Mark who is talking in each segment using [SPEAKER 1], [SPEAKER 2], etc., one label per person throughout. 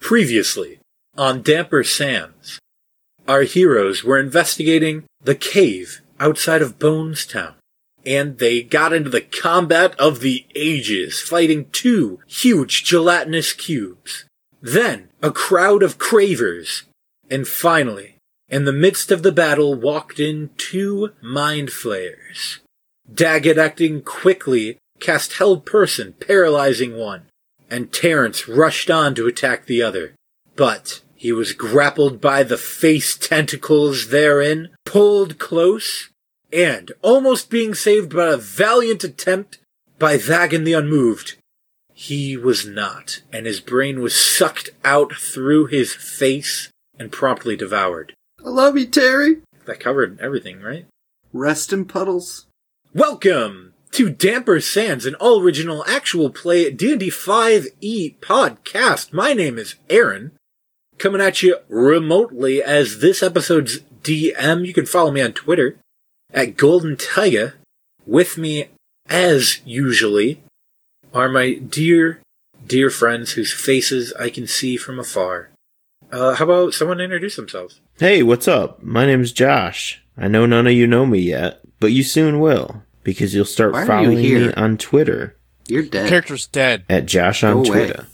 [SPEAKER 1] Previously, on Damper Sands, our heroes were investigating the cave outside of Bonestown, and they got into the combat of the ages, fighting two huge gelatinous cubes, then a crowd of cravers, and finally, in the midst of the battle, walked in two mind flayers. Daggett acting quickly cast Held Person, paralyzing one, and Terence rushed on to attack the other. But he was grappled by the face tentacles therein, pulled close, and almost being saved by a valiant attempt by Vagan the Unmoved. He was not, and his brain was sucked out through his face and promptly devoured.
[SPEAKER 2] I love you, Terry.
[SPEAKER 1] That covered everything, right?
[SPEAKER 2] Rest in puddles.
[SPEAKER 1] Welcome to Damper Sands, an all original actual play D&D 5e E podcast. My name is Aaron, coming at you remotely as this episode's DM. You can follow me on Twitter at Golden Taiga. With me, as usually, are my dear, dear friends whose faces I can see from afar. Uh, how about someone introduce themselves?
[SPEAKER 3] Hey, what's up? My name's Josh. I know none of you know me yet, but you soon will because you'll start
[SPEAKER 2] Why are you
[SPEAKER 3] following me
[SPEAKER 2] here?
[SPEAKER 3] on Twitter
[SPEAKER 2] You're dead.
[SPEAKER 4] character's dead.
[SPEAKER 3] at Josh on
[SPEAKER 2] Go away.
[SPEAKER 3] Twitter.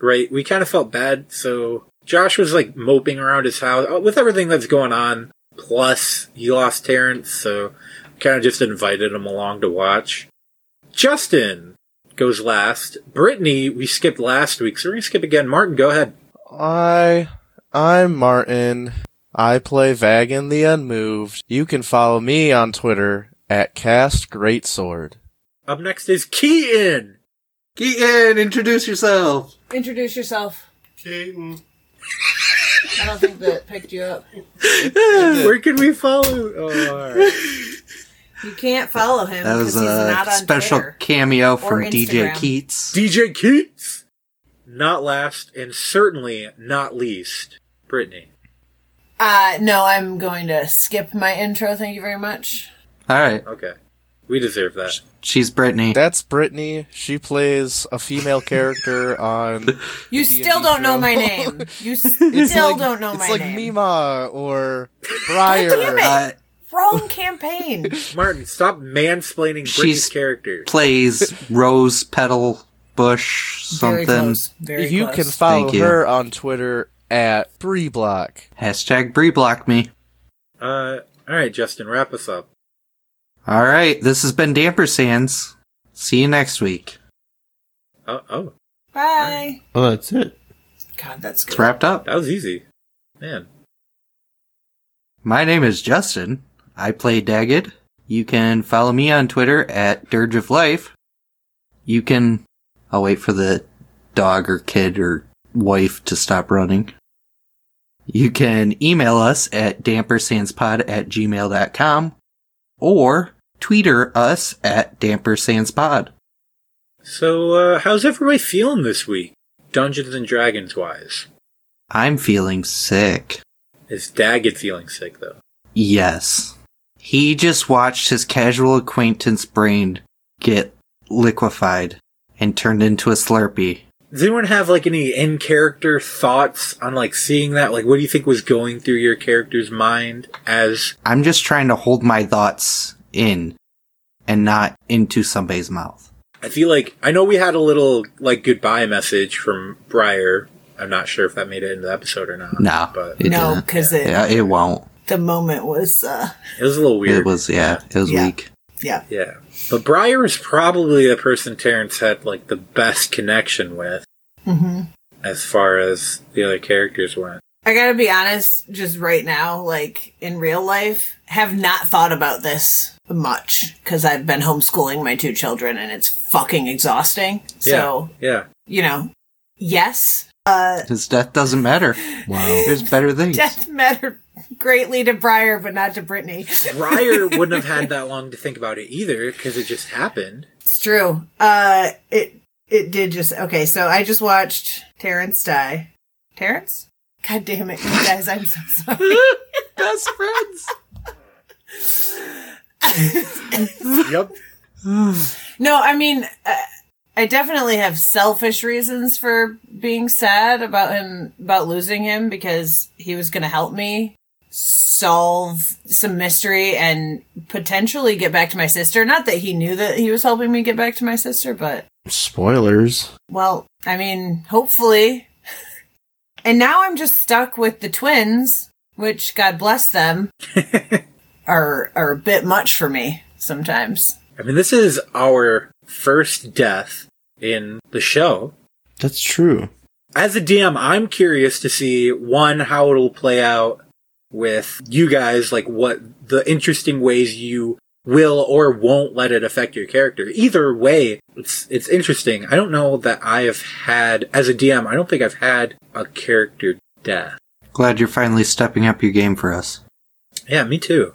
[SPEAKER 1] right? We kind of felt bad, so Josh was like moping around his house uh, with everything that's going on. Plus, he lost Terrence, so kind of just invited him along to watch. Justin goes last. Brittany, we skipped last week, so we're gonna skip again. Martin, go ahead.
[SPEAKER 4] I, I'm Martin. I play Vagan the Unmoved. You can follow me on Twitter at Cast Greatsword.
[SPEAKER 1] Up next is Keaton.
[SPEAKER 2] Keaton, introduce yourself.
[SPEAKER 5] Introduce yourself.
[SPEAKER 6] Keaton.
[SPEAKER 5] I don't think that picked you up.
[SPEAKER 1] Where can we follow? Oh, all right.
[SPEAKER 5] You can't follow him
[SPEAKER 2] That was
[SPEAKER 5] because he's
[SPEAKER 2] a
[SPEAKER 5] not on
[SPEAKER 2] special
[SPEAKER 5] Twitter.
[SPEAKER 2] cameo from
[SPEAKER 5] Or
[SPEAKER 2] DJ
[SPEAKER 5] Instagram.
[SPEAKER 2] Keats.
[SPEAKER 1] DJ Keats. Not last, and certainly not least, Brittany.
[SPEAKER 5] Uh, no, I'm going to skip my intro. Thank you very much.
[SPEAKER 2] All right,
[SPEAKER 1] Okay, we deserve that.
[SPEAKER 2] she's Brittany.
[SPEAKER 4] That's Brittany. She plays a female character on.
[SPEAKER 5] You
[SPEAKER 4] D&D
[SPEAKER 5] still don't know
[SPEAKER 4] show.
[SPEAKER 5] my name. You s- still
[SPEAKER 4] like-
[SPEAKER 5] don't know my
[SPEAKER 4] It's like
[SPEAKER 5] name.
[SPEAKER 4] Mima or Briar.
[SPEAKER 2] Uh,
[SPEAKER 5] Wrong campaign.
[SPEAKER 1] Martin, stop mansplaining Britney's
[SPEAKER 2] She's-
[SPEAKER 1] character.
[SPEAKER 2] plays Rose Petal Bush
[SPEAKER 5] Very
[SPEAKER 2] something.
[SPEAKER 5] close. Very
[SPEAKER 4] you
[SPEAKER 5] close.
[SPEAKER 4] can follow
[SPEAKER 2] Thank you.
[SPEAKER 4] her on Twitter at Breeblock.
[SPEAKER 2] Hashtag Bree block me.
[SPEAKER 1] Uh, all right, Justin, wrap us up.
[SPEAKER 2] All right, this has been Damper Sands. See you next week.
[SPEAKER 1] Oh, oh,
[SPEAKER 5] Bye.
[SPEAKER 3] Oh, that's it.
[SPEAKER 5] God, that's
[SPEAKER 2] It's
[SPEAKER 5] good.
[SPEAKER 2] wrapped up.
[SPEAKER 1] that was easy, man.
[SPEAKER 2] My name is Justin. I play Daggett. You can follow me on Twitter at Dirge of Life. You can. I'll wait for the dog or kid or wife to stop running. You can email us at dampersandspod at gmail.com or tweeter us at dampersandspod.
[SPEAKER 1] So, uh, how's everybody feeling this week, Dungeons and Dragons wise?
[SPEAKER 2] I'm feeling sick.
[SPEAKER 1] Is Daggett feeling sick though?
[SPEAKER 2] Yes. He just watched his casual acquaintance brain get liquefied and turned into a Slurpee.
[SPEAKER 1] Does anyone have like any in character thoughts on like seeing that? Like, what do you think was going through your character's mind as?
[SPEAKER 2] I'm just trying to hold my thoughts in and not into somebody's mouth.
[SPEAKER 1] I feel like I know we had a little like goodbye message from Briar. I'm not sure if that made it into the episode or not.
[SPEAKER 2] No.
[SPEAKER 1] but
[SPEAKER 2] It
[SPEAKER 5] no,
[SPEAKER 2] didn't.
[SPEAKER 5] because
[SPEAKER 2] Yeah, it won't.
[SPEAKER 5] the moment was, uh,
[SPEAKER 1] it was a little weird.
[SPEAKER 2] It was yeah, it was
[SPEAKER 5] Yeah.
[SPEAKER 2] weak.
[SPEAKER 5] yeah.
[SPEAKER 1] Yeah. But Breyer is probably the person Terrence had like the best connection with
[SPEAKER 5] hmm
[SPEAKER 1] as far as the other characters went.
[SPEAKER 5] I gotta be honest, just right now, like in real life, have not thought about this much because I've been homeschooling my two children and it's fucking exhausting. So,
[SPEAKER 1] Yeah.
[SPEAKER 5] you know, yes, uh,
[SPEAKER 2] His death doesn't matter.
[SPEAKER 3] Wow.
[SPEAKER 2] There's better things.
[SPEAKER 5] death mattered greatly to Briar, but not to Brittany.
[SPEAKER 1] yeah. Breyer wouldn't have had that long to think about it either because it just happened.
[SPEAKER 5] It's true. Uh, it it did just okay. So I just watched Terrence die. Terrence? God damn it, you guys! I'm so sorry.
[SPEAKER 2] Best friends.
[SPEAKER 1] Yep.
[SPEAKER 5] No, I mean, uh, I definitely have selfish reasons for being sad about him, about losing him, because he was going to help me solve some mystery and potentially get back to my sister. Not that he knew that he was helping me get back to my sister, but
[SPEAKER 3] Spoilers.
[SPEAKER 5] well, I mean, hopefully. and now I'm just stuck with the twins, which God bless them, are are a bit much for me sometimes.
[SPEAKER 1] I mean, this is our first death in the show.
[SPEAKER 3] That's true.
[SPEAKER 1] As a DM, I'm curious to see one, how it'll play out with you guys, like what the interesting ways you will or won't let it affect your character. Either way, it's, it's interesting. I don't know that I have had, as a DM, I don't think I've had a character death.
[SPEAKER 2] Glad you're finally stepping up your game for us.
[SPEAKER 1] Yeah, me too.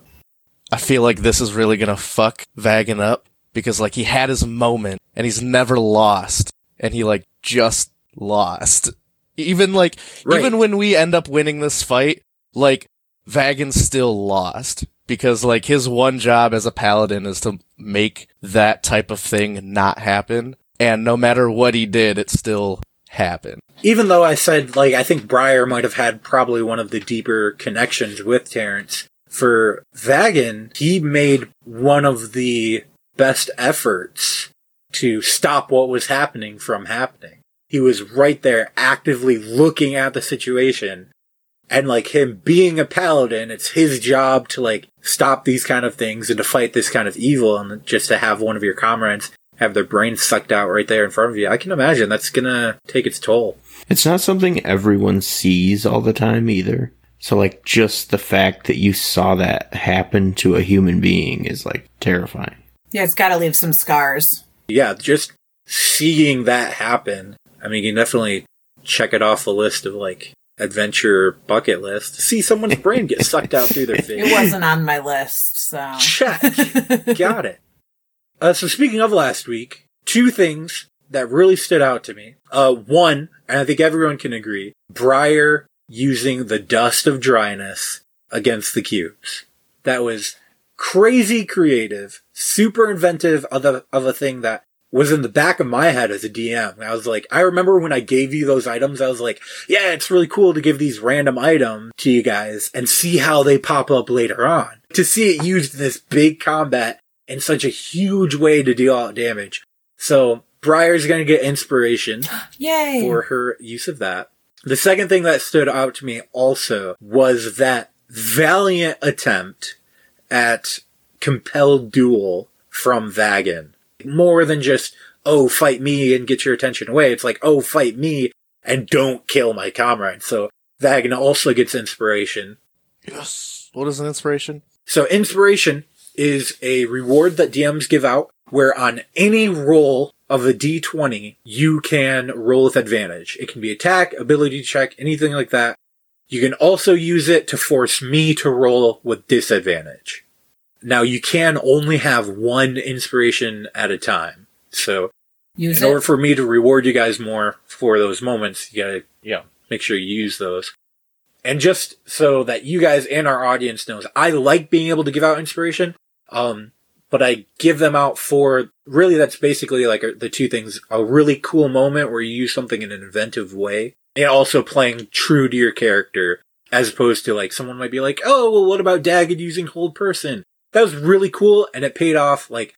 [SPEAKER 4] I feel like this is really gonna fuck Vagan up because like he had his moment and he's never lost and he like just lost. Even like
[SPEAKER 1] Right.
[SPEAKER 4] even when we end up winning this fight, like Vagan still lost because like his one job as a paladin is to make that type of thing not happen and no matter what he did it still happened.
[SPEAKER 1] even though I said like I think Breyer might have had probably one of the deeper connections with Terrence, for Vagan, he made one of the best efforts to stop what was happening from happening. He was right there actively looking at the situation and like him being a paladin, it's his job to like stop these kind of things and to fight this kind of evil and just to have one of your comrades have their brain sucked out right there in front of you. I can imagine that's gonna take its toll.
[SPEAKER 3] It's not something everyone sees all the time either. So, like, just the fact that you saw that happen to a human being is, like, terrifying.
[SPEAKER 5] Yeah, it's got to leave some scars.
[SPEAKER 1] yeah, just seeing that happen, I mean, you can definitely check it off the list of like adventure bucket list. See someone's brain get sucked out through their
[SPEAKER 5] It
[SPEAKER 1] face.
[SPEAKER 5] wasn't on my list, so
[SPEAKER 1] Check. Got it. Uh, so speaking of last week, two things that really stood out to me. Uh, one, and I think everyone can agree, Briar using the dust of dryness against the cubes. That was crazy creative, super inventive of, the, of a thing that was in the back of my head as a DM. I was like, I remember when I gave you those items, I was like, yeah, it's really cool to give these random items to you guys and see how they pop up later on. To see it used in this big combat in such a huge way to deal out damage. So Briar's gonna get inspiration
[SPEAKER 5] Yay!
[SPEAKER 1] for her use of that. The second thing that stood out to me also was that valiant attempt at compelled duel from Vagan. More than just, oh, fight me and get your attention away. It's like, oh, fight me and don't kill my comrade. So Vagan also gets inspiration
[SPEAKER 4] Yes. What is an inspiration?
[SPEAKER 1] so inspiration is a reward that DMs give out where on any roll of a d20, you can roll with advantage. It can be attack, ability check, anything like that. You can also use it to force me to roll with disadvantage. Now you can only have one inspiration at a time. So
[SPEAKER 5] Use
[SPEAKER 1] in order
[SPEAKER 5] it.
[SPEAKER 1] for me to reward you guys more for those moments, you gotta, you know, make sure you use those. And just so that you guys and our audience knows, I like being able to give out inspiration, um, but I give them out for really that's basically like the two things: a really cool moment where you use something in an inventive way, and also playing true to your character, as opposed to like someone might be like, "Oh, well, what about Dagged using hold person?" That was really cool, and it paid off. Like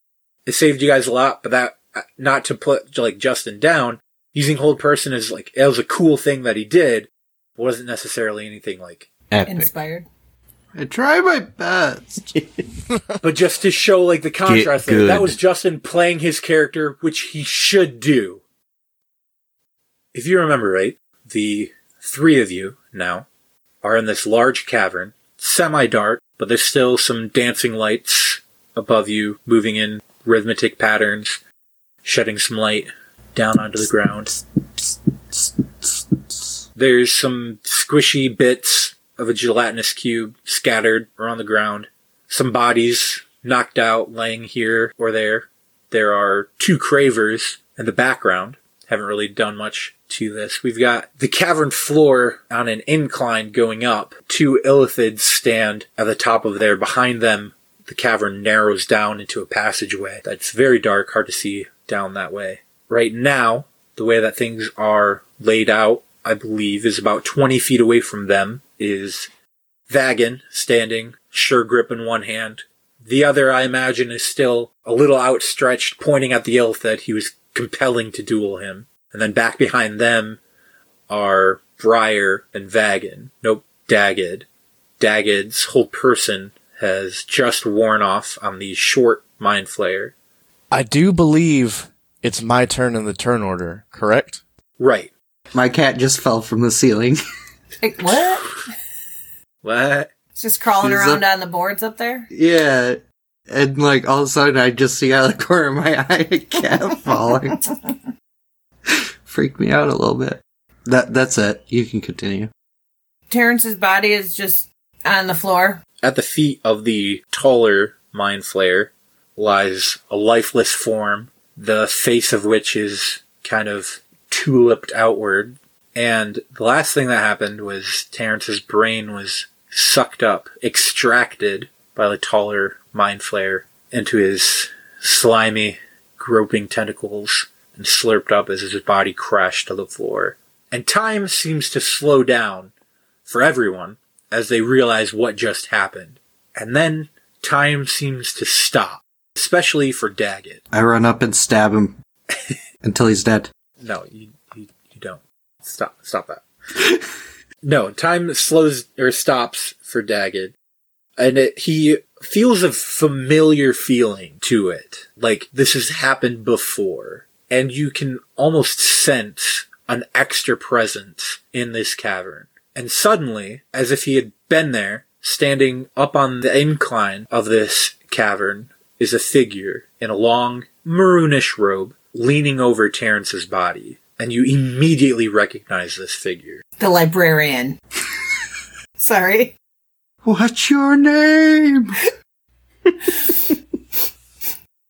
[SPEAKER 1] it saved you guys a lot, but that, not to put like Justin down, using hold person is like, it was a cool thing that he did. Wasn't necessarily anything like,
[SPEAKER 3] Epic.
[SPEAKER 5] Inspired.
[SPEAKER 2] I try my best.
[SPEAKER 1] but just to show like the contrast there, that
[SPEAKER 3] good.
[SPEAKER 1] was Justin playing his character, which he should do. If you remember right, the three of you now are in this large cavern, semi dark, but there's still some dancing lights above you, moving in rhythmic patterns, shedding some light down onto the ground. There's some squishy bits of a gelatinous cube scattered around the ground. Some bodies knocked out, laying here or there. There are two cravers in the background. Haven't really done much to this. We've got the cavern floor on an incline going up. Two illithids stand at the top of there. Behind them, the cavern narrows down into a passageway that's very dark, hard to see down that way. Right now, the way that things are laid out, I believe, is about 20 feet away from them is Vagin standing, sure grip in one hand. The other, I imagine, is still a little outstretched, pointing at the elf that he was compelling to duel him. And then back behind them are Briar and Vagin. Nope, Dagged. Dagged's whole person has just worn off on the short mind flayer.
[SPEAKER 4] I do believe it's my turn in the turn order, correct?
[SPEAKER 1] Right.
[SPEAKER 2] My cat just fell from the ceiling.
[SPEAKER 5] Like, what?
[SPEAKER 1] What?
[SPEAKER 5] It's just crawling
[SPEAKER 2] She's
[SPEAKER 5] around
[SPEAKER 2] up-
[SPEAKER 5] on the boards up there?
[SPEAKER 2] yeah. And like all of a sudden I just see out of the corner of my eye a cat falling. Freaked me out a little bit. That that's it. You can continue.
[SPEAKER 5] Terrence's body is just on the floor.
[SPEAKER 1] At the feet of the taller mind flayer lies a lifeless form, the face of which is kind of tuliped outward. And the last thing that happened was Terrence's brain was sucked up, extracted by the taller mind flayer into his slimy, groping tentacles and slurped up as his body crashed to the floor. And time seems to slow down for everyone as they realize what just happened. And then time seems to stop, especially for Daggett.
[SPEAKER 2] I run up and stab him until he's dead.
[SPEAKER 1] No, you, you, you don't. Stop, stop that. no, time slows or stops for Daggett. And it, he feels a familiar feeling to it. Like this has happened before. And you can almost sense an extra presence in this cavern. And suddenly, as if he had been there, standing up on the incline of this cavern, is a figure in a long maroonish robe leaning over Terrence's body. And you immediately recognize this figure.
[SPEAKER 5] The librarian. Sorry.
[SPEAKER 2] What's your name?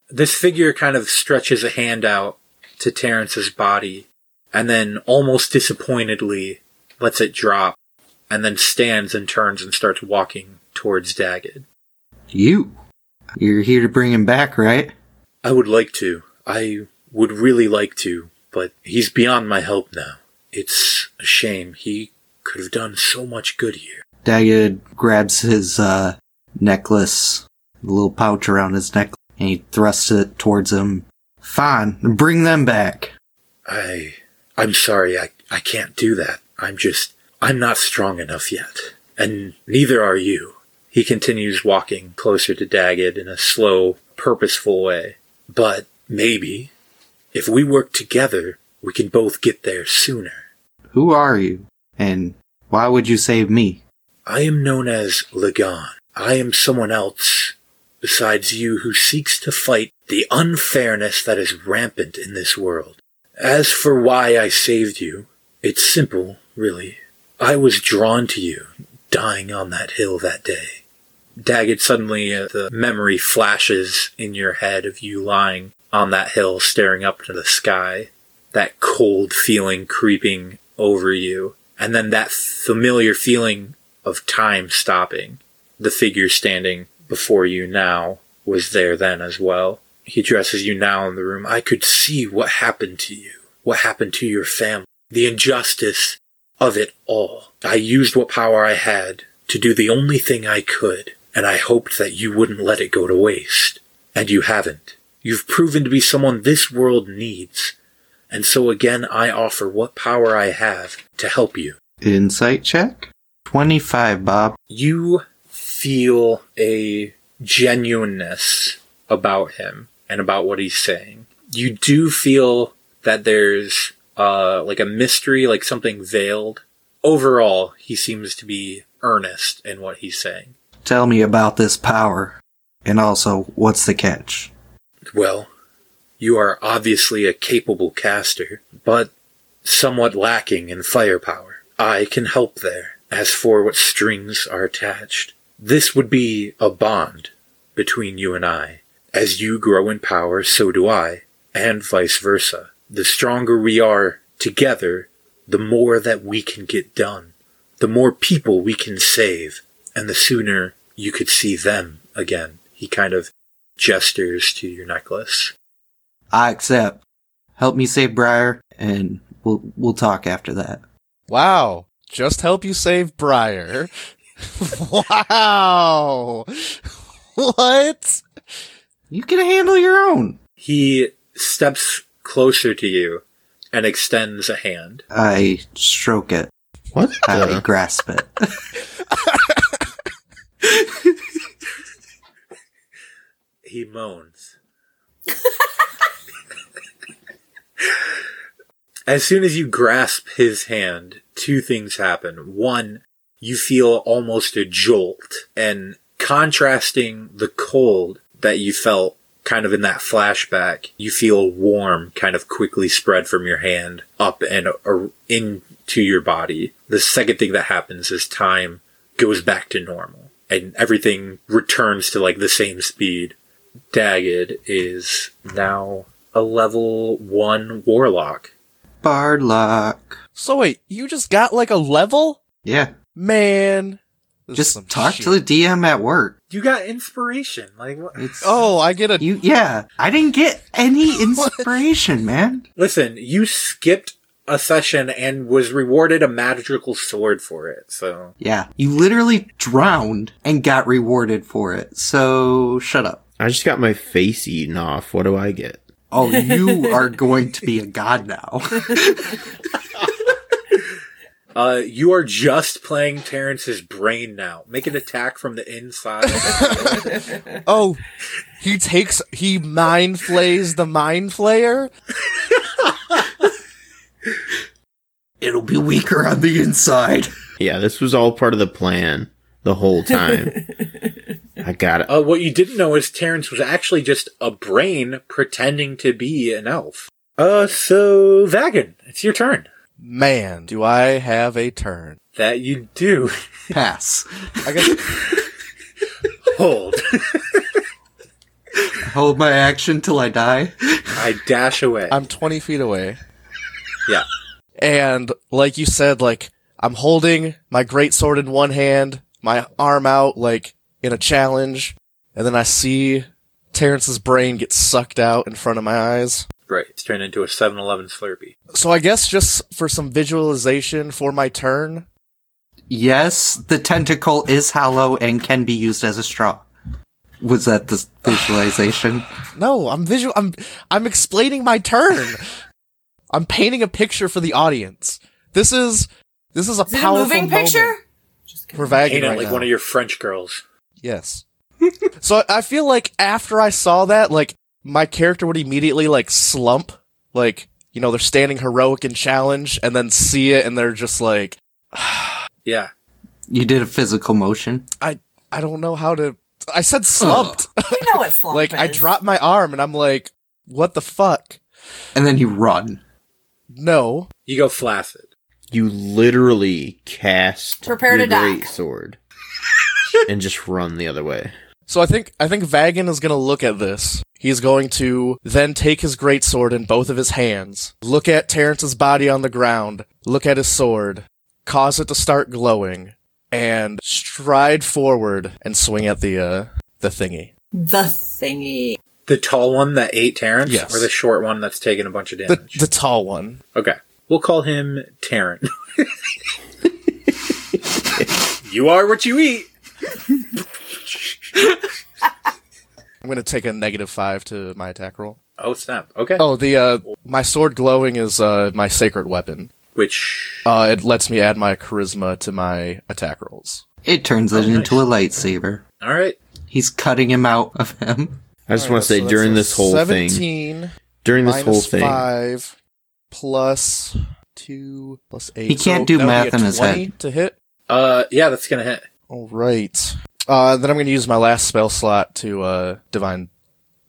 [SPEAKER 1] this figure kind of stretches a hand out to Terrence's body and then almost disappointedly lets it drop and then stands and turns and starts walking towards Daggett.
[SPEAKER 2] You. You're here to bring him back, right?
[SPEAKER 1] I would like to. I would really like to, but he's beyond my help now. It's a shame. He could have done so much good here.
[SPEAKER 2] Daggett grabs his uh, necklace, the little pouch around his neck, and he thrusts it towards him. Fine, bring them back.
[SPEAKER 1] I I'm sorry, I I can't do that. I'm just I'm not strong enough yet. And neither are you. He continues walking closer to Daggett in a slow, purposeful way. But maybe if we work together, we can both get there sooner.
[SPEAKER 2] Who are you? And why would you save me?
[SPEAKER 1] I am known as Lagan. I am someone else besides you who seeks to fight the unfairness that is rampant in this world. As for why I saved you, it's simple, really. I was drawn to you, dying on that hill that day. Daggett, suddenly uh, the memory flashes in your head of you lying on that hill, staring up to the sky that cold feeling creeping over you, and then that familiar feeling of time stopping. The figure standing before you now was there then as well. He addresses you now in the room. I could see what happened to you, what happened to your family, the injustice of it all. I used what power I had to do the only thing I could, and I hoped that you wouldn't let it go to waste. And you haven't. You've proven to be someone this world needs. And so again, I offer what power I have to help you.
[SPEAKER 2] Insight check? 25, Bob.
[SPEAKER 1] You feel a genuineness about him and about what he's saying. You do feel that there's uh, like a mystery, like something veiled. Overall, he seems to be earnest in what he's saying.
[SPEAKER 2] Tell me about this power. And also, what's the catch?
[SPEAKER 1] Well, you are obviously a capable caster, but somewhat lacking in firepower. I can help there. As for what strings are attached, this would be a bond between you and I. As you grow in power, so do I, and vice versa. The stronger we are together, the more that we can get done, the more people we can save, and the sooner you could see them again. He kind of gestures to your necklace.
[SPEAKER 2] I accept. help me save Briar, and we'll we'll talk after that.
[SPEAKER 4] Wow. Just help you save Briar. wow. what?
[SPEAKER 2] You can handle your own.
[SPEAKER 1] He steps closer to you and extends a hand.
[SPEAKER 2] I stroke it.
[SPEAKER 3] What?
[SPEAKER 2] I
[SPEAKER 3] the-
[SPEAKER 2] grasp it.
[SPEAKER 1] He moans. as soon as you grasp his hand, two things happen. One, you feel almost a jolt, and contrasting the cold that you felt kind of in that flashback, you feel warm kind of quickly spread from your hand up and uh, into your body. The second thing that happens is time goes back to normal and everything returns to like the same speed. Dagged is now a level one warlock.
[SPEAKER 2] Bardlock.
[SPEAKER 4] So wait, you just got like a level?
[SPEAKER 2] Yeah.
[SPEAKER 4] Man. This is some
[SPEAKER 2] Just talk
[SPEAKER 4] shit.
[SPEAKER 2] to the DM at work.
[SPEAKER 1] You got inspiration. Like, what?
[SPEAKER 2] It's
[SPEAKER 4] Oh, I get a
[SPEAKER 2] you yeah. I didn't get any inspiration, man.
[SPEAKER 1] listen, you skipped a session and was rewarded a magical sword for it. So
[SPEAKER 2] Yeah. You literally drowned and got rewarded for it. So shut up.
[SPEAKER 3] I just got my face eaten off. What do I get?
[SPEAKER 2] Oh, you are going to be a god now.
[SPEAKER 1] Uh, you are just playing Terrence's brain now. Make an attack from the inside.
[SPEAKER 4] Oh, he takes he mind flays the mind flayer.
[SPEAKER 2] It'll be weaker on the inside.
[SPEAKER 3] Yeah, this was all part of the plan the whole time. I got it.
[SPEAKER 1] uh, what you didn't know is Terrence was actually just a brain pretending to be an elf. Uh, so Vagan, it's your turn.
[SPEAKER 4] Man, do I have a turn?
[SPEAKER 1] That you do
[SPEAKER 2] Pass.
[SPEAKER 4] I guess
[SPEAKER 1] hold.
[SPEAKER 2] Hold my action till I die.
[SPEAKER 1] I dash away.
[SPEAKER 4] I'm 20 feet away,
[SPEAKER 1] yeah.
[SPEAKER 4] and like you said, like I'm holding my great sword in one hand, my arm out, like in a challenge, and then I see Terrence's brain get sucked out in front of my eyes.
[SPEAKER 1] Right. It's turned into a 7 Eleven Slurpee.
[SPEAKER 4] So I guess just for some visualization for my turn,
[SPEAKER 2] Yes, the tentacle is hollow and can be used as a straw. Was that the visualization?
[SPEAKER 4] No, I'm visual. I'm I'm explaining my turn. I'm painting a picture for the audience. This is this is a
[SPEAKER 5] Is it a
[SPEAKER 4] powerful
[SPEAKER 5] moving picture?
[SPEAKER 4] moment for Vagan
[SPEAKER 1] Ain't it
[SPEAKER 4] right
[SPEAKER 1] like
[SPEAKER 4] now.
[SPEAKER 1] one of your French girls?
[SPEAKER 4] yes. so I I feel like after I saw that, like my character would immediately like slump, like you know they're standing heroic and challenge, and then see it, and they're just like,
[SPEAKER 1] Yeah.
[SPEAKER 2] You did a physical motion.
[SPEAKER 4] I I don't know how to. I said slumped.
[SPEAKER 5] We know what slump
[SPEAKER 4] like I
[SPEAKER 5] is.
[SPEAKER 4] dropped my arm, and I'm like, what the fuck?
[SPEAKER 2] And then you run.
[SPEAKER 4] No.
[SPEAKER 1] You go flaccid.
[SPEAKER 3] You literally cast
[SPEAKER 5] Prepare
[SPEAKER 3] your
[SPEAKER 5] to die.
[SPEAKER 3] great sword and just run the other way.
[SPEAKER 4] So I think I think Vagan is gonna look at this. He's going to then take his greatsword in both of his hands, look at Terrence's body on the ground, look at his sword, cause it to start glowing, and stride forward and swing at the uh the thingy.
[SPEAKER 5] the thingy.
[SPEAKER 1] The tall one that ate Terrence?
[SPEAKER 4] Yes.
[SPEAKER 1] Or the short one that's taken a bunch of
[SPEAKER 4] The
[SPEAKER 1] damage?
[SPEAKER 4] the tall one.
[SPEAKER 1] okay. We'll call him Terrence. you are what you eat.
[SPEAKER 4] I'm gonna take a negative five to my attack roll.
[SPEAKER 1] Oh, snap. Okay.
[SPEAKER 4] Oh, the uh my sword glowing is uh my sacred weapon.
[SPEAKER 1] Which,
[SPEAKER 4] Uh it lets me add my charisma to my attack rolls.
[SPEAKER 2] It turns it into a lightsaber.
[SPEAKER 1] all right.
[SPEAKER 2] He's cutting him out of him.
[SPEAKER 3] I just want to say
[SPEAKER 4] So that's
[SPEAKER 3] during
[SPEAKER 4] a
[SPEAKER 3] this whole
[SPEAKER 4] 17,
[SPEAKER 3] thing, during this whole
[SPEAKER 4] Minus
[SPEAKER 3] thing,
[SPEAKER 4] Five plus two plus eight.
[SPEAKER 2] He can't
[SPEAKER 4] So
[SPEAKER 2] do
[SPEAKER 4] that would
[SPEAKER 2] math
[SPEAKER 4] be a
[SPEAKER 2] in his
[SPEAKER 4] 20
[SPEAKER 2] head.
[SPEAKER 4] to hit.
[SPEAKER 1] Uh, yeah, that's gonna hit.
[SPEAKER 4] All right. Uh, then I'm going to use my last spell slot to uh, divine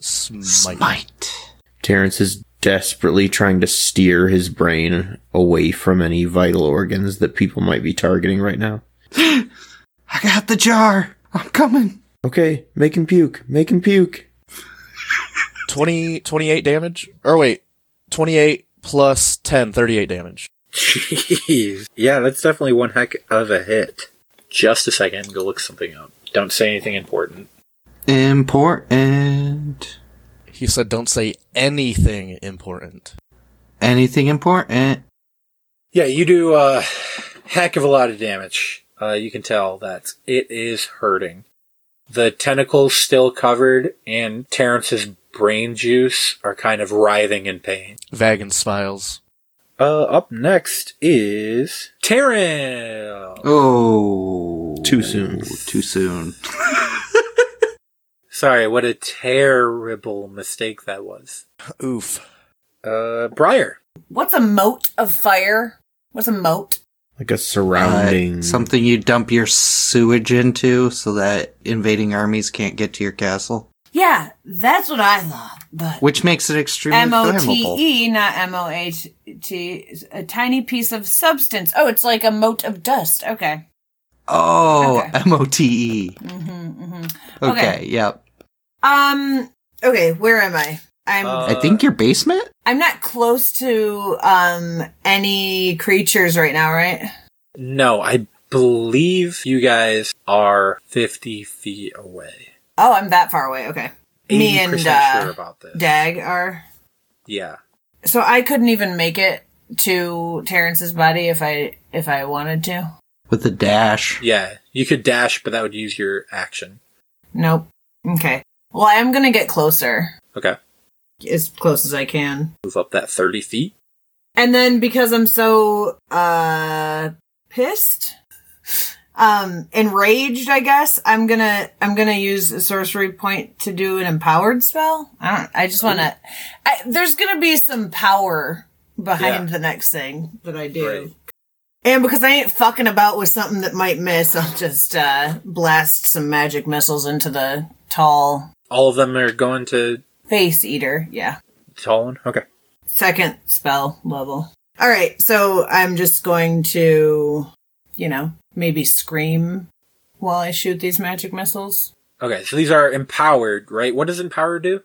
[SPEAKER 4] smite.
[SPEAKER 2] Smite.
[SPEAKER 3] Terrence is desperately trying to steer his brain away from any vital organs that people might be targeting right now.
[SPEAKER 2] I got the jar. I'm coming.
[SPEAKER 3] Okay, make him puke. Make him puke.
[SPEAKER 4] 20, 28 damage. Or wait, twenty eight plus 10, 38 damage.
[SPEAKER 1] Jeez. Yeah, that's definitely one heck of a hit. Just a second, go look something up. Don't say anything important.
[SPEAKER 2] Important.
[SPEAKER 4] He said, "Don't say anything important."
[SPEAKER 2] Anything important?
[SPEAKER 1] Yeah, you do a heck of a lot of damage. Uh, you can tell that it is hurting. The tentacles still covered and Terrence's brain juice are kind of writhing in pain.
[SPEAKER 4] Vagan smiles.
[SPEAKER 1] Uh, up next is Terrence.
[SPEAKER 2] Oh.
[SPEAKER 3] Too soon.
[SPEAKER 2] Too soon.
[SPEAKER 1] Sorry, what a terrible mistake that was.
[SPEAKER 4] Oof.
[SPEAKER 1] Uh, Briar.
[SPEAKER 5] What's a moat of fire? What's a moat?
[SPEAKER 3] Like a surrounding
[SPEAKER 2] Uh, something you dump your sewage into so that invading armies can't get to your castle.
[SPEAKER 5] Yeah, that's what I thought. But
[SPEAKER 2] Which makes it extremely
[SPEAKER 5] M O
[SPEAKER 2] flammable.
[SPEAKER 5] T E, not M O H T. A tiny piece of substance. Oh, it's like a moat of dust. Okay.
[SPEAKER 2] Oh,
[SPEAKER 5] Okay.
[SPEAKER 2] M-O-T-E.
[SPEAKER 5] hmm hmm
[SPEAKER 2] E. Okay,
[SPEAKER 5] Okay.
[SPEAKER 2] yep.
[SPEAKER 5] Um. Okay, where am I? I'm.
[SPEAKER 1] Uh,
[SPEAKER 2] I think your basement?
[SPEAKER 5] I'm not close to um any creatures right now, right?
[SPEAKER 1] No, I believe you guys are 50 feet away.
[SPEAKER 5] Oh, I'm that far away. Okay.
[SPEAKER 1] 80%
[SPEAKER 5] Me and uh,
[SPEAKER 1] sure about this.
[SPEAKER 5] Dag are.
[SPEAKER 1] yeah.
[SPEAKER 5] So I couldn't even make it to Terrence's body if I if I wanted to.
[SPEAKER 2] With a dash.
[SPEAKER 1] Yeah. You could dash, but that would use your action.
[SPEAKER 5] Nope. Okay. Well, I am gonna get closer,
[SPEAKER 1] Okay.
[SPEAKER 5] as close as I can.
[SPEAKER 1] Move up that 30 feet.
[SPEAKER 5] And then because I'm so uh pissed, um enraged, I guess, I'm going to I'm going to use a sorcery point to do an empowered spell. I don't I just want to there's going to be some power behind
[SPEAKER 1] Yeah.
[SPEAKER 5] the next thing that I do.
[SPEAKER 1] Right.
[SPEAKER 5] And because I ain't fucking about with something that might miss, I'll just uh blast some magic missiles into the tall
[SPEAKER 1] All of them are going to
[SPEAKER 5] face eater. Yeah.
[SPEAKER 1] Tolan? Okay.
[SPEAKER 5] second spell level. All right, so I'm just going to, you know, maybe scream while I shoot these magic missiles.
[SPEAKER 1] Okay, so these are empowered, right? What does empower do?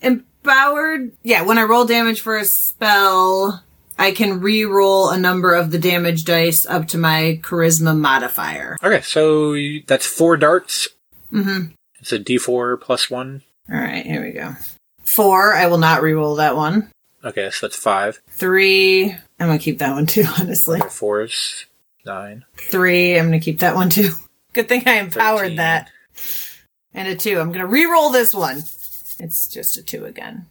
[SPEAKER 5] Empowered. Yeah, when I roll damage for a spell, I can re-roll a number of the damage dice up to my charisma modifier.
[SPEAKER 1] Okay, so you, that's four darts.
[SPEAKER 5] Mhm.
[SPEAKER 1] It's a d4 plus one.
[SPEAKER 5] All right, here we go. 4, I will not re-roll that one.
[SPEAKER 1] Okay, so that's five.
[SPEAKER 5] 3, I'm going to keep that one too, honestly.
[SPEAKER 1] Four is nine.
[SPEAKER 5] 3, I'm going to keep that one too. Good thing I
[SPEAKER 1] 13.
[SPEAKER 5] empowered that. and a two. I'm gonna re-roll this one. It's just a two again.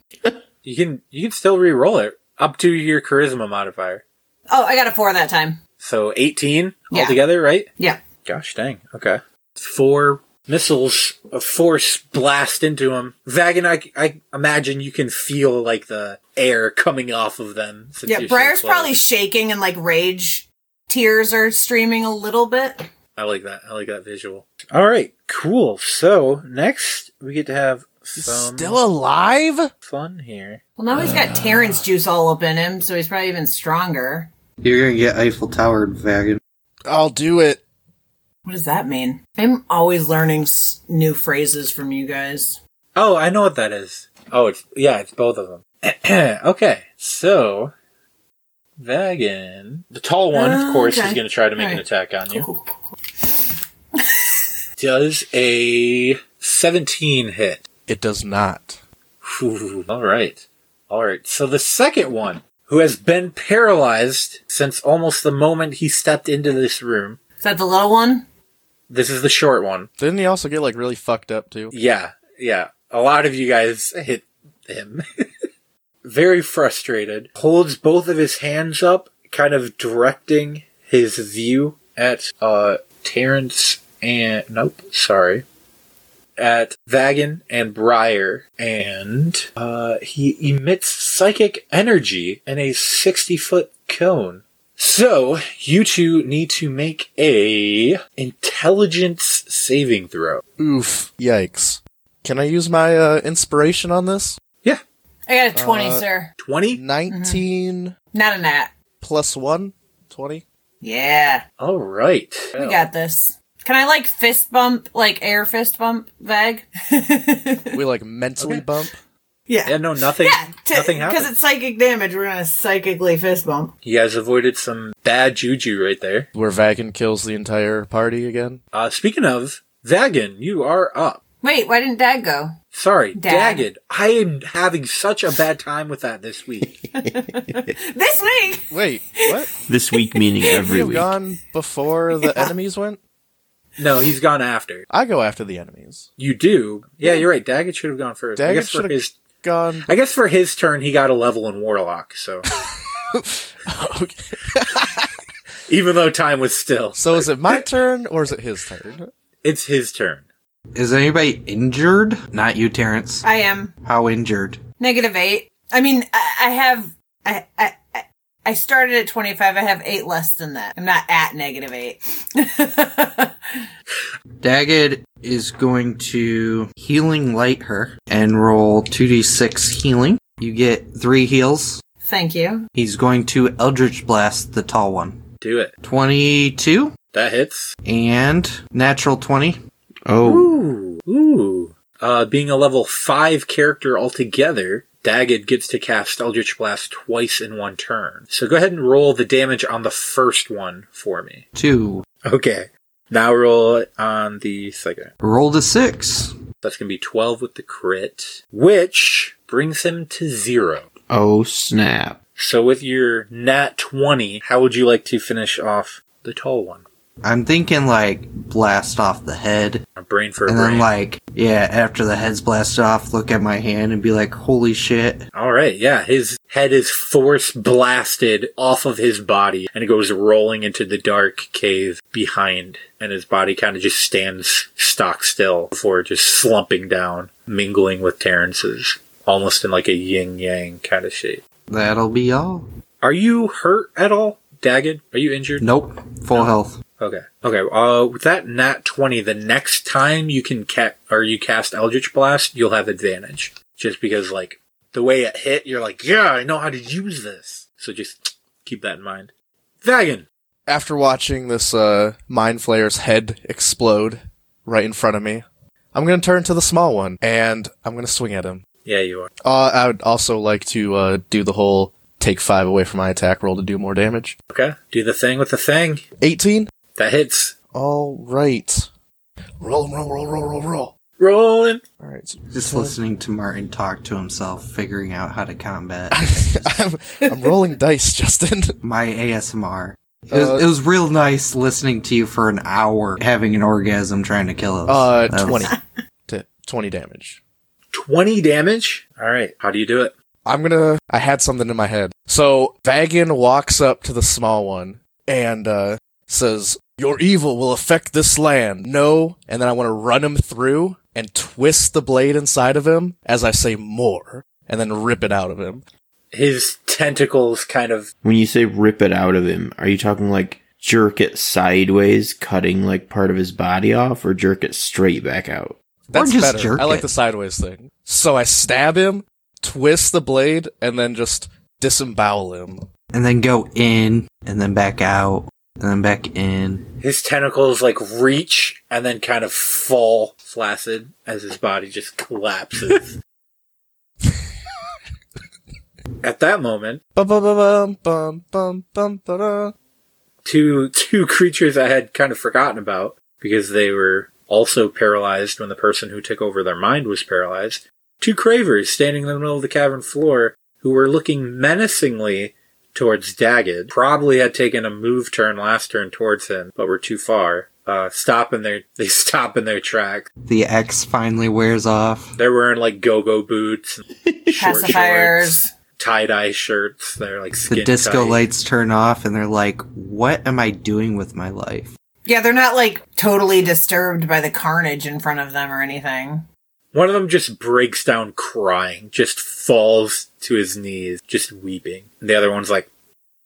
[SPEAKER 1] You can you can still re-roll it up to your charisma modifier.
[SPEAKER 5] Oh, I got a four that time.
[SPEAKER 1] So eighteen
[SPEAKER 5] Yeah.
[SPEAKER 1] altogether, right?
[SPEAKER 5] Yeah.
[SPEAKER 1] Gosh dang. Okay. Four missiles of force blast into them. Vagan, I, I imagine you can feel like the air coming off of them. Since
[SPEAKER 5] Yeah,
[SPEAKER 1] you're so
[SPEAKER 5] Briar's
[SPEAKER 1] close.
[SPEAKER 5] probably shaking and like rage tears are streaming a little bit.
[SPEAKER 1] I like that. I like that visual. All right, cool. So next we get to have some
[SPEAKER 4] Still alive?
[SPEAKER 1] fun here.
[SPEAKER 5] Well, now he's got Terrence juice all up in him, so he's probably even stronger.
[SPEAKER 2] You're gonna get Eiffel Towered, Vagan.
[SPEAKER 4] I'll do it.
[SPEAKER 5] What does that mean? I'm always learning s- new phrases from you guys.
[SPEAKER 1] Oh, I know what that is. Oh, it's yeah, it's both of them. okay, so Vagan, the tall one, of
[SPEAKER 5] Oh,
[SPEAKER 1] course,
[SPEAKER 5] okay.
[SPEAKER 1] is going to try to make an
[SPEAKER 5] Alright.
[SPEAKER 1] attack on you.
[SPEAKER 5] Cool, cool, cool.
[SPEAKER 1] Does a seventeen hit?
[SPEAKER 4] It does not.
[SPEAKER 1] Whew, all right, all right. So the second one, who has been paralyzed since almost the moment he stepped into this room.
[SPEAKER 5] Is that the little one?
[SPEAKER 1] This is the short one.
[SPEAKER 4] Didn't he also get like really fucked up too?
[SPEAKER 1] Yeah, yeah. A lot of you guys hit him. Very frustrated, holds both of his hands up, kind of directing his view at uh Terrence and nope, sorry. At Vagan and Briar, and uh, he emits psychic energy in a 60 foot cone. So, you two need to make a intelligence saving throw.
[SPEAKER 4] Oof. Yikes. Can I use my uh, inspiration on this?
[SPEAKER 1] Yeah,
[SPEAKER 5] I got a twenty,
[SPEAKER 4] Uh,
[SPEAKER 5] sir.
[SPEAKER 1] 20?
[SPEAKER 4] 19
[SPEAKER 5] Not a nat.
[SPEAKER 4] plus 1? 20?
[SPEAKER 5] Yeah,
[SPEAKER 1] All right.
[SPEAKER 5] we got this. Can I like fist bump, like air fist bump, Vag?
[SPEAKER 4] We like mentally bump?
[SPEAKER 1] Yeah, no, nothing.
[SPEAKER 5] Yeah,
[SPEAKER 1] nothing happened.
[SPEAKER 5] Because it's psychic damage. We're gonna psychically fist bump.
[SPEAKER 1] you guys avoided some bad juju right there.
[SPEAKER 4] Where Vagan kills the entire party again?
[SPEAKER 1] Uh, speaking of Vagan, you are up.
[SPEAKER 5] Wait, why didn't Dag go?
[SPEAKER 1] Sorry,
[SPEAKER 5] Dag.
[SPEAKER 1] Daggett. I am having such a bad time with that this week.
[SPEAKER 5] This week!
[SPEAKER 4] Wait, what?
[SPEAKER 3] This week meaning every
[SPEAKER 4] You've
[SPEAKER 3] week.
[SPEAKER 4] gone before the enemies went?
[SPEAKER 1] no, he's gone after.
[SPEAKER 4] I go after the enemies.
[SPEAKER 1] You do. Yeah, you're right. Daggett should have gone first. I
[SPEAKER 4] Daggett
[SPEAKER 1] guess for
[SPEAKER 4] should've-
[SPEAKER 1] his
[SPEAKER 4] Gone.
[SPEAKER 1] I guess for his turn he got a level in Warlock, so
[SPEAKER 4] Okay.
[SPEAKER 1] even though time was still.
[SPEAKER 4] So is it my turn or is it his turn?
[SPEAKER 1] It's his turn.
[SPEAKER 2] Is anybody injured? Not you, Terrence.
[SPEAKER 5] I am
[SPEAKER 2] How injured?
[SPEAKER 5] negative eight. I mean, I, I have, I, I, I- I started at 25. I have eight less than that. I'm not at negative eight.
[SPEAKER 2] Dagged is going to healing light her and roll 2d6 healing. You get three heals.
[SPEAKER 5] Thank you.
[SPEAKER 2] He's going to Eldritch Blast the tall one.
[SPEAKER 1] Do it.
[SPEAKER 2] 22
[SPEAKER 1] That hits.
[SPEAKER 2] and natural 20.
[SPEAKER 3] Oh,
[SPEAKER 1] Ooh. Ooh. Uh, being a level 5 character altogether, Daggett gets to cast Eldritch Blast twice in one turn. So go ahead and roll the damage on the first one for me.
[SPEAKER 2] Two.
[SPEAKER 1] Okay. Now roll it on the second.
[SPEAKER 2] Rolled a six.
[SPEAKER 1] That's going to be 12 with the crit, which brings him to zero.
[SPEAKER 3] oh snap.
[SPEAKER 1] So with your nat 20, how would you like to finish off the tall one?
[SPEAKER 2] I'm thinking like blast off the head.
[SPEAKER 1] A brain for a
[SPEAKER 2] And
[SPEAKER 1] brain.
[SPEAKER 2] then like, yeah, after the head's blasted off, look at my hand and be like, holy shit.
[SPEAKER 1] All right, yeah, his head is force blasted off of his body and it goes rolling into the dark cave behind, and his body kind of just stands stock still before just slumping down, mingling with Terrence's, almost in like a yin yang kind of shape.
[SPEAKER 2] That'll be all.
[SPEAKER 1] Are you hurt at all, Dagged? Are you injured?
[SPEAKER 2] Nope. Full health.
[SPEAKER 1] Okay. Okay. Uh, with that nat twenty, the next time you can ca- or you cast Eldritch Blast, you'll have advantage. Just because, like, the way it hit, you're like, yeah, I know how to use this. So just keep that in mind. Vagan.
[SPEAKER 4] After watching this uh, mind flayer's head explode right in front of me, I'm going to turn to the small one and I'm going to swing at him.
[SPEAKER 1] Yeah, you are.
[SPEAKER 4] Uh, I would also like to uh, do the whole take five away from my attack roll to do more damage.
[SPEAKER 1] Okay. Do the thing with the thing.
[SPEAKER 4] 18?
[SPEAKER 1] That hits.
[SPEAKER 4] All right. Roll, roll, roll, roll, roll, roll.
[SPEAKER 1] Rolling.
[SPEAKER 4] All right. so-
[SPEAKER 2] Just listening to Martin talk to himself, figuring out how to combat
[SPEAKER 4] I'm, I'm rolling dice, Justin.
[SPEAKER 2] my ASMR. It was,
[SPEAKER 4] Uh,
[SPEAKER 2] it was real nice listening to you for an hour, having an orgasm trying to kill us.
[SPEAKER 4] Uh,
[SPEAKER 2] That was-
[SPEAKER 4] 20. to 20 damage.
[SPEAKER 1] Twenty damage. All right. How do you do it?
[SPEAKER 4] I'm gonna. I had something in my head. So Vagan walks up to the small one and uh, says, "Your evil will affect this land." No, and then I want to run him through and twist the blade inside of him as I say more, and then rip it out of him.
[SPEAKER 1] His tentacles kind of.
[SPEAKER 3] When you say rip it out of him, are you talking like jerk it sideways, cutting like part of his body off, or jerk it straight back out?
[SPEAKER 4] That's
[SPEAKER 2] just
[SPEAKER 4] better.
[SPEAKER 2] jerk
[SPEAKER 4] I like
[SPEAKER 2] it.
[SPEAKER 4] the sideways thing. So I stab him, twist the blade, and then just disembowel him.
[SPEAKER 2] And then go in, and then back out, and then back in.
[SPEAKER 1] His tentacles like reach and then kind of fall flaccid as his body just collapses. At that moment,
[SPEAKER 4] Bum bum bum bum bum bum bum. ba-da.
[SPEAKER 1] two two creatures I had kind of forgotten about because they were also paralyzed when the person who took over their mind was paralyzed. Two cravers standing in the middle of the cavern floor who were looking menacingly towards Daggett. Probably had taken a move turn last turn towards him, but were too far. Uh, stop in their they stop in their tracks.
[SPEAKER 2] The X finally wears off.
[SPEAKER 1] They're wearing like go-go boots, and short
[SPEAKER 5] Pacifiers.
[SPEAKER 1] shorts, tie-dye shirts. They're like
[SPEAKER 2] The
[SPEAKER 1] skin
[SPEAKER 2] disco
[SPEAKER 1] tight.
[SPEAKER 2] lights turn off, and they're like, what am I doing with my life?
[SPEAKER 5] Yeah, they're not like totally disturbed by the carnage in front of them or anything.
[SPEAKER 1] One of them just breaks down crying, just falls to his knees, just weeping. And the other one's like,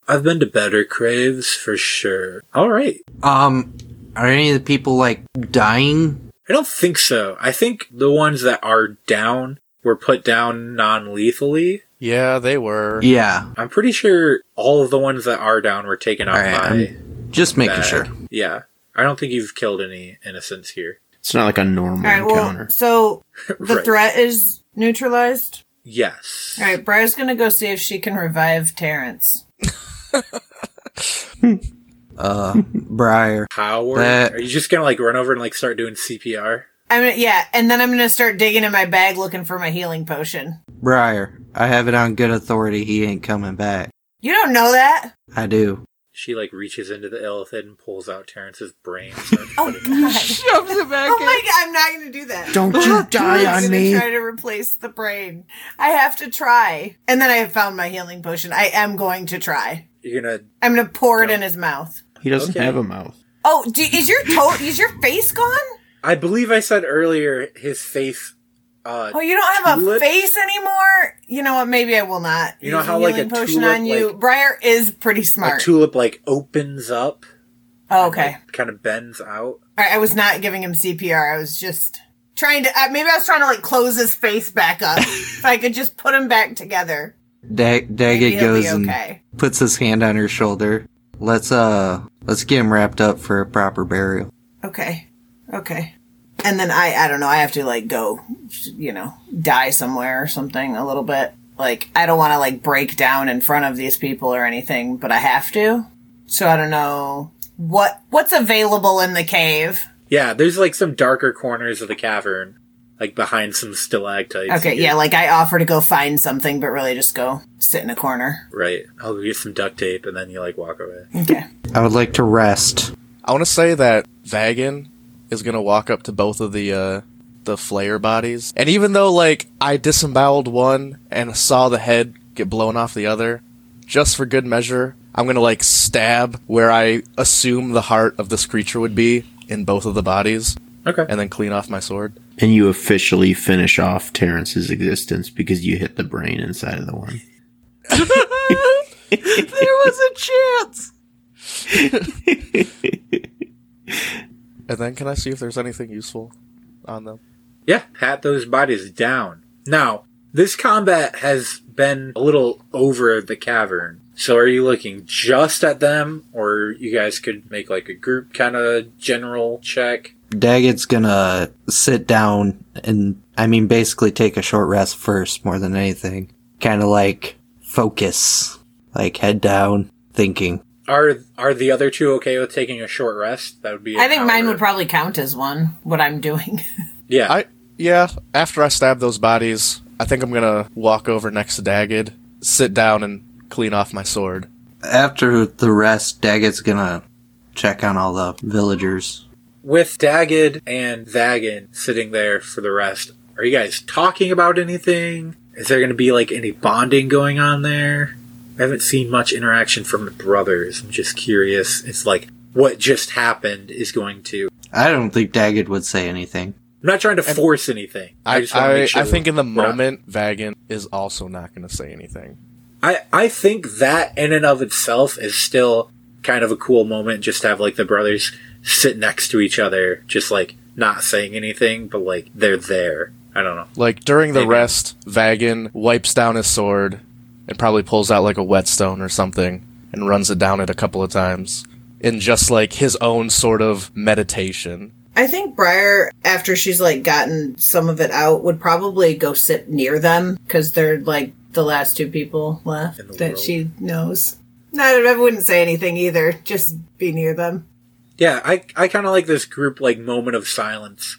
[SPEAKER 1] I've been to better craves for sure. All right.
[SPEAKER 2] Um, are any of the people, like, dying?
[SPEAKER 1] I don't think so. I think the ones that are down were put down non lethally.
[SPEAKER 4] Yeah, they were.
[SPEAKER 2] Yeah.
[SPEAKER 1] I'm pretty sure all of the ones that are down were taken out
[SPEAKER 2] All right,
[SPEAKER 1] by.
[SPEAKER 2] I'm just making
[SPEAKER 1] Bag.
[SPEAKER 2] sure.
[SPEAKER 1] Yeah. I don't think you've killed any innocents here.
[SPEAKER 3] It's not like a normal
[SPEAKER 5] All right, well,
[SPEAKER 3] encounter.
[SPEAKER 5] so the
[SPEAKER 1] Right.
[SPEAKER 5] threat is neutralized.
[SPEAKER 1] Yes.
[SPEAKER 5] All right, Briar's gonna go see if she can revive Terrence.
[SPEAKER 2] Uh, Briar.
[SPEAKER 1] Howard,
[SPEAKER 2] That- Uh,
[SPEAKER 1] are you just gonna like run over and like start doing CPR?
[SPEAKER 5] I'm gonna, yeah, and then I'm gonna start digging in my bag looking for my healing potion.
[SPEAKER 2] Briar, I have it on good authority he ain't coming back.
[SPEAKER 5] You don't know that.
[SPEAKER 2] I do.
[SPEAKER 1] She like reaches into the elephant and pulls out Terrence's brain. and starts
[SPEAKER 5] Oh
[SPEAKER 1] putting-
[SPEAKER 5] god.
[SPEAKER 2] Shoves it back
[SPEAKER 5] Oh my god, I'm not gonna do that.
[SPEAKER 3] Don't you die on
[SPEAKER 5] I'm gonna
[SPEAKER 3] me.
[SPEAKER 5] try to replace the brain. I have to try. And then I have found my healing potion. I am going to try.
[SPEAKER 1] You're gonna
[SPEAKER 5] I'm gonna pour it in his mouth.
[SPEAKER 3] He doesn't
[SPEAKER 1] Okay.
[SPEAKER 3] have a mouth.
[SPEAKER 5] Oh, do, is your toe? Is your face gone?
[SPEAKER 1] I believe I said earlier his face. Uh,
[SPEAKER 5] Oh, you don't have a
[SPEAKER 1] Tulip-
[SPEAKER 5] face anymore. You know what? Maybe I will not.
[SPEAKER 1] You know
[SPEAKER 5] use
[SPEAKER 1] how,
[SPEAKER 5] a
[SPEAKER 1] like, a
[SPEAKER 5] healing potion
[SPEAKER 1] tulip,
[SPEAKER 5] on you.
[SPEAKER 1] like-
[SPEAKER 5] Briar is pretty
[SPEAKER 1] a
[SPEAKER 5] smart.
[SPEAKER 1] tulip like opens up,
[SPEAKER 5] oh, okay.
[SPEAKER 1] kind of bends out.
[SPEAKER 5] All right, I was not giving him CPR. I was just trying to. Uh, maybe I was trying to like close his face back up. if I could just put him back together,
[SPEAKER 2] Da-
[SPEAKER 5] maybe
[SPEAKER 2] Daggett
[SPEAKER 5] he'll
[SPEAKER 2] goes
[SPEAKER 5] be
[SPEAKER 2] and
[SPEAKER 5] okay.
[SPEAKER 2] puts his hand on her shoulder. Let's uh let's get him wrapped up for a proper burial.
[SPEAKER 5] Okay, okay. And then I, I don't know. I have to like go, you know, die somewhere or something a little bit. Like I don't want to like break down in front of these people or anything, but I have to. So I don't know what what's available in the cave.
[SPEAKER 1] Yeah, there's like some darker corners of the cavern, like behind some stalactites.
[SPEAKER 5] Okay, yeah. Like I offer to go find something, but really just go sit in a corner.
[SPEAKER 1] Right. I'll go get some duct tape and then you like walk away.
[SPEAKER 5] Okay.
[SPEAKER 2] I would like to rest.
[SPEAKER 4] I want to say that Vagan is gonna walk up to both of the uh, the Flayer bodies, and even though like I disemboweled one and saw the head get blown off the other, just for good measure, I'm gonna like stab where I assume the heart of this creature would be in both of the bodies,
[SPEAKER 1] Okay.
[SPEAKER 4] and then clean off my sword.
[SPEAKER 3] And you officially finish off Terrence's existence because you hit the brain inside of the one.
[SPEAKER 2] there was a chance.
[SPEAKER 4] And then can I see if there's anything useful on them?
[SPEAKER 1] Yeah, pat those bodies down. Now, this combat has been a little over the cavern. So are you looking just at them or you guys could make like a group kind of general check?
[SPEAKER 2] Daggett's gonna sit down and I mean basically take a short rest first more than anything. Kinda like focus. Like head down, thinking.
[SPEAKER 1] Are are the other two okay with taking a short rest? That would be an
[SPEAKER 5] I think mine
[SPEAKER 1] hour.
[SPEAKER 5] would probably count as one. What I'm doing.
[SPEAKER 1] Yeah.
[SPEAKER 4] I yeah. After I stab those bodies, I think I'm gonna walk over next to Dagged, sit down, and clean off my sword.
[SPEAKER 2] After the rest, Daggett's gonna check on all the villagers.
[SPEAKER 1] With Dagged and Vagan sitting there for the rest, are you guys talking about anything? Is there going to be like any bonding going on there? I haven't seen much interaction from the brothers. I'm just curious. It's like what just happened is going to.
[SPEAKER 2] I don't think Daggett would say anything.
[SPEAKER 1] I'm not trying to force anything. I,
[SPEAKER 4] I
[SPEAKER 1] just want to
[SPEAKER 4] I,
[SPEAKER 1] make sure.
[SPEAKER 4] I think in the
[SPEAKER 1] we're not-
[SPEAKER 4] moment, Vagan is also not gonna say anything.
[SPEAKER 1] I, I think that in and of itself is still kind of a cool moment just to have like the brothers sit next to each other, just like not saying anything, but like they're there. I don't know.
[SPEAKER 4] Like during the
[SPEAKER 1] Maybe.
[SPEAKER 4] rest, Vagan wipes down his sword and probably pulls out like a whetstone or something and runs it down it a couple of times in just like his own sort of meditation.
[SPEAKER 5] I think Briar, after she's like gotten some of it out, would probably go sit near them because they're like the last two people left
[SPEAKER 1] In the
[SPEAKER 5] that
[SPEAKER 1] world.
[SPEAKER 5] she knows. No, I wouldn't say anything either. Just be near them.
[SPEAKER 1] Yeah, I I kind of like this group like moment of silence.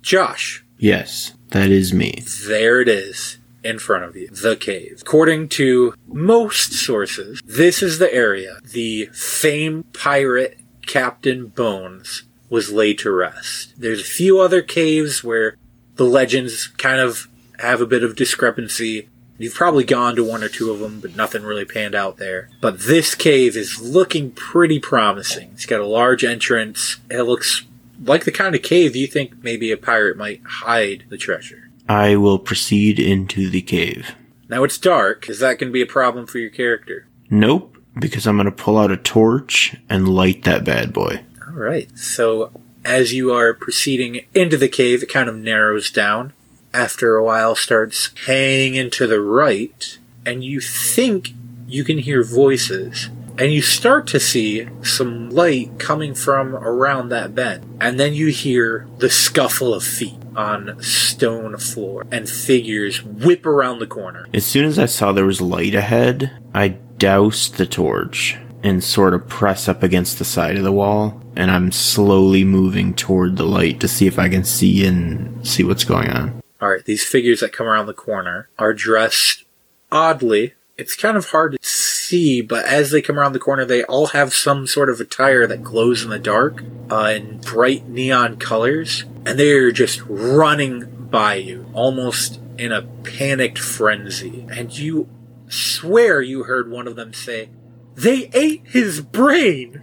[SPEAKER 1] Josh,
[SPEAKER 3] Yes, that is me.
[SPEAKER 1] there it is in front of you, the cave. According to most sources, this is the area the famed pirate Captain Bones was laid to rest. There's a few other caves where the legends kind of have a bit of discrepancy. You've probably gone to one or two of them, but nothing really panned out there. But this cave is looking pretty promising. It's got a large entrance. It looks like the kind of cave you think maybe a pirate might hide the treasure.
[SPEAKER 3] I will proceed into the cave.
[SPEAKER 1] Now it's dark. Is that going to be a problem for your character?
[SPEAKER 3] Nope, because I'm going to pull out a torch and light that bad boy.
[SPEAKER 1] All right. So as you are proceeding into the cave, it kind of narrows down. After a while, starts hanging to the right, and you think you can hear voices. And you start to see some light coming from around that bend. And then you hear the scuffle of feet on stone floor, and figures whip around the corner.
[SPEAKER 3] As soon as I saw there was light ahead, I doused the torch and sort of press up against the side of the wall. And I'm slowly moving toward the light to see if I can see and see what's going on.
[SPEAKER 1] All right, these figures that come around the corner are dressed oddly. It's kind of hard to see, but as they come around the corner, they all have some sort of attire that glows in the dark uh, in bright neon colors, and they're just running by you, almost in a panicked frenzy. And you swear you heard one of them say, They ate his brain!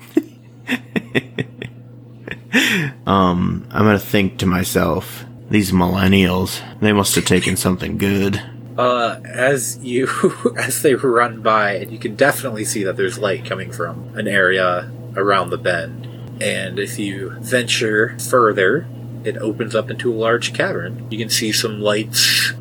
[SPEAKER 3] Um, I'm gonna think to myself, these millennials, they must have taken something good.
[SPEAKER 1] Uh, as you as they run by, and you can definitely see that there's light coming from an area around the bend. And if you venture further, it opens up into a large cavern. You can see some lights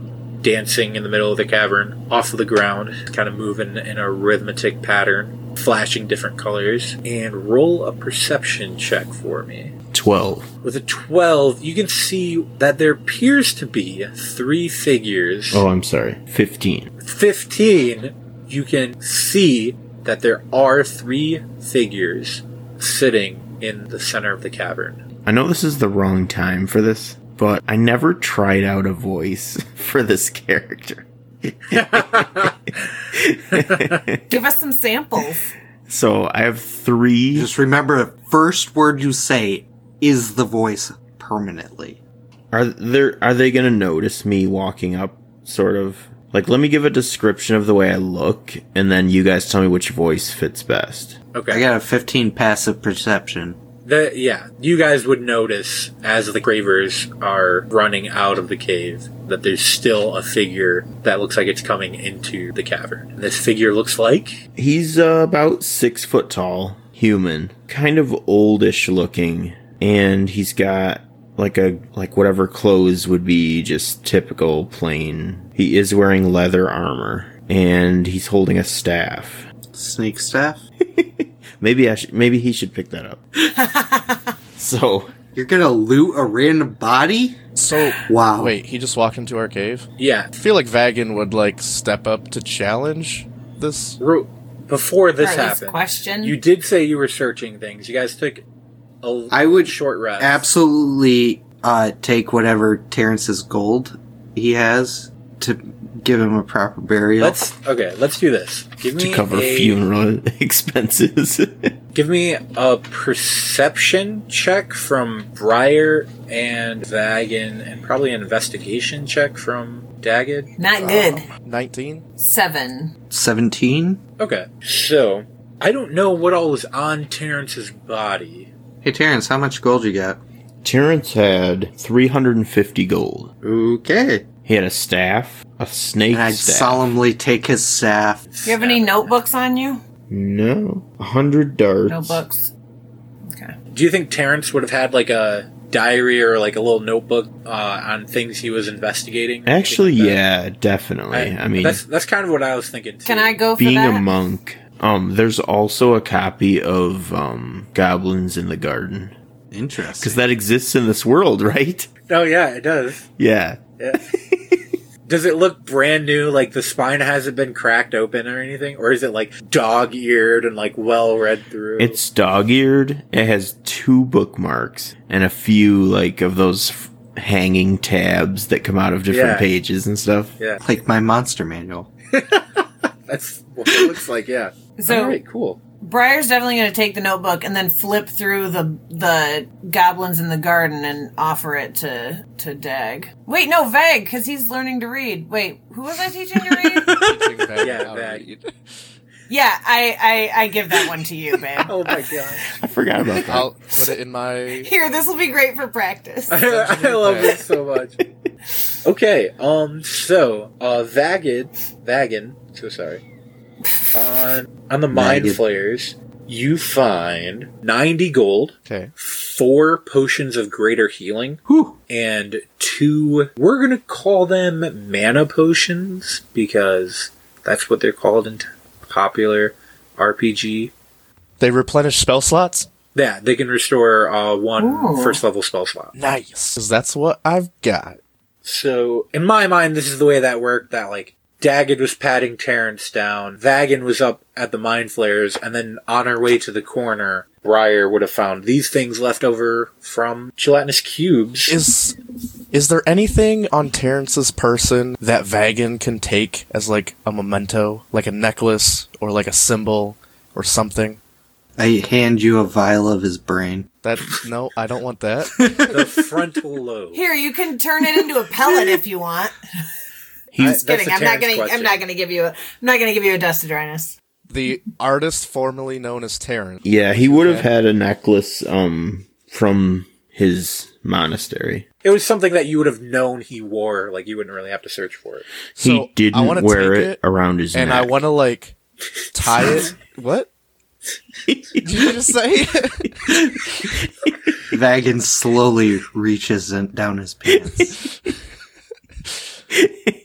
[SPEAKER 1] dancing in the middle of the cavern, off of the ground, kind of moving in a rhythmic pattern, flashing different colors. And roll a perception check for me.
[SPEAKER 3] Twelve.
[SPEAKER 1] With a 12, you can see that there appears to be three figures.
[SPEAKER 3] Oh, I'm sorry. Fifteen.
[SPEAKER 1] 15, you can see that there are three figures sitting in the center of the cavern.
[SPEAKER 3] I know this is the wrong time for this, but I never tried out a voice for this character.
[SPEAKER 5] Give us some samples.
[SPEAKER 3] So I have three.
[SPEAKER 2] Just remember, the first word you say is the voice permanently.
[SPEAKER 3] Are there are they gonna notice me walking up? Sort of like let me give a description of the way I look, and then you guys tell me which voice fits best.
[SPEAKER 2] I
[SPEAKER 1] Okay.
[SPEAKER 2] got a 15 passive perception.
[SPEAKER 1] The, yeah, you guys would notice as the gravers are running out of the cave that there's still a figure that looks like it's coming into the cavern. This figure looks like
[SPEAKER 3] He's uh, about six foot tall, human, kind of oldish looking, and he's got like a like whatever clothes would be just typical plain. He is wearing leather armor, and he's holding a staff.
[SPEAKER 2] Snake staff?
[SPEAKER 3] Maybe I should, maybe he should pick that up. so
[SPEAKER 2] You're gonna loot a random body?
[SPEAKER 4] So
[SPEAKER 2] Wow.
[SPEAKER 4] wait, he just walked into our cave.
[SPEAKER 1] yeah.
[SPEAKER 4] I feel like Vagan would like step up to challenge this.
[SPEAKER 1] Ro- before this
[SPEAKER 5] Or at least
[SPEAKER 1] happened,
[SPEAKER 5] question.
[SPEAKER 1] you did say you were searching things. You guys took a
[SPEAKER 2] I would
[SPEAKER 1] short rest.
[SPEAKER 2] absolutely uh, take whatever Terrence's gold he has to give him a proper burial.
[SPEAKER 1] Let's okay. Let's do this. Give me
[SPEAKER 3] to cover
[SPEAKER 1] a,
[SPEAKER 3] funeral expenses.
[SPEAKER 1] Give me a perception check from Briar and Vagan, and probably an investigation check from Dagged.
[SPEAKER 5] Not good.
[SPEAKER 4] Nineteen.
[SPEAKER 5] Seven.
[SPEAKER 2] 17?
[SPEAKER 1] Okay, so I don't know what all was on Terrence's body.
[SPEAKER 2] Hey, Terrence, how much gold you got?
[SPEAKER 3] Terrence had 350 gold.
[SPEAKER 2] Okay.
[SPEAKER 3] He had a staff, a snake
[SPEAKER 2] And I'd
[SPEAKER 3] staff.
[SPEAKER 2] solemnly take his staff.
[SPEAKER 5] You have any notebooks on you?
[SPEAKER 3] no, 100 darts.
[SPEAKER 5] Notebooks. Okay.
[SPEAKER 1] Do you think Terrence would have had like a diary or like a little notebook uh, on things he was investigating? or anything
[SPEAKER 3] Actually,
[SPEAKER 1] like that?
[SPEAKER 3] yeah, definitely. I, mean,
[SPEAKER 1] that's that's kind of what I was thinking. Too.
[SPEAKER 5] Can I go for
[SPEAKER 3] being
[SPEAKER 5] that?
[SPEAKER 3] a monk. Um, there's also a copy of um, Goblins in the Garden
[SPEAKER 2] Interesting.
[SPEAKER 3] because that exists in this world, right?
[SPEAKER 1] Oh yeah, it does.
[SPEAKER 3] Yeah,
[SPEAKER 1] Does it look brand new? Like the spine hasn't been cracked open or anything, or is it like dog-eared and like well read through?
[SPEAKER 3] It's dog-eared. It has two bookmarks and a few like of those f- hanging tabs that come out of different
[SPEAKER 1] Yeah.
[SPEAKER 3] pages and stuff.
[SPEAKER 1] yeah,
[SPEAKER 2] Like my monster manual.
[SPEAKER 1] that's what it looks like. Yeah.
[SPEAKER 5] So-
[SPEAKER 1] All right, cool.
[SPEAKER 5] Briar's definitely going to take the notebook and then flip through the the goblins in the garden and offer it to to Dag. Wait, no, Vag, because he's learning to read. Wait, who was I teaching to read?
[SPEAKER 1] Yeah, Vag.
[SPEAKER 5] yeah, I, I I give that one to you, babe.
[SPEAKER 1] Oh my god,
[SPEAKER 3] I forgot about that.
[SPEAKER 4] I'll put it in my.
[SPEAKER 5] Here, this will be great for practice.
[SPEAKER 1] I love this so much. Okay, um, so uh, Vagid, Vagin, so sorry. On on the mind
[SPEAKER 2] Vagid.
[SPEAKER 1] flayers, you find ninety gold,
[SPEAKER 4] Okay.
[SPEAKER 1] four potions of greater healing,
[SPEAKER 2] Whew.
[SPEAKER 1] and two we're going to call them mana potions because that's what they're called in t- popular rpg
[SPEAKER 4] They replenish spell slots.
[SPEAKER 1] yeah they can restore uh, one
[SPEAKER 5] Ooh.
[SPEAKER 1] first level spell slot
[SPEAKER 4] Nice. 'Cause that's what I've got.
[SPEAKER 1] so in my mind this is the way that worked that like Daggett was patting Terrence down. Vagan was up at the mine flares, and then on our way to the corner, Briar would have found these things left over from gelatinous cubes.
[SPEAKER 4] Is is there anything on Terrence's person that Vagan can take as like a memento, like a necklace or like a symbol or something?
[SPEAKER 2] I hand you a vial of his brain.
[SPEAKER 4] That no, I don't want that.
[SPEAKER 1] the frontal lobe.
[SPEAKER 5] Here, you can turn it into a pellet if you want.
[SPEAKER 1] He's
[SPEAKER 5] Just kidding. I'm not gonna. I'm not gonna give you. A, I'm not gonna give you a dust to dryness.
[SPEAKER 4] The artist formerly known as Terrence.
[SPEAKER 3] Yeah, he would have had a necklace um from his monastery.
[SPEAKER 1] It was something that you would have known he wore. Like you wouldn't really have to search for it.
[SPEAKER 4] So
[SPEAKER 3] he didn't
[SPEAKER 4] I wanna
[SPEAKER 3] wear
[SPEAKER 4] take
[SPEAKER 3] it, around his
[SPEAKER 4] and
[SPEAKER 3] neck.
[SPEAKER 4] I want to like tie it. what? Did you just say?
[SPEAKER 2] Vagan slowly reaches in, down his pants,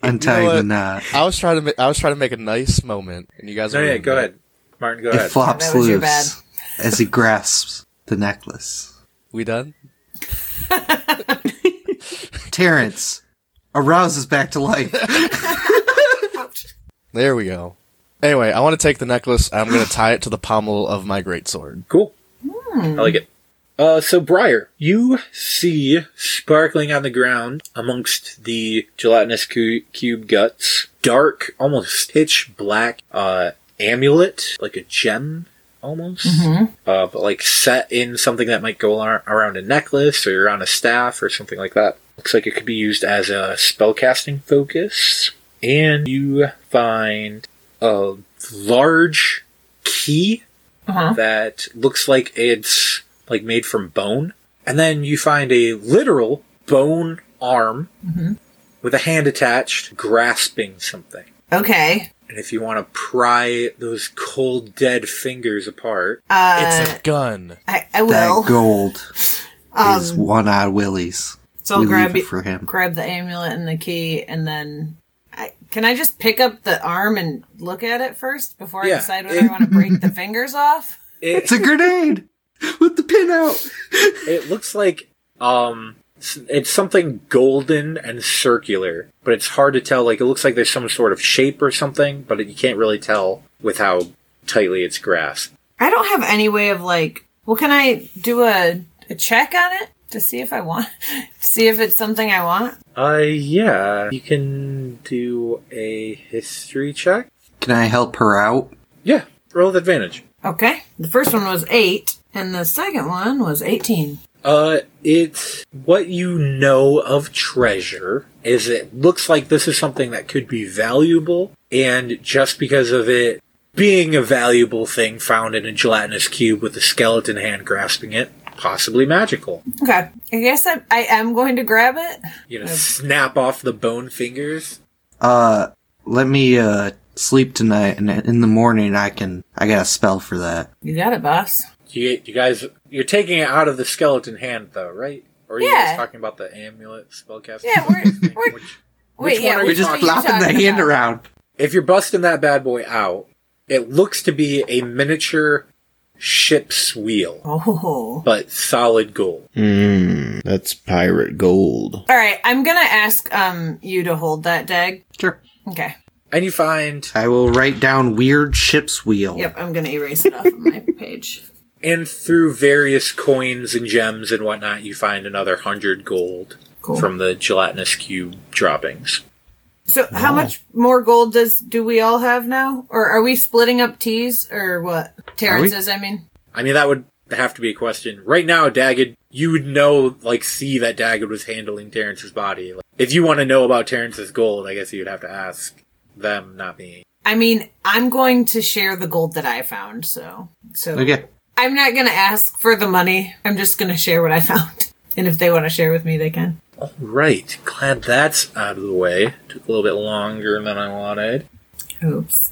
[SPEAKER 2] untying
[SPEAKER 4] You know
[SPEAKER 2] the
[SPEAKER 4] what?
[SPEAKER 2] knot.
[SPEAKER 4] I was trying to. Ma- I was trying to make a nice moment, and you guys.
[SPEAKER 1] No,
[SPEAKER 4] were-
[SPEAKER 1] yeah, go ahead, Martin. Go
[SPEAKER 2] It
[SPEAKER 1] ahead.
[SPEAKER 2] flops
[SPEAKER 5] That was your bad.
[SPEAKER 2] loose as he grasps the necklace.
[SPEAKER 4] We done?
[SPEAKER 2] Terrence arouses back to life.
[SPEAKER 4] There we go. Anyway, I want to take the necklace. I'm going to tie it to the pommel of my greatsword.
[SPEAKER 1] Cool. I like it. Uh, so Briar, you see sparkling on the ground amongst the gelatinous cu- cube guts, dark, almost pitch black, uh, amulet, like a gem, almost, uh, but like set in something that might go ar- around a necklace or on a staff or something like that. Looks like it could be used as a spellcasting focus. And you find a large key that looks like it's like made from bone. And then you find a literal bone arm with a hand attached grasping something.
[SPEAKER 5] Okay.
[SPEAKER 1] And if you want to pry those cold, dead fingers apart,
[SPEAKER 5] Uh,
[SPEAKER 4] it's a gun.
[SPEAKER 5] I, I will.
[SPEAKER 2] that gold is
[SPEAKER 5] um,
[SPEAKER 2] one eyed Willie's.
[SPEAKER 5] so I'll
[SPEAKER 2] we
[SPEAKER 5] grab
[SPEAKER 2] leave it
[SPEAKER 5] y-
[SPEAKER 2] for him.
[SPEAKER 5] Grab the amulet and the key, and then I, can I just pick up the arm and look at it first before
[SPEAKER 1] Yeah,
[SPEAKER 5] I decide whether
[SPEAKER 1] it-
[SPEAKER 5] I want to break the fingers off?
[SPEAKER 1] it,
[SPEAKER 2] It's a grenade with the pin out.
[SPEAKER 1] it looks like um, s- it's something golden and circular, but it's hard to tell. Like it looks like there's some sort of shape or something, but it, you can't really tell with how tightly it's grasped.
[SPEAKER 5] I don't have any way of like. Well, can I do a, a check on it to see if I want, see if it's something I want?
[SPEAKER 1] Uh, yeah. You can do a history check.
[SPEAKER 2] Can I help her out?
[SPEAKER 1] Yeah. Roll with advantage.
[SPEAKER 5] Okay. The first one was eight, and the second one was eighteen.
[SPEAKER 1] Uh, it's what you know of treasure is it looks like this is something that could be valuable, and just because of it being a valuable thing found in a gelatinous cube with a skeleton hand grasping it, possibly magical.
[SPEAKER 5] Okay. I guess I, I am going to grab it.
[SPEAKER 1] You know, snap off the bone fingers.
[SPEAKER 2] Uh, let me, uh, sleep tonight and in the morning I can, I got a spell for that.
[SPEAKER 5] You got it, boss.
[SPEAKER 1] You, you guys, you're taking it out of the skeleton hand, though, right? Or are you
[SPEAKER 5] Yeah.
[SPEAKER 1] guys talking about the amulet spellcasting?
[SPEAKER 5] Yeah, we're- we're-
[SPEAKER 1] Which-
[SPEAKER 5] Wait,
[SPEAKER 1] one
[SPEAKER 5] yeah,
[SPEAKER 1] are
[SPEAKER 5] which
[SPEAKER 1] we
[SPEAKER 2] We're just
[SPEAKER 5] one are you
[SPEAKER 2] flopping the
[SPEAKER 5] talking
[SPEAKER 2] hand
[SPEAKER 5] about?
[SPEAKER 2] around.
[SPEAKER 1] if you're busting that bad boy out, it looks to be a miniature ship's wheel,
[SPEAKER 5] Oh.
[SPEAKER 1] but solid gold.
[SPEAKER 3] Mm, that's pirate gold.
[SPEAKER 5] All right. I'm gonna ask um you to hold that, Dag.
[SPEAKER 2] Sure.
[SPEAKER 5] Okay.
[SPEAKER 1] And you find,
[SPEAKER 2] I will write down weird ship's wheel.
[SPEAKER 5] Yep. I'm gonna erase it off of my page.
[SPEAKER 1] and through various coins and gems and whatnot, you find another hundred gold
[SPEAKER 5] Cool.
[SPEAKER 1] from the gelatinous cube droppings.
[SPEAKER 5] so, how much more gold does do we all have now, or are we splitting up teas, or what? Terrence's, I mean.
[SPEAKER 1] I mean, that would have to be a question. Right now, Daggett, you would know, like, see that Daggett was handling Terrence's body. Like, if you want to know about Terrence's gold, I guess you'd have to ask them, not me.
[SPEAKER 5] I mean, I'm going to share the gold that I found. So, so
[SPEAKER 2] Okay.
[SPEAKER 5] I'm not going to ask for the money. I'm just going to share what I found. And if they want to share with me, they can.
[SPEAKER 1] Right. Glad that's out of the way. Took a little bit longer than I wanted.
[SPEAKER 5] Oops.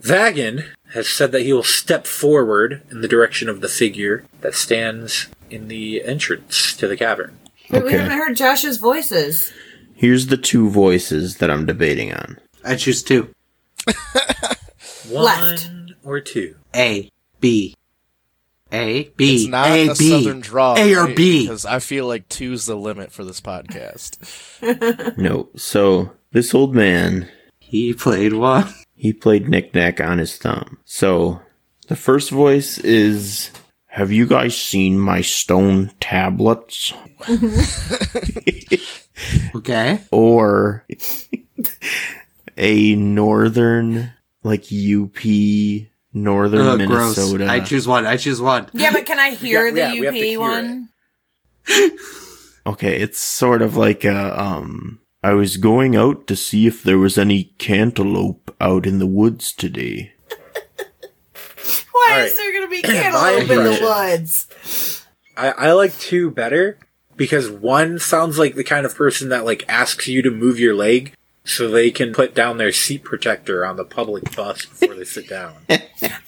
[SPEAKER 1] Vagan has said that he will step forward in the direction of the figure that stands in the entrance to the cavern.
[SPEAKER 5] Wait, we
[SPEAKER 3] Okay.
[SPEAKER 5] haven't heard Josh's voices.
[SPEAKER 3] Here's the two voices that I'm debating on.
[SPEAKER 2] I choose two.
[SPEAKER 1] One
[SPEAKER 5] Left.
[SPEAKER 1] or two.
[SPEAKER 2] A, B. A, B.
[SPEAKER 4] It's not
[SPEAKER 2] A,
[SPEAKER 4] the
[SPEAKER 2] B.
[SPEAKER 4] southern draw.
[SPEAKER 2] A or B.
[SPEAKER 4] Because I feel like two's the limit for this podcast.
[SPEAKER 3] No, so this old man
[SPEAKER 2] He played one.
[SPEAKER 3] He played knickknack on his thumb. So the first voice is Have you guys seen my stone tablets?
[SPEAKER 2] Okay.
[SPEAKER 3] Or a northern, like UP, northern
[SPEAKER 2] Ugh,
[SPEAKER 3] Minnesota.
[SPEAKER 2] Uh, gross. I choose one. I choose one.
[SPEAKER 5] Yeah, but can I hear
[SPEAKER 1] Yeah,
[SPEAKER 5] the
[SPEAKER 1] yeah, we have
[SPEAKER 5] UP
[SPEAKER 1] to hear
[SPEAKER 5] one?
[SPEAKER 3] Okay, it's sort of like a, um, I was going out to see if there was any cantaloupe out in the woods today.
[SPEAKER 5] Why
[SPEAKER 1] All
[SPEAKER 5] is
[SPEAKER 1] right.
[SPEAKER 5] there going to be
[SPEAKER 1] My
[SPEAKER 5] cantaloupe in the
[SPEAKER 1] impression.
[SPEAKER 5] woods?
[SPEAKER 1] I, I like two better because one sounds like the kind of person that like asks you to move your leg so they can put down their seat protector on the public bus before they sit down.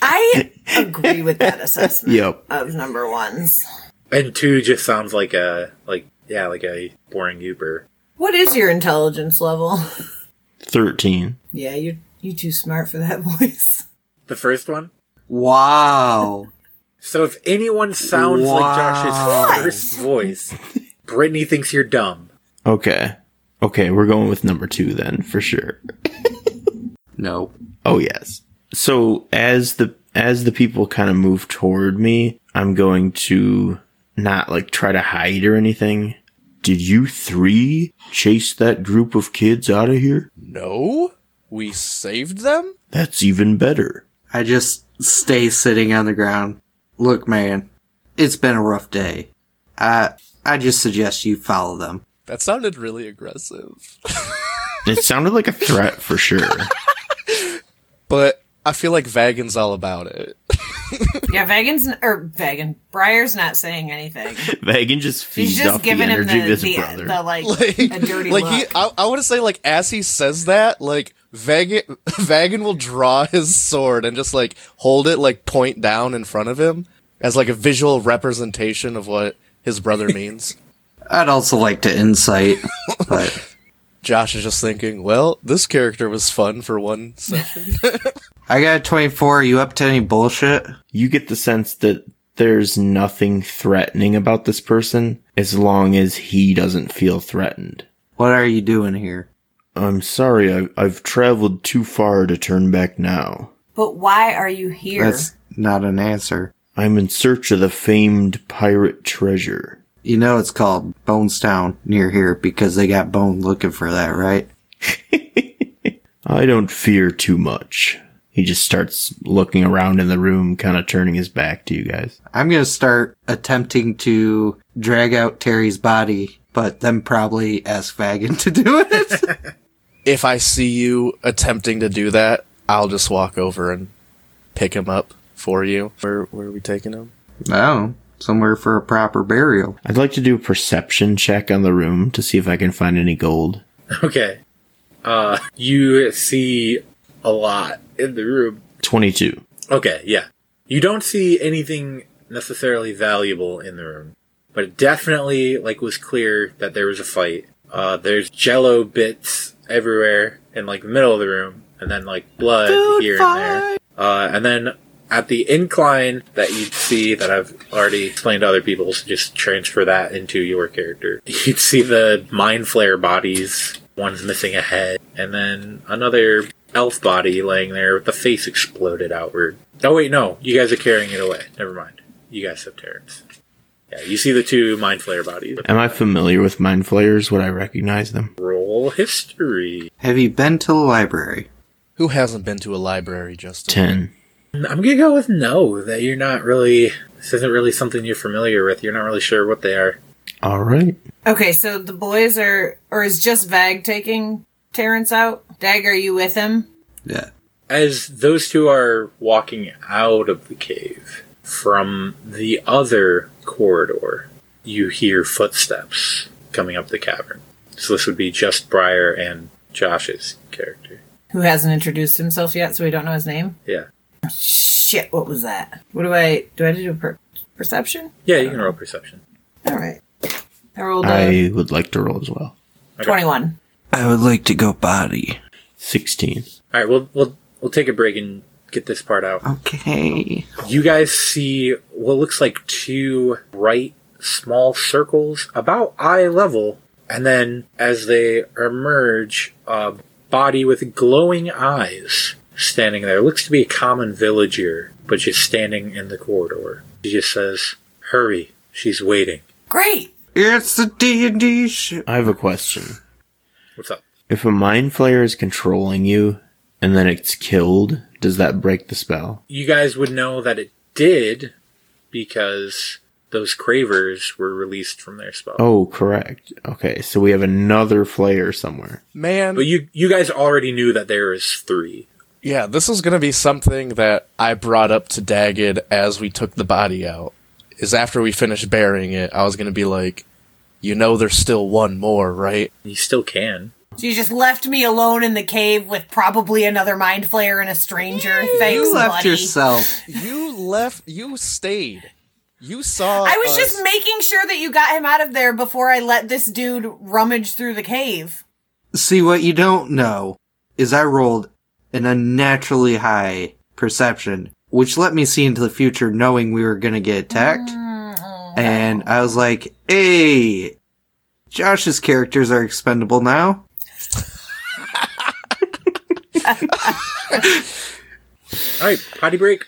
[SPEAKER 5] I agree with that assessment
[SPEAKER 3] Yep.
[SPEAKER 5] of number ones.
[SPEAKER 1] And two just sounds like a like yeah, like a boring Uber.
[SPEAKER 5] What is your intelligence level?
[SPEAKER 3] 13.
[SPEAKER 5] yeah, you're you too smart for that voice.
[SPEAKER 1] The first one?
[SPEAKER 2] Wow.
[SPEAKER 1] So if anyone sounds like
[SPEAKER 2] Wow.
[SPEAKER 1] Josh's first voice, Brittany thinks you're dumb.
[SPEAKER 3] Okay. Okay, we're going with number two then, for sure.
[SPEAKER 2] No.
[SPEAKER 3] Oh yes. So as the as the people kind of move toward me, I'm going to not like try to hide or anything. Did you three chase that group of kids out of here?
[SPEAKER 4] No? We saved them?
[SPEAKER 3] That's even better.
[SPEAKER 2] I just stay sitting on the ground. Look, man, it's been a rough day. I I just suggest you follow them.
[SPEAKER 4] That sounded really aggressive.
[SPEAKER 3] It sounded like a threat for sure.
[SPEAKER 4] But I feel like Vagan's all about it.
[SPEAKER 5] yeah, Vagan's or Vagan Briar's not saying anything.
[SPEAKER 3] Megan just
[SPEAKER 5] He's
[SPEAKER 3] feeds
[SPEAKER 5] just
[SPEAKER 3] off the
[SPEAKER 5] giving him
[SPEAKER 3] energy of
[SPEAKER 5] the,
[SPEAKER 3] his
[SPEAKER 5] the,
[SPEAKER 3] brother.
[SPEAKER 5] the like,
[SPEAKER 4] Like,
[SPEAKER 5] a dirty
[SPEAKER 4] like
[SPEAKER 5] look.
[SPEAKER 4] he I, I want to say like as he says that, like Vagan Vagan will draw his sword and just like hold it like point down in front of him as like a visual representation of what his brother means.
[SPEAKER 2] I'd also like to insight, but
[SPEAKER 4] Josh is just thinking, well, this character was fun for one session.
[SPEAKER 2] I got a 24. Are you up to any bullshit?
[SPEAKER 3] you get the sense that there's nothing threatening about this person as long as he doesn't feel threatened.
[SPEAKER 2] What are you doing here?
[SPEAKER 3] I'm sorry, I, I've traveled too far to turn back now.
[SPEAKER 5] but why are you here?
[SPEAKER 2] That's not an answer.
[SPEAKER 3] I'm in search of the famed pirate treasure.
[SPEAKER 2] You know it's called Bonestown near here because they got Bone looking for that, right?
[SPEAKER 3] I don't fear too much. He just starts looking around in the room, kind of turning his back to you guys.
[SPEAKER 2] I'm gonna start attempting to drag out Terry's body, but then probably ask Vagan to do it.
[SPEAKER 4] if I see you attempting to do that, I'll just walk over and pick him up for you. Where where are we taking him?
[SPEAKER 2] no, Oh, somewhere for a proper burial.
[SPEAKER 3] I'd like to do a perception check on the room to see if I can find any gold.
[SPEAKER 1] Okay. Uh you see a lot in the room.
[SPEAKER 3] 22.
[SPEAKER 1] Okay, yeah. You don't see anything necessarily valuable in the room, but it definitely like was clear that there was a fight. Uh, there's jello bits everywhere in like the middle of the room, and then like blood here and there. Uh, and then at the incline that you see that I've already explained to other people, so just transfer that into your character. You'd see the mind flare bodies. One's missing a head, and then another elf body laying there with the face exploded outward. Oh wait, no, you guys are carrying it away. Never mind. You guys have Terrans. Yeah, you see the two mind flayer bodies.
[SPEAKER 3] Am I familiar with mind flayers? Would I recognize them?
[SPEAKER 1] Roll history.
[SPEAKER 2] Have you been to the library?
[SPEAKER 4] Who hasn't been to a library, Justin?
[SPEAKER 3] 10.
[SPEAKER 1] I'm gonna go with no. That you're not really. This isn't really something you're familiar with. You're not really sure what they are.
[SPEAKER 3] All right.
[SPEAKER 5] okay, so the boys are, or is just Vag taking Terrence out? Dag, are you with him?
[SPEAKER 2] Yeah.
[SPEAKER 1] As those two are walking out of the cave from the other corridor, you hear footsteps coming up the cavern. So this would be just Briar and Josh's character.
[SPEAKER 5] Who hasn't introduced himself yet, so we don't know his name?
[SPEAKER 1] Yeah.
[SPEAKER 5] Shit, what was that? What do I, do I do a per- perception?
[SPEAKER 1] Yeah, you can roll perception.
[SPEAKER 5] All right. I rolled a
[SPEAKER 3] I would like to roll as well.
[SPEAKER 5] 21.
[SPEAKER 2] I would like to go body.
[SPEAKER 3] 16.
[SPEAKER 1] All right, we'll we'll we'll take a break and get this part out.
[SPEAKER 2] Okay.
[SPEAKER 1] You guys see what looks like two bright small circles about eye level, and then as they emerge, a body with glowing eyes standing there. Looks to be a common villager, but she's standing in the corridor. She just says, Hurry, she's waiting.
[SPEAKER 5] Great.
[SPEAKER 2] It's the D&D ship.
[SPEAKER 3] I have a question.
[SPEAKER 1] What's up?
[SPEAKER 3] If a mind flayer is controlling you and then it's killed, does that break the spell?
[SPEAKER 1] You guys would know that it did because those cravers were released from their spell.
[SPEAKER 3] Oh, correct. Okay, so we have another flayer somewhere.
[SPEAKER 4] Man,
[SPEAKER 1] But you you guys already knew that there is three.
[SPEAKER 4] yeah, this is going to be something that I brought up to Dagged as we took the body out. Is after we finished burying it, I was going to be like, you know, there's still one more, right?
[SPEAKER 1] You still can.
[SPEAKER 5] So you just left me alone in the cave with probably another mind flayer and a stranger. Thanks,
[SPEAKER 2] You left
[SPEAKER 5] buddy.
[SPEAKER 2] yourself.
[SPEAKER 4] You left. You stayed. You saw.
[SPEAKER 5] I was
[SPEAKER 4] us-
[SPEAKER 5] just making sure that you got him out of there before I let this dude rummage through the cave.
[SPEAKER 2] See, what you don't know is I rolled an unnaturally high perception, which let me see into the future knowing we were going to get attacked. And I was like, hey, Josh's characters are expendable now.
[SPEAKER 1] All right, potty break.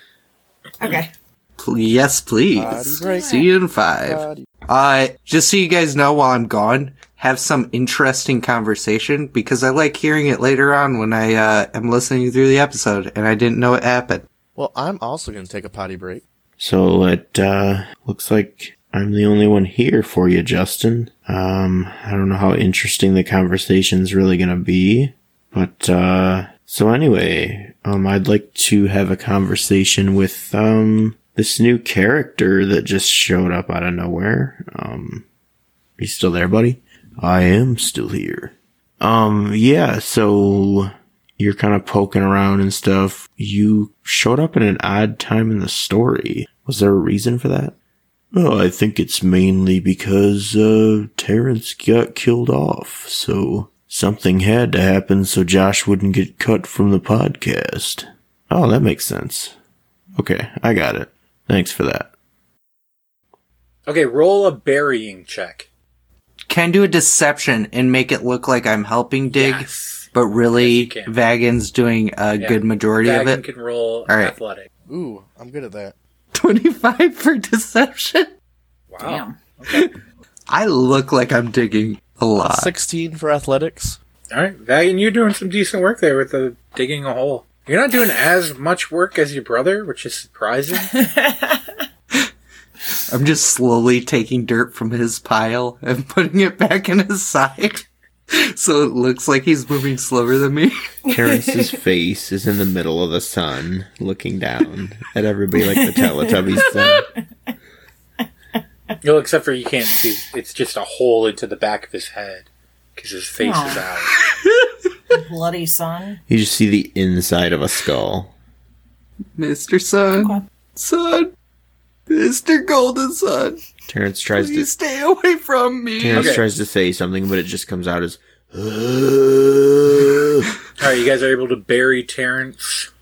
[SPEAKER 5] Okay.
[SPEAKER 2] Pl- yes, please. See you in five. Uh, just so you guys know while I'm gone, have some interesting conversation because I like hearing it later on when I uh, am listening through the episode and I didn't know it happened.
[SPEAKER 4] Well, I'm also going to take a potty break.
[SPEAKER 3] So it uh, looks like I'm the only one here for you, Justin. Um, I don't know how interesting the conversation's really gonna be, but uh, so anyway, um, I'd like to have a conversation with um this new character that just showed up out of nowhere. Um, you still there, buddy? I am still here. Um, yeah, so you're kind of poking around and stuff. You showed up at an odd time in the story. Was there a reason for that? Well, I think it's mainly because uh, Terrence got killed off, so something had to happen so Josh wouldn't get cut from the podcast. Oh, that makes sense. Okay, I got it. Thanks for that.
[SPEAKER 1] Okay, roll a burying check.
[SPEAKER 2] Can do a deception and make it look like I'm helping dig,
[SPEAKER 1] Yes.
[SPEAKER 2] but really
[SPEAKER 1] Yes, you can.
[SPEAKER 2] Vagan's doing a
[SPEAKER 1] Yeah.
[SPEAKER 2] good majority of
[SPEAKER 1] Dagon
[SPEAKER 2] it.
[SPEAKER 1] can roll
[SPEAKER 2] All right.
[SPEAKER 1] athletic.
[SPEAKER 4] Ooh, I'm good at that.
[SPEAKER 2] 25 for deception.
[SPEAKER 1] Wow.
[SPEAKER 5] Damn.
[SPEAKER 2] I look like I'm digging a lot.
[SPEAKER 4] 16 for athletics.
[SPEAKER 1] All right, Valiant, you're doing some decent work there with the digging a hole. You're not doing as much work as your brother, which is surprising.
[SPEAKER 2] I'm just slowly taking dirt from his pile and putting it back in his side. So it looks like he's moving slower than me.
[SPEAKER 3] Terrence's face is in the middle of the sun, looking down at everybody like the Teletubbies. Thing.
[SPEAKER 1] no, except for you can't see. It's just a hole into the back of his head because his face is out.
[SPEAKER 5] Bloody son.
[SPEAKER 3] You just see the inside of a skull.
[SPEAKER 2] Mr. Sun. Sun. Mr. Golden Sun.
[SPEAKER 3] Terrence tries
[SPEAKER 2] Please
[SPEAKER 3] to
[SPEAKER 2] stay away from me.
[SPEAKER 3] Terrence
[SPEAKER 1] Okay.
[SPEAKER 3] tries to say something, but it just comes out as
[SPEAKER 1] All right, you guys are able to bury Terrence,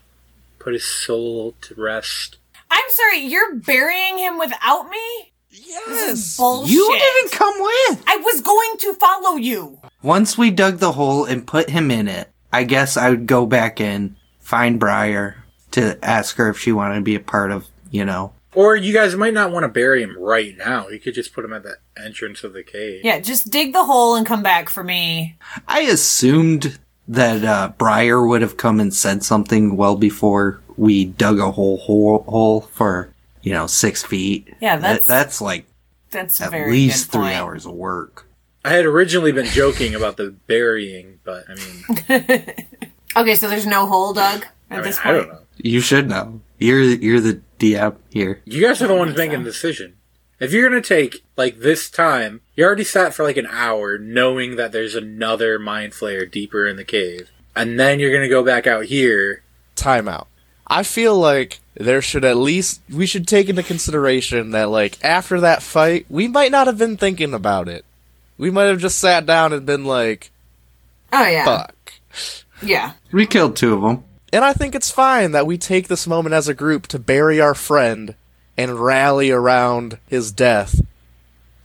[SPEAKER 1] put his soul to rest.
[SPEAKER 5] I'm sorry, you're burying him without me?
[SPEAKER 4] Yes.
[SPEAKER 5] Bullshit.
[SPEAKER 2] You didn't come with.
[SPEAKER 5] I was going to follow you.
[SPEAKER 2] Once we dug the hole and put him in it, I guess I would go back in, find Briar to ask her if she wanted to be a part of, you know.
[SPEAKER 1] Or you guys might not want to bury him right now. You could just put him at the entrance of the cave.
[SPEAKER 5] Yeah, just dig the hole and come back for me.
[SPEAKER 2] I assumed that uh, Briar would have come and said something well before we dug a whole hole, hole for you know six feet.
[SPEAKER 5] Yeah, that's-
[SPEAKER 2] that's like
[SPEAKER 5] That's a
[SPEAKER 2] at
[SPEAKER 5] very
[SPEAKER 2] least
[SPEAKER 5] good
[SPEAKER 2] three
[SPEAKER 5] point.
[SPEAKER 2] hours of work.
[SPEAKER 1] I had originally been joking about the burying, but I mean,
[SPEAKER 5] Okay, so there's no hole dug at
[SPEAKER 1] I, mean,
[SPEAKER 5] this
[SPEAKER 1] I
[SPEAKER 5] point.
[SPEAKER 1] don't know.
[SPEAKER 2] You should know. You're you're the DM here.
[SPEAKER 1] You guys are the ones making the decision. If you're gonna take like this time, you already sat for like an hour knowing that there's another mind flayer deeper in the cave, and then you're gonna go back out here.
[SPEAKER 4] Timeout. I feel like there should at least we should take into consideration that like after that fight, we might not have been thinking about it. We might have just sat down and been like,
[SPEAKER 5] Oh yeah,
[SPEAKER 4] "Fuck."
[SPEAKER 5] yeah.
[SPEAKER 2] We killed two of them.
[SPEAKER 4] And I think it's fine that we take this moment as a group to bury our friend and rally around his death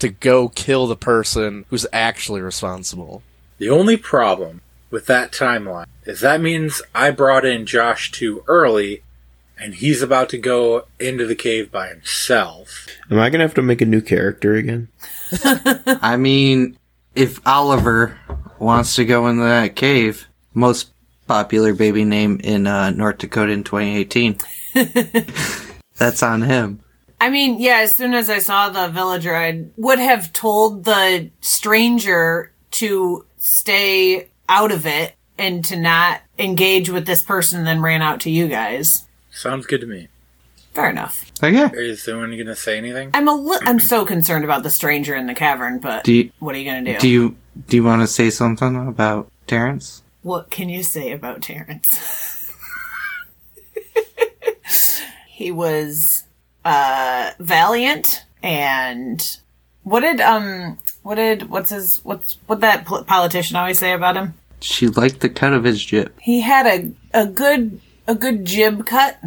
[SPEAKER 4] to go kill the person who's actually responsible.
[SPEAKER 1] The only problem with that timeline is that means I brought in Josh too early and he's about to go into the cave by himself.
[SPEAKER 3] Am I gonna have to make a new character again?
[SPEAKER 2] I mean, if Oliver wants to go in that cave, most popular baby name in uh, North Dakota in 2018, that's on him.
[SPEAKER 5] I mean, yeah, as soon as I saw the villager, I would have told the stranger to stay out of it and to not engage with this person, and then ran out to you guys.
[SPEAKER 1] Sounds good to me.
[SPEAKER 5] Fair enough.
[SPEAKER 2] So yeah,
[SPEAKER 1] Is anyone going to say anything?
[SPEAKER 5] I'm a li- I'm so concerned about the stranger in the cavern, but
[SPEAKER 2] do you,
[SPEAKER 5] what are you gonna do?
[SPEAKER 2] do you do you want to say something about Terrence?
[SPEAKER 5] what can you say about Terrence? he was uh valiant and what did um what did what's his what's what that pol- politician always say about him?
[SPEAKER 2] She liked the cut of his jib.
[SPEAKER 5] He had a a good a good jib cut.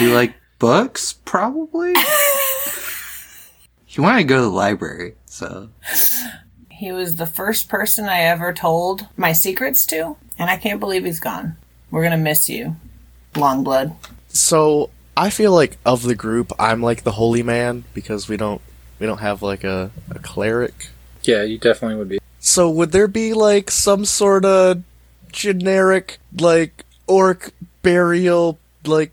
[SPEAKER 2] You like books, probably. you want to go to the library, so
[SPEAKER 5] He was the first person I ever told my secrets to, and I can't believe he's gone. We're gonna miss you, Longblood.
[SPEAKER 4] So I feel like of the group, I'm like the holy man because we don't we don't have like a, a cleric.
[SPEAKER 1] Yeah, you definitely would be.
[SPEAKER 4] So would there be like some sort of generic like orc burial like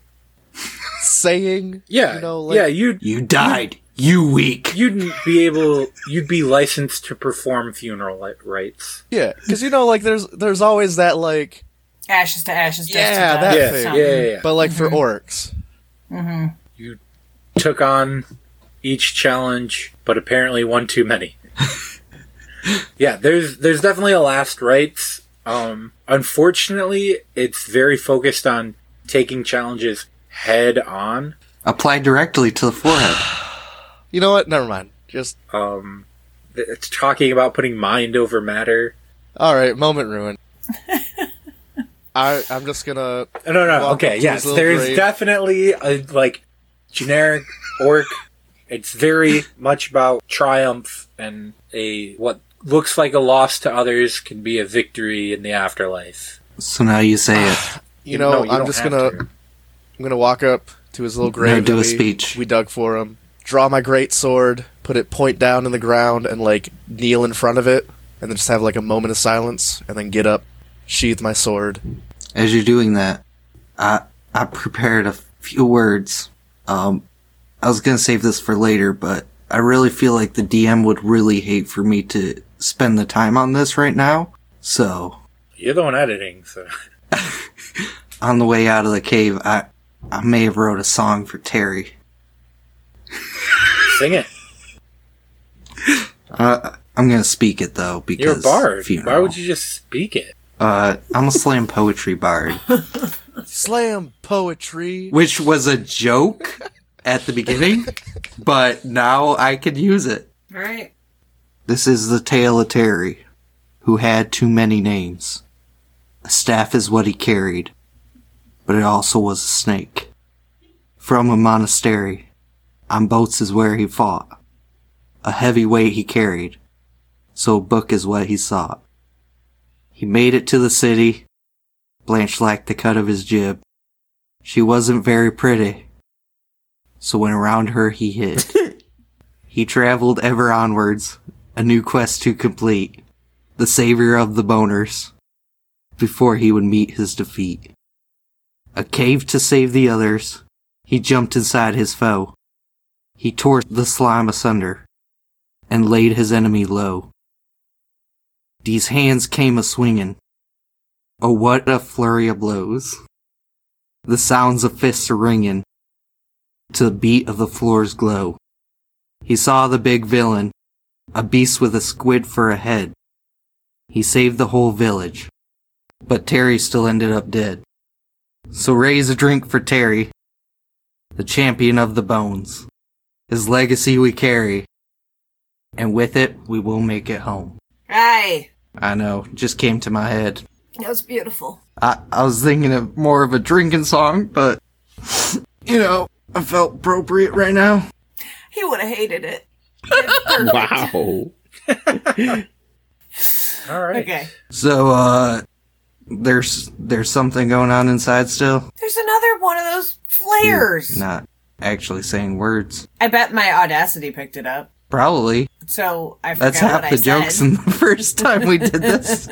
[SPEAKER 4] saying?
[SPEAKER 1] Yeah.
[SPEAKER 4] you know, like
[SPEAKER 1] yeah, you'd
[SPEAKER 2] you died. You weak.
[SPEAKER 1] you'd be able you'd be licensed to perform funeral li- rites.
[SPEAKER 4] yeah, because you know, like there's there's always that like,
[SPEAKER 5] Ashes to ashes, dust
[SPEAKER 4] Yeah, that
[SPEAKER 5] to dust.
[SPEAKER 1] Yeah,
[SPEAKER 4] thing.
[SPEAKER 1] yeah, yeah, yeah.
[SPEAKER 4] but like for orcs,
[SPEAKER 1] Took on each challenge, but apparently one too many. yeah, there's there's definitely a last rites. Um, unfortunately, it's very focused on taking challenges head on.
[SPEAKER 2] Apply directly to the forehead.
[SPEAKER 4] you know what? Never mind. Just
[SPEAKER 1] Um, th- it's talking about putting mind over matter.
[SPEAKER 4] all right. Moment ruin. I I'm just gonna
[SPEAKER 1] No, no, no.
[SPEAKER 4] Walk up to
[SPEAKER 1] okay,
[SPEAKER 4] his
[SPEAKER 1] yes,
[SPEAKER 4] little
[SPEAKER 1] there's
[SPEAKER 4] grave.
[SPEAKER 1] definitely a like generic orc. It's very much about triumph and a what looks like a loss to others can be a victory in the afterlife.
[SPEAKER 2] So now you say it.
[SPEAKER 4] you know
[SPEAKER 1] No,
[SPEAKER 4] I'm
[SPEAKER 1] don't
[SPEAKER 4] just
[SPEAKER 1] have
[SPEAKER 4] gonna
[SPEAKER 1] to.
[SPEAKER 4] I'm gonna walk up to his little grave.
[SPEAKER 2] do
[SPEAKER 4] that
[SPEAKER 2] a
[SPEAKER 4] we,
[SPEAKER 2] speech.
[SPEAKER 4] We dug for him. Draw my great sword, put it point down in the ground, and like kneel in front of it, and then just have like a moment of silence, and then get up, sheath my sword.
[SPEAKER 2] As you're doing that, I I prepared a few words. Um, I was gonna save this for later, but I really feel like the DM would really hate for me to spend the time on this right now. So
[SPEAKER 1] You're the one editing, so
[SPEAKER 2] on the way out of the cave, I I may have wrote a song for Terry.
[SPEAKER 1] sing it.
[SPEAKER 2] Uh, I'm gonna speak it though because
[SPEAKER 1] You're a bard. Why
[SPEAKER 2] funeral.
[SPEAKER 1] would you just speak it?
[SPEAKER 2] Uh, I'm a slam poetry bard,
[SPEAKER 4] Slam poetry.
[SPEAKER 2] which was a joke at the beginning, but now I can use it.
[SPEAKER 5] All right.
[SPEAKER 2] This is the tale of Terry, who had too many names. A staff is what he carried, but it also was a snake. From a monastery, on boats is where he fought. A heavy weight he carried, so a book is what he sought. He made it to the city. Blanche liked the cut of his jib. She wasn't very pretty, so when around her he hid. He traveled ever onwards, a new quest to complete, the savior of the boners, before he would meet his defeat. A cave to save the others, he jumped inside his foe. He tore the slime asunder, and laid his enemy low. These hands came a swinging. Oh, what a flurry of blows! The sounds of fists a ringing, to the beat of the floor's glow. He saw the big villain, a beast with a squid for a head. He saved the whole village, but Terry still ended up dead. So raise a drink for Terry, the champion of the bones. His legacy we carry, and with it we will make it home.
[SPEAKER 5] Aye.
[SPEAKER 2] I know, just came to my head.
[SPEAKER 5] That was beautiful.
[SPEAKER 2] I, I was thinking of more of a drinking song, but you know, I felt appropriate right now.
[SPEAKER 5] He would have hated it.
[SPEAKER 3] Wow.
[SPEAKER 1] All right.
[SPEAKER 5] Okay.
[SPEAKER 2] So, uh, there's there's something going on inside still.
[SPEAKER 5] There's another one of those flares.
[SPEAKER 2] Not actually saying words.
[SPEAKER 5] I bet my audacity picked it up.
[SPEAKER 2] Probably.
[SPEAKER 5] So I forgot
[SPEAKER 2] That's
[SPEAKER 5] what
[SPEAKER 2] half the
[SPEAKER 5] I
[SPEAKER 2] jokes
[SPEAKER 5] said.
[SPEAKER 2] in the first time we did this.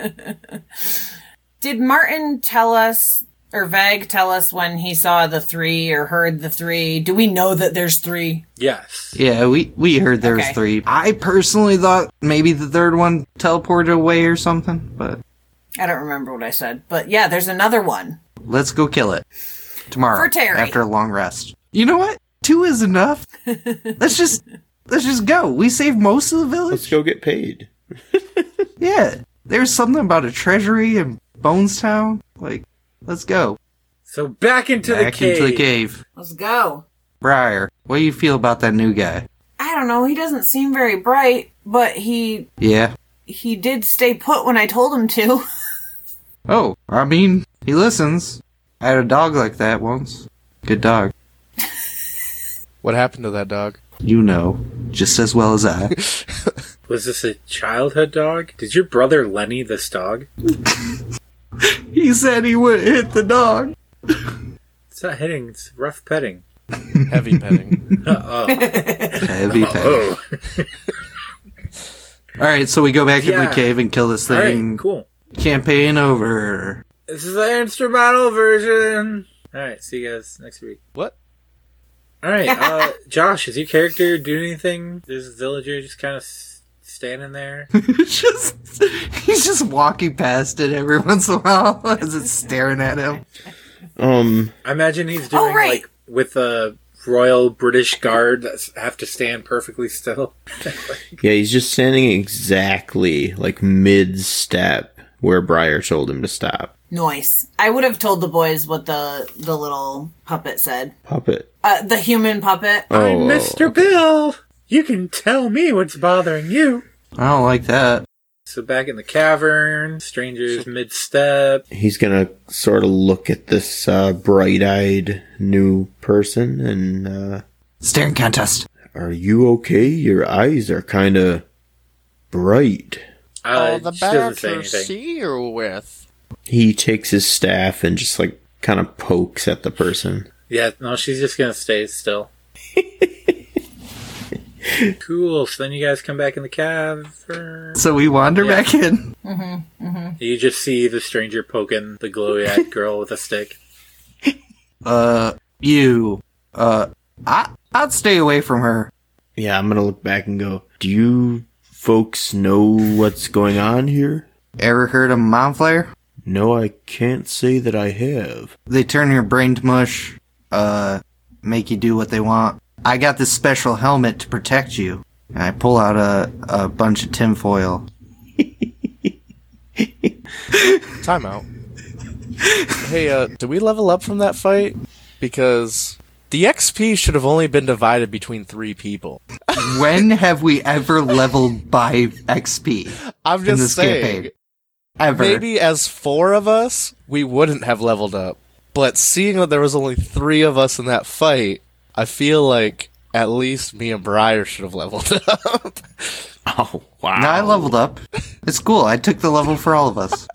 [SPEAKER 5] Did Martin tell us or Vag tell us when he saw the three or heard the three? Do we know that there's three?
[SPEAKER 1] Yes.
[SPEAKER 2] yeah, we we heard there was
[SPEAKER 5] Okay.
[SPEAKER 2] three. I personally thought maybe the third one teleported away or something, but
[SPEAKER 5] I don't remember what I said, but yeah, there's another one.
[SPEAKER 2] let's go kill it tomorrow
[SPEAKER 5] For Terry.
[SPEAKER 2] after a long rest. You know what? Two is enough. let's just let's just go. We saved most of the village.
[SPEAKER 3] Let's go get paid.
[SPEAKER 2] Yeah, there's something about a treasury in Bonestown. Like, let's go
[SPEAKER 1] So back into
[SPEAKER 2] back
[SPEAKER 1] the cave.
[SPEAKER 2] into the cave.
[SPEAKER 5] Let's go.
[SPEAKER 2] Briar, what do you feel about that new guy?
[SPEAKER 5] I don't know. He doesn't seem very bright, but he
[SPEAKER 2] Yeah.
[SPEAKER 5] he did stay put when I told him to.
[SPEAKER 2] Oh, I mean, he listens. I had a dog like that once. Good dog.
[SPEAKER 4] What happened to that dog?
[SPEAKER 2] You know, just as well as I.
[SPEAKER 1] Was this a childhood dog? Did your brother Lenny this dog?
[SPEAKER 2] he said he would hit the dog.
[SPEAKER 1] It's not hitting. It's rough petting.
[SPEAKER 4] Heavy petting.
[SPEAKER 2] Heavy pet.
[SPEAKER 1] Oh,
[SPEAKER 2] All right, so we go back into
[SPEAKER 1] Yeah.
[SPEAKER 2] the cave and kill this
[SPEAKER 1] all
[SPEAKER 2] thing.
[SPEAKER 1] right, cool.
[SPEAKER 2] Campaign over.
[SPEAKER 1] This is the instrumental version. All right, see you guys next week.
[SPEAKER 4] what?
[SPEAKER 1] All right, uh, Josh, is your character doing anything? This villager just kind of s- standing there.
[SPEAKER 2] just he's just walking past it every once in a while as it's staring at him.
[SPEAKER 3] Um,
[SPEAKER 1] I imagine he's doing
[SPEAKER 5] right.
[SPEAKER 1] like with a royal British guard that s- have to stand perfectly still.
[SPEAKER 3] yeah, he's just standing exactly like mid step where Briar told him to stop.
[SPEAKER 5] Noise. I would have told the boys what the the little puppet said.
[SPEAKER 3] Puppet.
[SPEAKER 5] Uh, the human puppet.
[SPEAKER 3] Oh,
[SPEAKER 1] I'm Mr. Bill. You can tell me what's bothering you.
[SPEAKER 2] I don't like that.
[SPEAKER 1] So back in the cavern, strangers mid step.
[SPEAKER 3] he's gonna sort of look at this uh, bright-eyed new person and uh,
[SPEAKER 2] Staring contest.
[SPEAKER 3] are you okay your eyes are kind of bright
[SPEAKER 1] Uh, she doesn't say anything.
[SPEAKER 4] see you with.
[SPEAKER 3] he takes his staff and just like kind of pokes at the person
[SPEAKER 1] Yeah, no, she's just gonna stay still. cool. So then you guys come back in the cavern.
[SPEAKER 2] So we wander
[SPEAKER 1] Yeah.
[SPEAKER 2] back in.
[SPEAKER 1] You just see the stranger poking the glowy eyed girl with a stick.
[SPEAKER 2] Uh, you. Uh, I I'd stay away from her.
[SPEAKER 3] yeah i'm gonna look back and go do you folks know what's going on here
[SPEAKER 2] Ever heard of mind flare?
[SPEAKER 3] no i can't say that i have
[SPEAKER 2] They turn your brain to mush. Uh, make you do what they want. I got this special helmet to protect you. And I pull out a a bunch of tinfoil.
[SPEAKER 4] Timeout. hey, uh, did we level up from that fight? Because the XP should have only been divided between three people.
[SPEAKER 2] when have we ever leveled by XP?
[SPEAKER 4] I'm
[SPEAKER 2] in
[SPEAKER 4] just
[SPEAKER 2] this
[SPEAKER 4] saying.
[SPEAKER 2] campaign. Ever.
[SPEAKER 4] Maybe as four of us, we wouldn't have leveled up. But seeing that there was only three of us in that fight, I feel like at least me and Briar should have leveled up.
[SPEAKER 3] oh wow
[SPEAKER 2] No, I leveled up. It's cool. I took the level for all of us.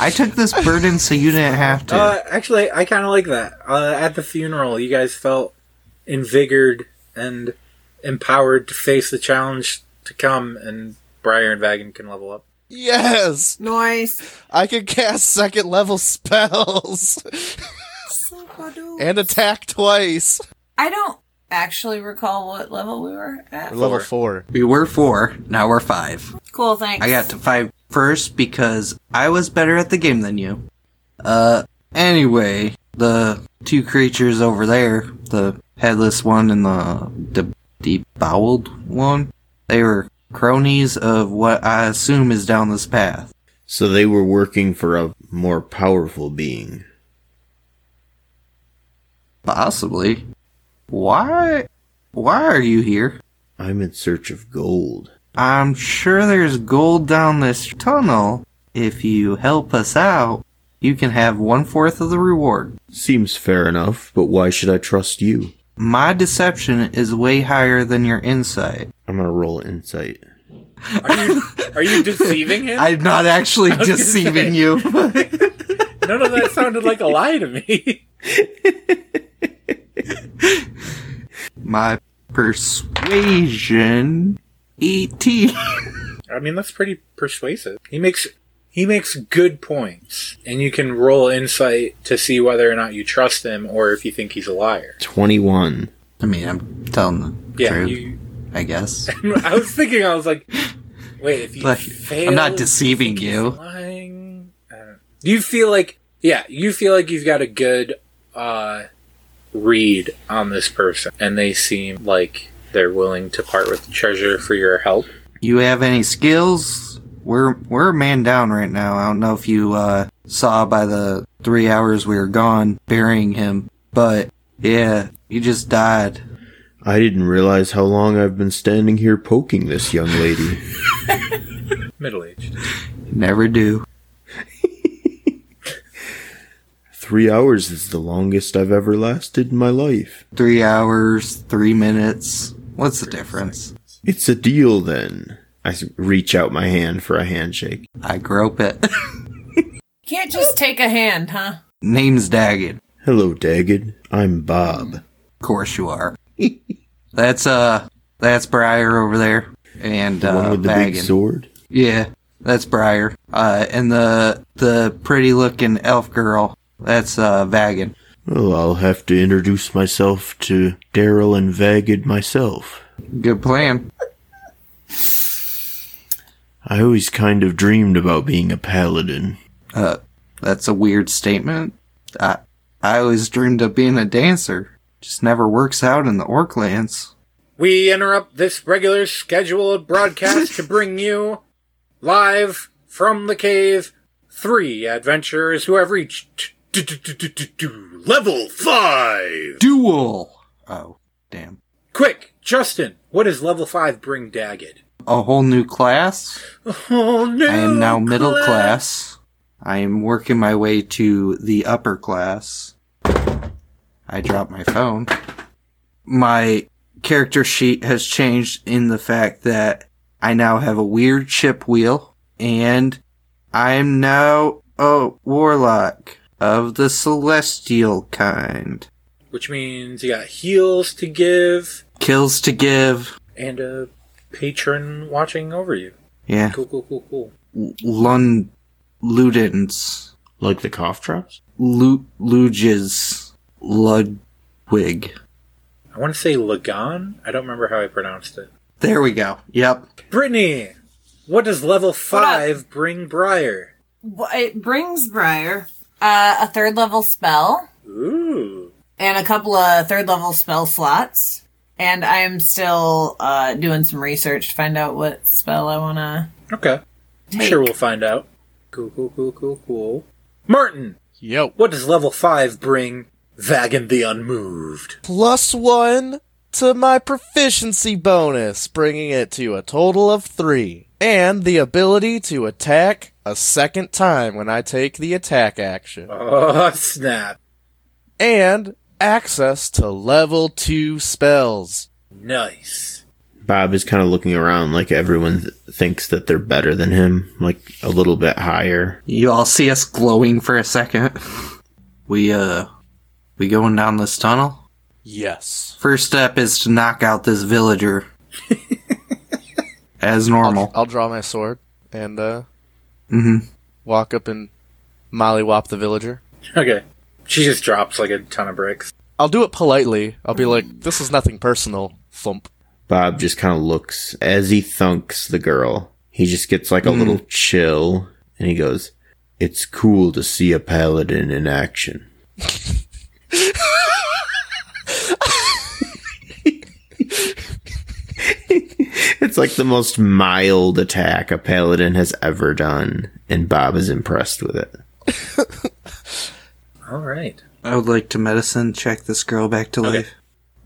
[SPEAKER 2] I took this burden so you didn't have to.
[SPEAKER 1] Uh, actually, I kind of like that. Uh, at the funeral, you guys felt invigored and empowered to face the challenge to come, and Briar and Vagan can level up.
[SPEAKER 4] yes!
[SPEAKER 5] Noise.
[SPEAKER 4] I can cast second level spells and attack twice.
[SPEAKER 5] I don't actually recall what level we were at.
[SPEAKER 4] Level four.
[SPEAKER 2] we were four, now we're five.
[SPEAKER 5] Cool, thanks.
[SPEAKER 2] I got to five first because I was better at the game than you. Uh, anyway, the two creatures over there, the headless one and the de- deboweled one, they were cronies of what I assume is down this path.
[SPEAKER 3] so they were working for a more powerful being
[SPEAKER 2] Possibly. Why? Why are you here?
[SPEAKER 3] i'm in search of gold
[SPEAKER 2] I'm sure there's gold down this tunnel. If you help us out, you can have one fourth of the reward.
[SPEAKER 3] Seems fair enough, but why should I trust you?
[SPEAKER 2] My deception is way higher than your insight.
[SPEAKER 3] I'm gonna roll insight.
[SPEAKER 1] Are you are you deceiving him?
[SPEAKER 2] I'm not actually
[SPEAKER 1] was gonna
[SPEAKER 2] deceiving
[SPEAKER 1] say.
[SPEAKER 2] you.
[SPEAKER 1] None of that sounded like a lie to me.
[SPEAKER 2] My persuasion E 18.
[SPEAKER 1] I mean, that's pretty persuasive. He makes he makes good points, and you can roll insight to see whether or not you trust him or if you think he's a liar.
[SPEAKER 3] 21.
[SPEAKER 2] I mean, I'm telling the
[SPEAKER 1] Yeah,
[SPEAKER 2] truth,
[SPEAKER 1] you,
[SPEAKER 2] I guess.
[SPEAKER 1] I was thinking, I was like, wait, if you
[SPEAKER 2] Like,
[SPEAKER 1] fail,
[SPEAKER 2] I'm not deceiving
[SPEAKER 1] he's
[SPEAKER 2] you.
[SPEAKER 1] lying. I don't know. You feel like yeah, you feel like you've got a good uh, read on this person, and they seem like they're willing to part with the treasure for your help.
[SPEAKER 2] You have any skills? We're we're a man down right now. I don't know if you uh, saw by the three hours we were gone burying him, but yeah, he just died.
[SPEAKER 3] I didn't realize how long I've been standing here poking this young lady.
[SPEAKER 1] Middle aged.
[SPEAKER 2] Never do.
[SPEAKER 3] Three hours is the longest I've ever lasted in my life.
[SPEAKER 2] Three hours, three minutes. What's the difference?
[SPEAKER 3] It's a deal then. I s- reach out my hand for a handshake.
[SPEAKER 2] I grope it.
[SPEAKER 5] Can't just take a hand, huh?
[SPEAKER 2] Name's Daggett.
[SPEAKER 3] Hello, Dagged. I'm Bob.
[SPEAKER 2] Of course you are. that's uh, that's Briar over there, and
[SPEAKER 3] The one
[SPEAKER 2] uh,
[SPEAKER 3] with the big
[SPEAKER 2] Baggin.
[SPEAKER 3] sword.
[SPEAKER 2] Yeah, that's Briar. Uh, and the the pretty looking elf girl. That's uh, Vagan.
[SPEAKER 3] Well, I'll have to introduce myself to Daryl and Vagged myself.
[SPEAKER 2] Good plan.
[SPEAKER 3] I always kind of dreamed about being a paladin.
[SPEAKER 2] Uh, that's a weird statement. I I always dreamed of being a dancer. Just never works out in the orc lands.
[SPEAKER 1] We interrupt this regular scheduled broadcast to bring you live from the cave three adventurers who have reached t- t- t- t- t- t- level five.
[SPEAKER 2] Duel. Oh, damn.
[SPEAKER 1] Quick, Justin, what does level five bring Daggett?
[SPEAKER 2] A whole new class.
[SPEAKER 1] Oh no!
[SPEAKER 2] I am now middle class. I am working my way to the upper class. I dropped my phone. My character sheet has changed in the fact that I now have a weird chip wheel and I'm now a warlock of the celestial kind.
[SPEAKER 1] Which means you got heals to give
[SPEAKER 2] Kills to give.
[SPEAKER 1] and a patron watching over you.
[SPEAKER 2] Yeah.
[SPEAKER 1] Cool, cool, cool, cool.
[SPEAKER 2] L- Lun Ludens.
[SPEAKER 3] Like the cough drops?
[SPEAKER 2] Lu- Luges. Ludwig.
[SPEAKER 1] I want to say Lagan. I don't remember how I pronounced it.
[SPEAKER 2] There we go. Yep.
[SPEAKER 1] Brittany, what does level five bring Briar?
[SPEAKER 5] Well, it brings Briar uh, a third level spell
[SPEAKER 1] Ooh.
[SPEAKER 5] and a couple of third level spell slots. And I am still uh, doing some research to find out what spell I want to
[SPEAKER 1] Okay. I'm
[SPEAKER 5] take.
[SPEAKER 1] sure we'll find out. Cool, cool, cool, cool, cool. Martin,
[SPEAKER 4] Yo.
[SPEAKER 1] what does level five bring Vagan the Unmoved?
[SPEAKER 4] Plus one to my proficiency bonus, bringing it to a total of three. And the ability to attack a second time when I take the attack action.
[SPEAKER 1] Oh, snap.
[SPEAKER 4] And access to level two spells.
[SPEAKER 1] Nice.
[SPEAKER 3] Bob is kind of looking around like everyone th- thinks that they're better than him, like a little bit higher.
[SPEAKER 2] You all see us glowing for a second. We uh we going down this tunnel?
[SPEAKER 4] Yes.
[SPEAKER 2] First step is to knock out this villager. As normal.
[SPEAKER 4] I'll draw my sword and uh,
[SPEAKER 2] Mhm.
[SPEAKER 4] walk up and mollywop the villager.
[SPEAKER 1] Okay. She just drops like a ton of bricks.
[SPEAKER 4] I'll do it politely. I'll be like, this is nothing personal. Thump.
[SPEAKER 3] Bob just kind of looks as he thunks the girl. He just gets like a little chill and he goes, It's cool to see a paladin in action. it's like the most mild attack a paladin has ever done, and Bob is impressed with it.
[SPEAKER 1] All right.
[SPEAKER 2] I would like to medicine check this girl back to life.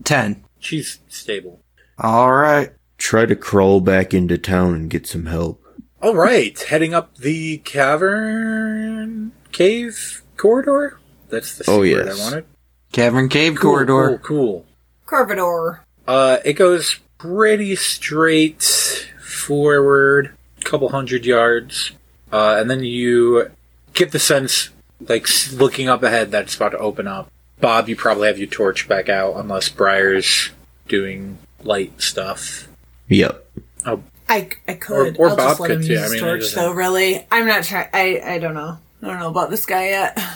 [SPEAKER 2] Ten.
[SPEAKER 1] She's stable.
[SPEAKER 2] Alright.
[SPEAKER 3] Try to crawl back into town and get some help.
[SPEAKER 1] All right. Heading up the cavern cave corridor. That's the secret
[SPEAKER 3] Oh,
[SPEAKER 1] I
[SPEAKER 3] yes.
[SPEAKER 1] wanted.
[SPEAKER 2] Cavern Cave
[SPEAKER 1] Cool,
[SPEAKER 2] Corridor.
[SPEAKER 1] Cool. cool.
[SPEAKER 5] Corvidor.
[SPEAKER 1] Uh, it goes pretty straight forward a couple hundred yards, uh, and then you get the sense, like s- looking up ahead, that it's about to open up. Bob, you probably have your torch back out, unless Briar's doing light stuff.
[SPEAKER 3] Yep.
[SPEAKER 5] I, I could.
[SPEAKER 1] Or- or
[SPEAKER 5] I'll
[SPEAKER 1] Bob
[SPEAKER 5] just let him
[SPEAKER 1] could,
[SPEAKER 5] use
[SPEAKER 1] too. I
[SPEAKER 5] his
[SPEAKER 1] mean, it
[SPEAKER 5] torch,
[SPEAKER 1] doesn't-
[SPEAKER 5] though. Really, I'm not trying. I I don't know. I don't know about this guy yet.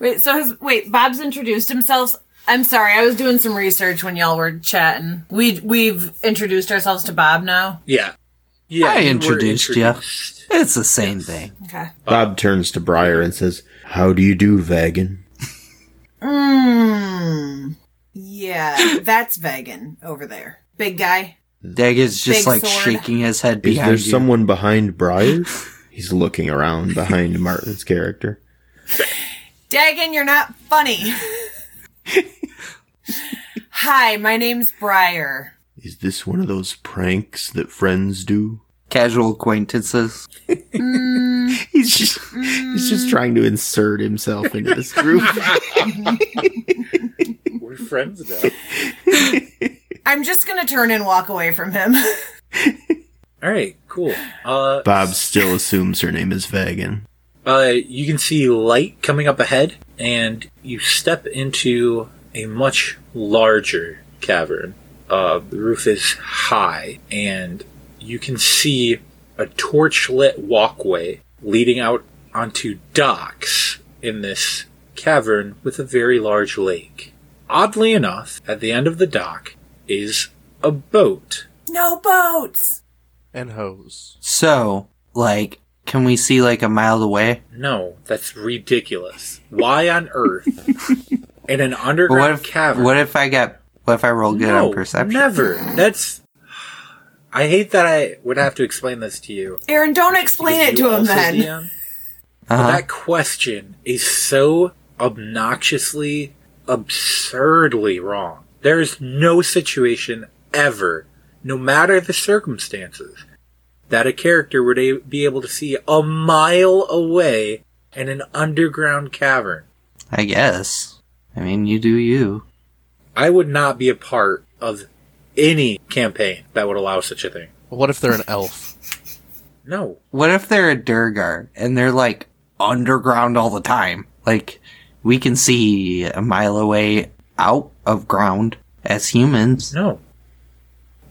[SPEAKER 5] Wait. So his wait. Bob's introduced himself. I'm sorry. I was doing some research when y'all were chatting. We we've introduced ourselves to Bob now.
[SPEAKER 1] Yeah, yeah.
[SPEAKER 2] I
[SPEAKER 1] you were
[SPEAKER 2] introduced ya.
[SPEAKER 1] introduced.
[SPEAKER 2] It's the same thing.
[SPEAKER 5] Okay.
[SPEAKER 3] Bob turns to Briar and says, How do you do, Vagan?
[SPEAKER 5] Mmm. Yeah, that's vegan over there. Big guy.
[SPEAKER 2] Dagged's just
[SPEAKER 5] Big
[SPEAKER 2] like
[SPEAKER 5] sword.
[SPEAKER 2] shaking his head
[SPEAKER 3] Is
[SPEAKER 2] behind
[SPEAKER 3] there
[SPEAKER 2] you.
[SPEAKER 3] someone behind Briar? He's looking around behind Martin's character.
[SPEAKER 5] Dagon, you're not funny. Hi, my name's Briar.
[SPEAKER 3] Is this one of those pranks that friends do?
[SPEAKER 2] Casual acquaintances.
[SPEAKER 3] He's just he's just trying to insert himself into this group.
[SPEAKER 1] We're friends now.
[SPEAKER 5] I'm just gonna turn and walk away from him.
[SPEAKER 1] All right, cool. Uh,
[SPEAKER 3] Bob still assumes her name is Vagan.
[SPEAKER 1] Uh, you can see light coming up ahead, and you step into a much larger cavern. Uh, the roof is high, and you can see a torch lit walkway leading out onto docks in this cavern with a very large lake. Oddly enough, at the end of the dock is a boat.
[SPEAKER 5] no boats.
[SPEAKER 4] and hose.
[SPEAKER 2] So, like, can we see like a mile away?
[SPEAKER 1] No, that's ridiculous. Why on earth? In an
[SPEAKER 2] But
[SPEAKER 1] underground
[SPEAKER 2] what if
[SPEAKER 1] cavern.
[SPEAKER 2] what if I got what if I roll good on perception?
[SPEAKER 1] Never. That's. I hate that I would have to explain this to you.
[SPEAKER 5] Aaron, don't explain it
[SPEAKER 1] You
[SPEAKER 5] to him
[SPEAKER 1] also,
[SPEAKER 5] then.
[SPEAKER 1] DM,
[SPEAKER 2] Uh-huh.
[SPEAKER 1] That question is so obnoxiously, absurdly wrong. There is no situation ever, no matter the circumstances, that a character would a- be able to see a mile away in an underground cavern.
[SPEAKER 2] I guess. I mean, you do you.
[SPEAKER 1] I would not be a part of any campaign that would allow such a thing.
[SPEAKER 4] What if they're an elf?
[SPEAKER 1] No,
[SPEAKER 2] What if they're a Durgar and they're like underground all the time? Like we can see a mile away out of ground as humans.
[SPEAKER 1] No.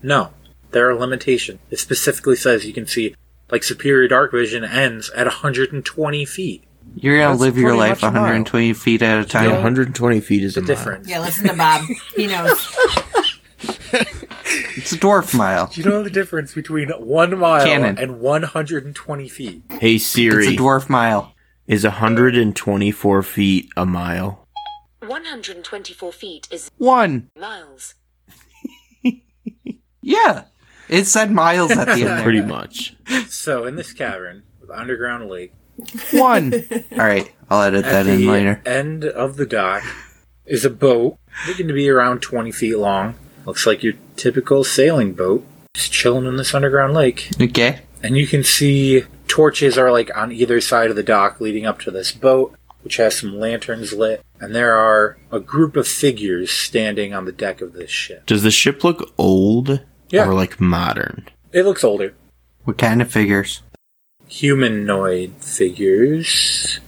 [SPEAKER 1] No. There are limitations. It specifically says you can see, like, superior dark vision ends at 120 feet.
[SPEAKER 2] You're gonna
[SPEAKER 4] That's
[SPEAKER 2] live your
[SPEAKER 4] pretty
[SPEAKER 2] life
[SPEAKER 4] much a mile.
[SPEAKER 2] 120 feet at a time.
[SPEAKER 3] 120 feet is
[SPEAKER 1] The
[SPEAKER 3] a mile.
[SPEAKER 1] difference.
[SPEAKER 5] Yeah, listen to Bob. He knows.
[SPEAKER 2] It's a dwarf mile.
[SPEAKER 1] You know the difference between one mile
[SPEAKER 2] Cannon.
[SPEAKER 1] and 120 feet.
[SPEAKER 3] Hey
[SPEAKER 2] It's
[SPEAKER 3] Siri,
[SPEAKER 2] a dwarf mile.
[SPEAKER 3] is 124 feet a mile?
[SPEAKER 6] 124 feet is
[SPEAKER 2] One.
[SPEAKER 6] miles.
[SPEAKER 2] Yeah. It said miles at the end.
[SPEAKER 3] Pretty much.
[SPEAKER 1] So, in this cavern, with underground lake,
[SPEAKER 2] there. One. All right. I'll edit
[SPEAKER 1] at
[SPEAKER 2] that
[SPEAKER 1] the
[SPEAKER 2] in later.
[SPEAKER 1] end of the dock is a boat looking to be around 20 feet long. Looks like your typical sailing boat. Just chilling in this underground lake.
[SPEAKER 2] Okay.
[SPEAKER 1] And you can see torches are like on either side of the dock leading up to this boat, which has some lanterns lit. And there are a group of figures standing on the deck of this ship.
[SPEAKER 3] Does the ship look old
[SPEAKER 1] Yeah.
[SPEAKER 3] or like modern?
[SPEAKER 1] It looks older.
[SPEAKER 2] What kind of figures?
[SPEAKER 1] Humanoid figures.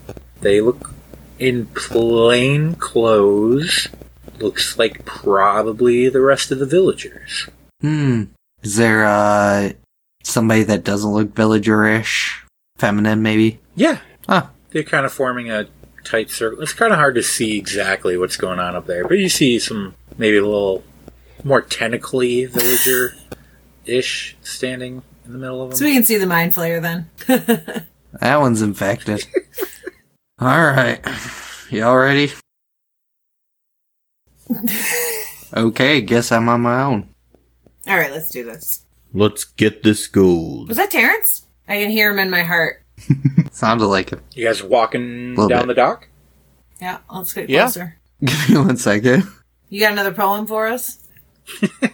[SPEAKER 1] They look in plain clothes. Looks like probably the rest of the villagers.
[SPEAKER 2] Hmm. Is there uh somebody that doesn't look villagerish, feminine maybe?
[SPEAKER 1] Yeah,
[SPEAKER 2] Huh.
[SPEAKER 1] they're kind of forming a tight circle. It's kind of hard to see exactly what's going on up there, but you see some maybe a little more tentacly villager ish standing in the middle of them.
[SPEAKER 5] so we can see the mind flayer then.
[SPEAKER 2] That one's infected. all right. Y'all ready? okay. Guess I'm on my own.
[SPEAKER 5] All right, let's do this.
[SPEAKER 3] Let's get this
[SPEAKER 5] Was
[SPEAKER 3] gold.
[SPEAKER 5] that Terrence? I can hear him in my heart.
[SPEAKER 2] Sounded like it.
[SPEAKER 1] You guys walking
[SPEAKER 2] Little
[SPEAKER 1] down
[SPEAKER 2] bit.
[SPEAKER 1] the dock?
[SPEAKER 5] Yeah, let's get
[SPEAKER 4] Yeah.
[SPEAKER 5] closer.
[SPEAKER 2] Give me one second.
[SPEAKER 5] You got another poem for us?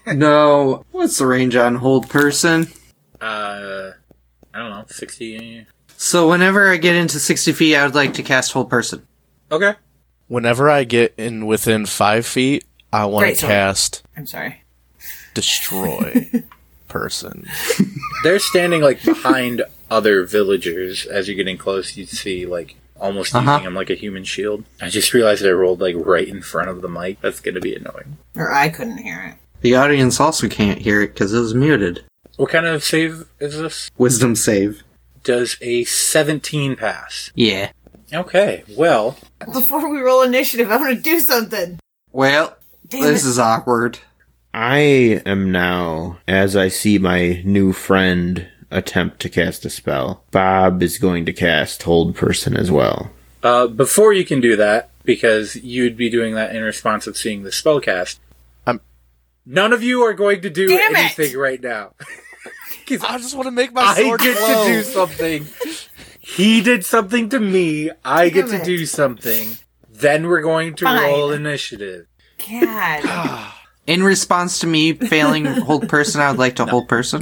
[SPEAKER 2] no. What's the range on hold person?
[SPEAKER 1] Uh, I don't know, 60.
[SPEAKER 2] So whenever I get into 60 feet, I would like to cast hold person.
[SPEAKER 1] Okay.
[SPEAKER 4] Whenever I get in within five feet, I want
[SPEAKER 5] Great
[SPEAKER 4] to
[SPEAKER 5] sword.
[SPEAKER 4] cast
[SPEAKER 5] I'm sorry.
[SPEAKER 4] destroy. person.
[SPEAKER 1] They're standing like behind other villagers. As you're getting close, you see like almost
[SPEAKER 2] Uh-huh.
[SPEAKER 1] using them like a human shield. I just realized I rolled like right in front of the mic. That's gonna be annoying.
[SPEAKER 5] Or I couldn't hear
[SPEAKER 2] The audience also can't hear it because it was muted.
[SPEAKER 1] What kind of save is this?
[SPEAKER 2] Wisdom save.
[SPEAKER 1] Does a 17 pass?
[SPEAKER 2] Yeah.
[SPEAKER 1] Okay, well,
[SPEAKER 5] it. Before we roll initiative, I want to do something.
[SPEAKER 2] Well,
[SPEAKER 5] Damn
[SPEAKER 2] this
[SPEAKER 5] it.
[SPEAKER 2] is awkward.
[SPEAKER 3] I am now, as I see my new friend attempt to cast a spell, Bob is going to cast Hold Person as well.
[SPEAKER 1] uh, before you can do that, because you'd be doing that in response of seeing the spell cast,
[SPEAKER 4] I'm-
[SPEAKER 1] none of you are going to do
[SPEAKER 5] Damn it!
[SPEAKER 1] anything right now.
[SPEAKER 4] I just want to make my
[SPEAKER 1] I
[SPEAKER 4] sword
[SPEAKER 1] get
[SPEAKER 4] glow.
[SPEAKER 1] to do something. He did something to me. I get
[SPEAKER 5] Damn
[SPEAKER 1] to
[SPEAKER 5] it.
[SPEAKER 1] do something. Then we're going to
[SPEAKER 5] Fine.
[SPEAKER 1] roll initiative.
[SPEAKER 5] God.
[SPEAKER 2] In response to me failing hold person, I would like to hold person.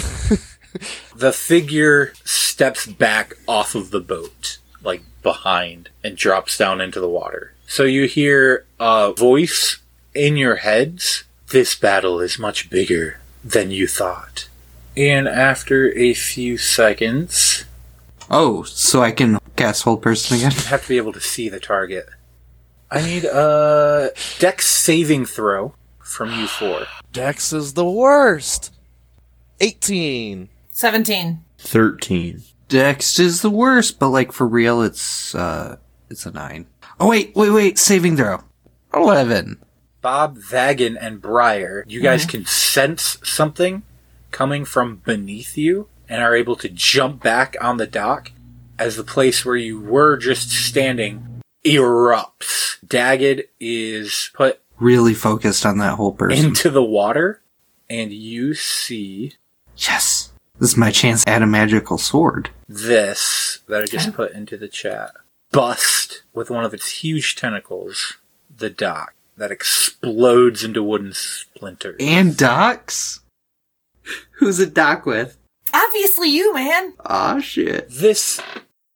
[SPEAKER 1] The figure steps back off of the boat, like behind, and drops down into the water. So you hear a voice in your heads. This battle is much bigger than you thought. And after a few seconds,
[SPEAKER 2] Oh, so I can cast hold person again.
[SPEAKER 1] you have to be able to see the target. I need a dex saving throw from you four.
[SPEAKER 4] Dex is the worst. 18.
[SPEAKER 5] 17.
[SPEAKER 3] 13.
[SPEAKER 2] Dex is the worst, but like for real, it's uh, it's a nine. Oh wait, wait, wait, saving throw, eleven.
[SPEAKER 1] Bob, Vagan, and Briar, you guys can sense something coming from beneath you and are able to jump back on the dock as the place where you were just standing erupts. Dagged is put
[SPEAKER 2] Really focused on that whole person.
[SPEAKER 1] into the water, and you see
[SPEAKER 2] yes, this is my chance to add a magical sword.
[SPEAKER 1] this that I just put into the chat bust with one of its huge tentacles the dock that explodes into wooden splinters.
[SPEAKER 2] And Docs, who's it Doc with?
[SPEAKER 5] Obviously, you, man.
[SPEAKER 2] Ah shit.
[SPEAKER 1] This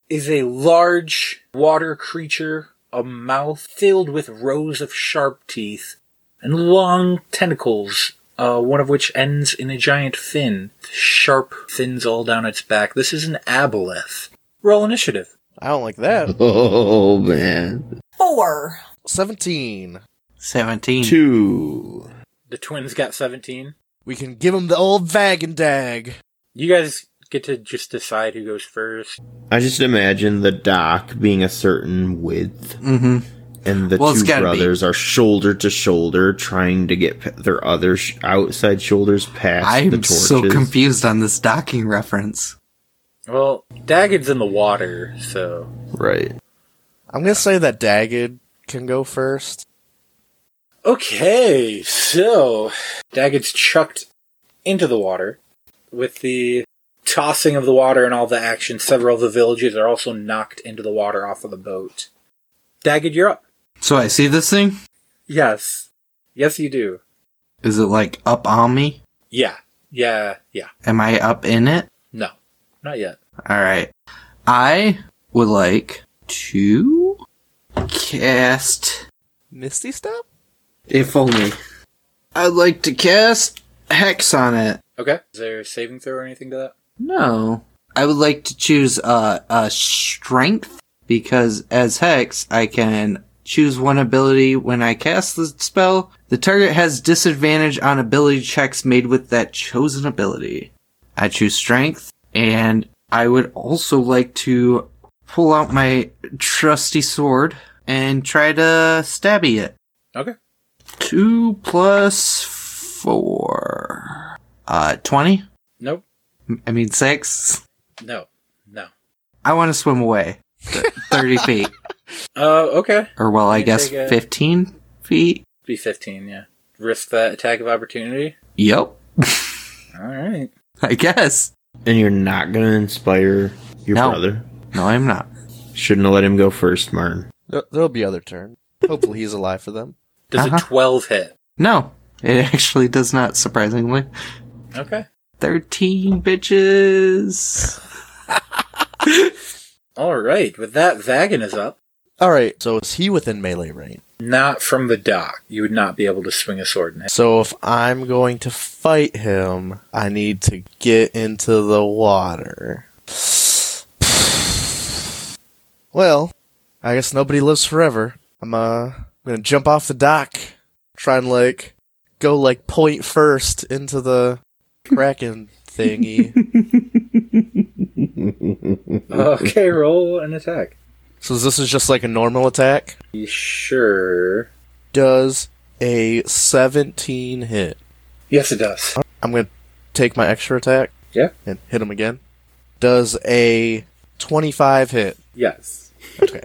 [SPEAKER 1] is a large water creature, a mouth filled with rows of sharp teeth and long tentacles, uh, one of which ends in a giant fin. Sharp fins all down its back. This is an aboleth. Roll initiative.
[SPEAKER 4] I don't like that.
[SPEAKER 3] Oh, man.
[SPEAKER 5] Four.
[SPEAKER 4] 17.
[SPEAKER 2] Seventeen.
[SPEAKER 3] Two.
[SPEAKER 1] The twins got 17.
[SPEAKER 4] We can give him the old vagan dag.
[SPEAKER 1] You guys get to just decide who goes first.
[SPEAKER 3] I just imagine the dock being a certain width,
[SPEAKER 2] Mm-hmm.
[SPEAKER 3] and the
[SPEAKER 2] Well, it's
[SPEAKER 3] two
[SPEAKER 2] gotta be.
[SPEAKER 3] brothers are shoulder to shoulder trying to get p- their other sh- outside shoulders past the
[SPEAKER 2] I'm
[SPEAKER 3] torches.
[SPEAKER 2] so confused on this docking reference.
[SPEAKER 1] Well, Dagged's in the water, so.
[SPEAKER 3] Right.
[SPEAKER 4] I'm going to say that Dagged can go first.
[SPEAKER 1] Okay, so Daggett's chucked into the water. With the tossing of the water and all the action, several of the villages are also knocked into the water off of the boat. Daggett, you're up.
[SPEAKER 2] So I see this thing.
[SPEAKER 1] Yes. Yes, you do.
[SPEAKER 2] Is it like up on me?
[SPEAKER 1] Yeah. Yeah. Yeah.
[SPEAKER 2] Am I up in it?
[SPEAKER 1] No. Not yet.
[SPEAKER 2] All right. I would like to cast.
[SPEAKER 4] Misty Step?
[SPEAKER 2] If only. I'd like to cast Hex on it.
[SPEAKER 1] Okay. Is there a saving throw or anything to that?
[SPEAKER 2] No. I would like to choose uh, a Strength because as Hex, I can choose one ability when I cast the spell. The target has disadvantage on ability checks made with that chosen ability. I choose Strength, and I would also like to pull out my trusty sword and try to stabby it.
[SPEAKER 1] Okay.
[SPEAKER 2] Two plus four. Uh, 20?
[SPEAKER 1] Nope.
[SPEAKER 2] I mean, six?
[SPEAKER 1] No. No.
[SPEAKER 2] I want to swim away. Th- 30 feet.
[SPEAKER 1] Uh, okay.
[SPEAKER 2] Or, well, I
[SPEAKER 1] You
[SPEAKER 2] guess
[SPEAKER 1] take a-
[SPEAKER 2] 15 feet?
[SPEAKER 1] Be 15, yeah. Risk that attack of opportunity.
[SPEAKER 2] Yep.
[SPEAKER 1] Alright.
[SPEAKER 2] I guess.
[SPEAKER 3] And you're not going to inspire your
[SPEAKER 2] No.
[SPEAKER 3] brother?
[SPEAKER 2] No, I'm not.
[SPEAKER 3] Shouldn't have let him go first, Martin.
[SPEAKER 4] There- There'll be other turn. Hopefully he's alive for them.
[SPEAKER 1] Does
[SPEAKER 2] Uh-huh.
[SPEAKER 1] a 12 hit?
[SPEAKER 2] No, it actually does not, surprisingly.
[SPEAKER 1] Okay.
[SPEAKER 2] 13 bitches.
[SPEAKER 1] Alright. With that, Vagan is up.
[SPEAKER 4] All right, so is he within melee range?
[SPEAKER 1] Not from the dock. You would not be able to swing a sword in hand.
[SPEAKER 4] So if I'm going to fight him, I need to get into the water. Well, I guess nobody lives forever. I'm uh I'm gonna jump off the dock, try and like go like point first into the kraken thingy.
[SPEAKER 1] okay, roll an attack.
[SPEAKER 4] so this is just like a normal attack.
[SPEAKER 1] You sure?
[SPEAKER 4] Does a 17 hit?
[SPEAKER 1] Yes, it does.
[SPEAKER 4] I'm gonna take my extra attack
[SPEAKER 1] Yeah?
[SPEAKER 4] and hit him again. Does a 25 hit?
[SPEAKER 1] Yes.
[SPEAKER 4] Okay.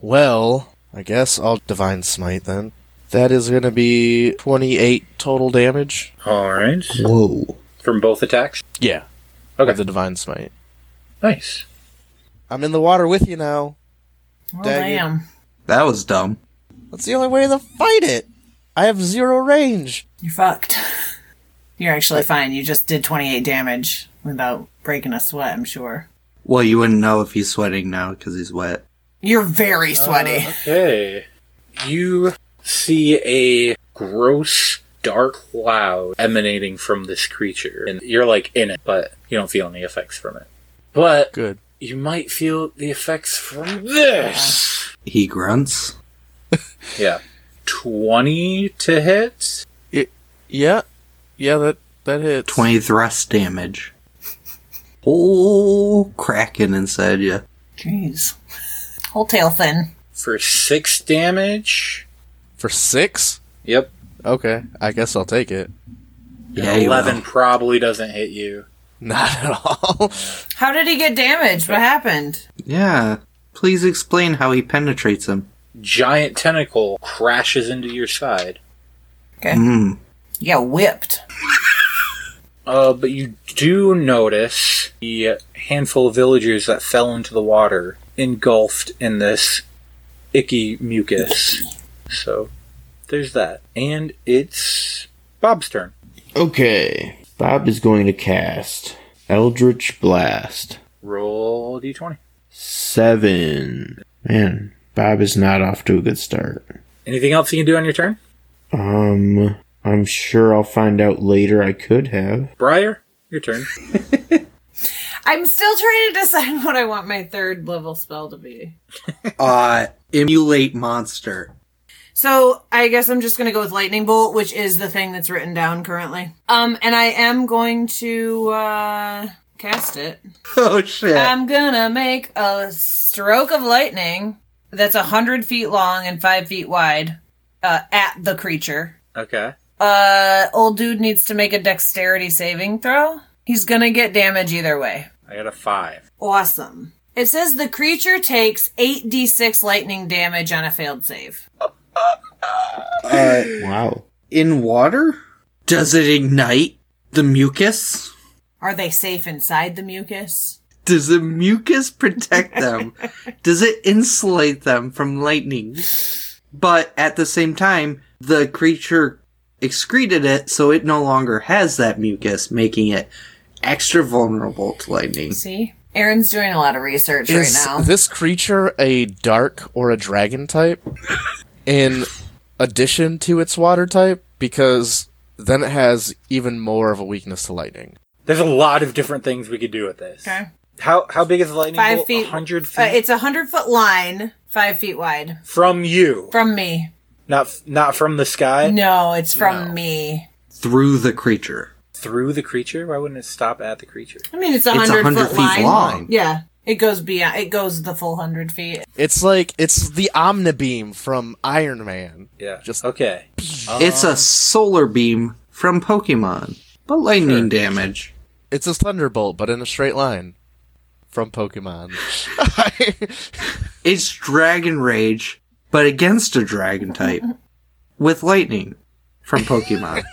[SPEAKER 4] well, I guess I'll divine smite then. That is going to be 28 total damage.
[SPEAKER 1] All right.
[SPEAKER 3] Whoa.
[SPEAKER 1] From both attacks?
[SPEAKER 4] Yeah.
[SPEAKER 1] Okay.
[SPEAKER 4] With the divine smite.
[SPEAKER 1] Nice.
[SPEAKER 4] I'm in the water with you now.
[SPEAKER 5] Well,
[SPEAKER 4] Dang it.
[SPEAKER 5] Oh, damn.
[SPEAKER 2] That was dumb.
[SPEAKER 4] That's the only way to fight it. I have zero range.
[SPEAKER 5] You're fucked. You're actually fine. You just did 28 damage without breaking a sweat, I'm sure.
[SPEAKER 2] Well, you wouldn't know if he's sweating now because he's wet.
[SPEAKER 5] You're very sweaty.
[SPEAKER 1] Okay. You see a gross dark cloud emanating from this creature, and you're like in it, but you don't feel any effects from it. But
[SPEAKER 4] Good.
[SPEAKER 1] you might feel the effects from this.
[SPEAKER 2] He grunts.
[SPEAKER 1] Yeah. 20 to hit.
[SPEAKER 4] Yeah. Yeah, that, that hits.
[SPEAKER 2] 20 thrust damage. Oh, cracking inside you.
[SPEAKER 5] Jeez. Whole tail fin.
[SPEAKER 1] for six damage.
[SPEAKER 4] For six?
[SPEAKER 1] Yep.
[SPEAKER 4] Okay. I guess I'll take it.
[SPEAKER 2] Yeah, you
[SPEAKER 1] Eleven
[SPEAKER 2] will.
[SPEAKER 1] probably doesn't hit you.
[SPEAKER 4] Not at all.
[SPEAKER 5] How did he get damaged? What happened?
[SPEAKER 2] Yeah. Please explain how he penetrates him.
[SPEAKER 1] Giant tentacle crashes into your side. Eh.
[SPEAKER 2] Mm.
[SPEAKER 5] You got whipped.
[SPEAKER 1] Uh, but you do notice the handful of villagers that fell into the water engulfed in this icky mucus. So there's that. And it's Bob's turn.
[SPEAKER 3] Okay. Bob is going to cast Eldritch Blast.
[SPEAKER 1] Roll d20.
[SPEAKER 3] Seven. Man, Bob is not off to a good start.
[SPEAKER 1] Anything else you can do on your turn?
[SPEAKER 3] Um, I'm sure I'll find out later. I could have.
[SPEAKER 1] Briar, your turn.
[SPEAKER 5] I'm still trying to decide what I want my third level spell to be.
[SPEAKER 2] Uh, emulate monster.
[SPEAKER 5] So I guess I'm just gonna go with lightning bolt, which is the thing that's written down currently. Um, and I am going to uh cast it.
[SPEAKER 2] Oh, shit.
[SPEAKER 5] I'm gonna make a stroke of lightning that's a hundred feet long and five feet wide uh, at the creature.
[SPEAKER 1] Okay.
[SPEAKER 5] Uh, old dude needs to make a dexterity saving throw. He's gonna get damage either way.
[SPEAKER 1] I got a five.
[SPEAKER 5] Awesome. It says the creature takes 8d6 lightning damage on a failed save.
[SPEAKER 2] Uh,
[SPEAKER 3] Wow.
[SPEAKER 2] in water? Does it ignite the mucus?
[SPEAKER 5] Are they safe inside the mucus?
[SPEAKER 2] Does the mucus protect them? Does it insulate them from lightning? But at the same time, the creature excreted it, so it no longer has that mucus, making it extra vulnerable to lightning.
[SPEAKER 5] See? Aaron's doing a lot of research
[SPEAKER 4] Is
[SPEAKER 5] right now.
[SPEAKER 4] this creature a dark or a dragon type in addition to its water type? Because then it has even more of a weakness to lightning.
[SPEAKER 1] There's a lot of different things we could do with this.
[SPEAKER 5] okay.
[SPEAKER 1] How how big is the lightning
[SPEAKER 5] Five
[SPEAKER 1] bolt?
[SPEAKER 5] feet.
[SPEAKER 1] 100 feet
[SPEAKER 5] Uh, it's a 100 foot line, five feet wide.
[SPEAKER 1] from you,
[SPEAKER 5] From me.
[SPEAKER 1] not f- not from the sky,
[SPEAKER 5] No, it's from me.
[SPEAKER 2] Through the creature.
[SPEAKER 1] through the creature. Why wouldn't it stop at the creature?
[SPEAKER 5] I mean, it's a
[SPEAKER 2] It's
[SPEAKER 5] 100,
[SPEAKER 2] 100
[SPEAKER 5] foot
[SPEAKER 2] feet
[SPEAKER 5] line.
[SPEAKER 2] long.
[SPEAKER 5] Yeah. It goes beyond, it goes the full 100 feet.
[SPEAKER 4] It's like it's the Omnibeam from Iron Man.
[SPEAKER 1] Yeah.
[SPEAKER 4] Just-
[SPEAKER 1] okay.
[SPEAKER 2] it's a solar beam from Pokemon, but lightning damage.
[SPEAKER 4] It's a thunderbolt, but in a straight line. From Pokemon.
[SPEAKER 2] It's Dragon Rage, but against a dragon type with lightning from Pokemon.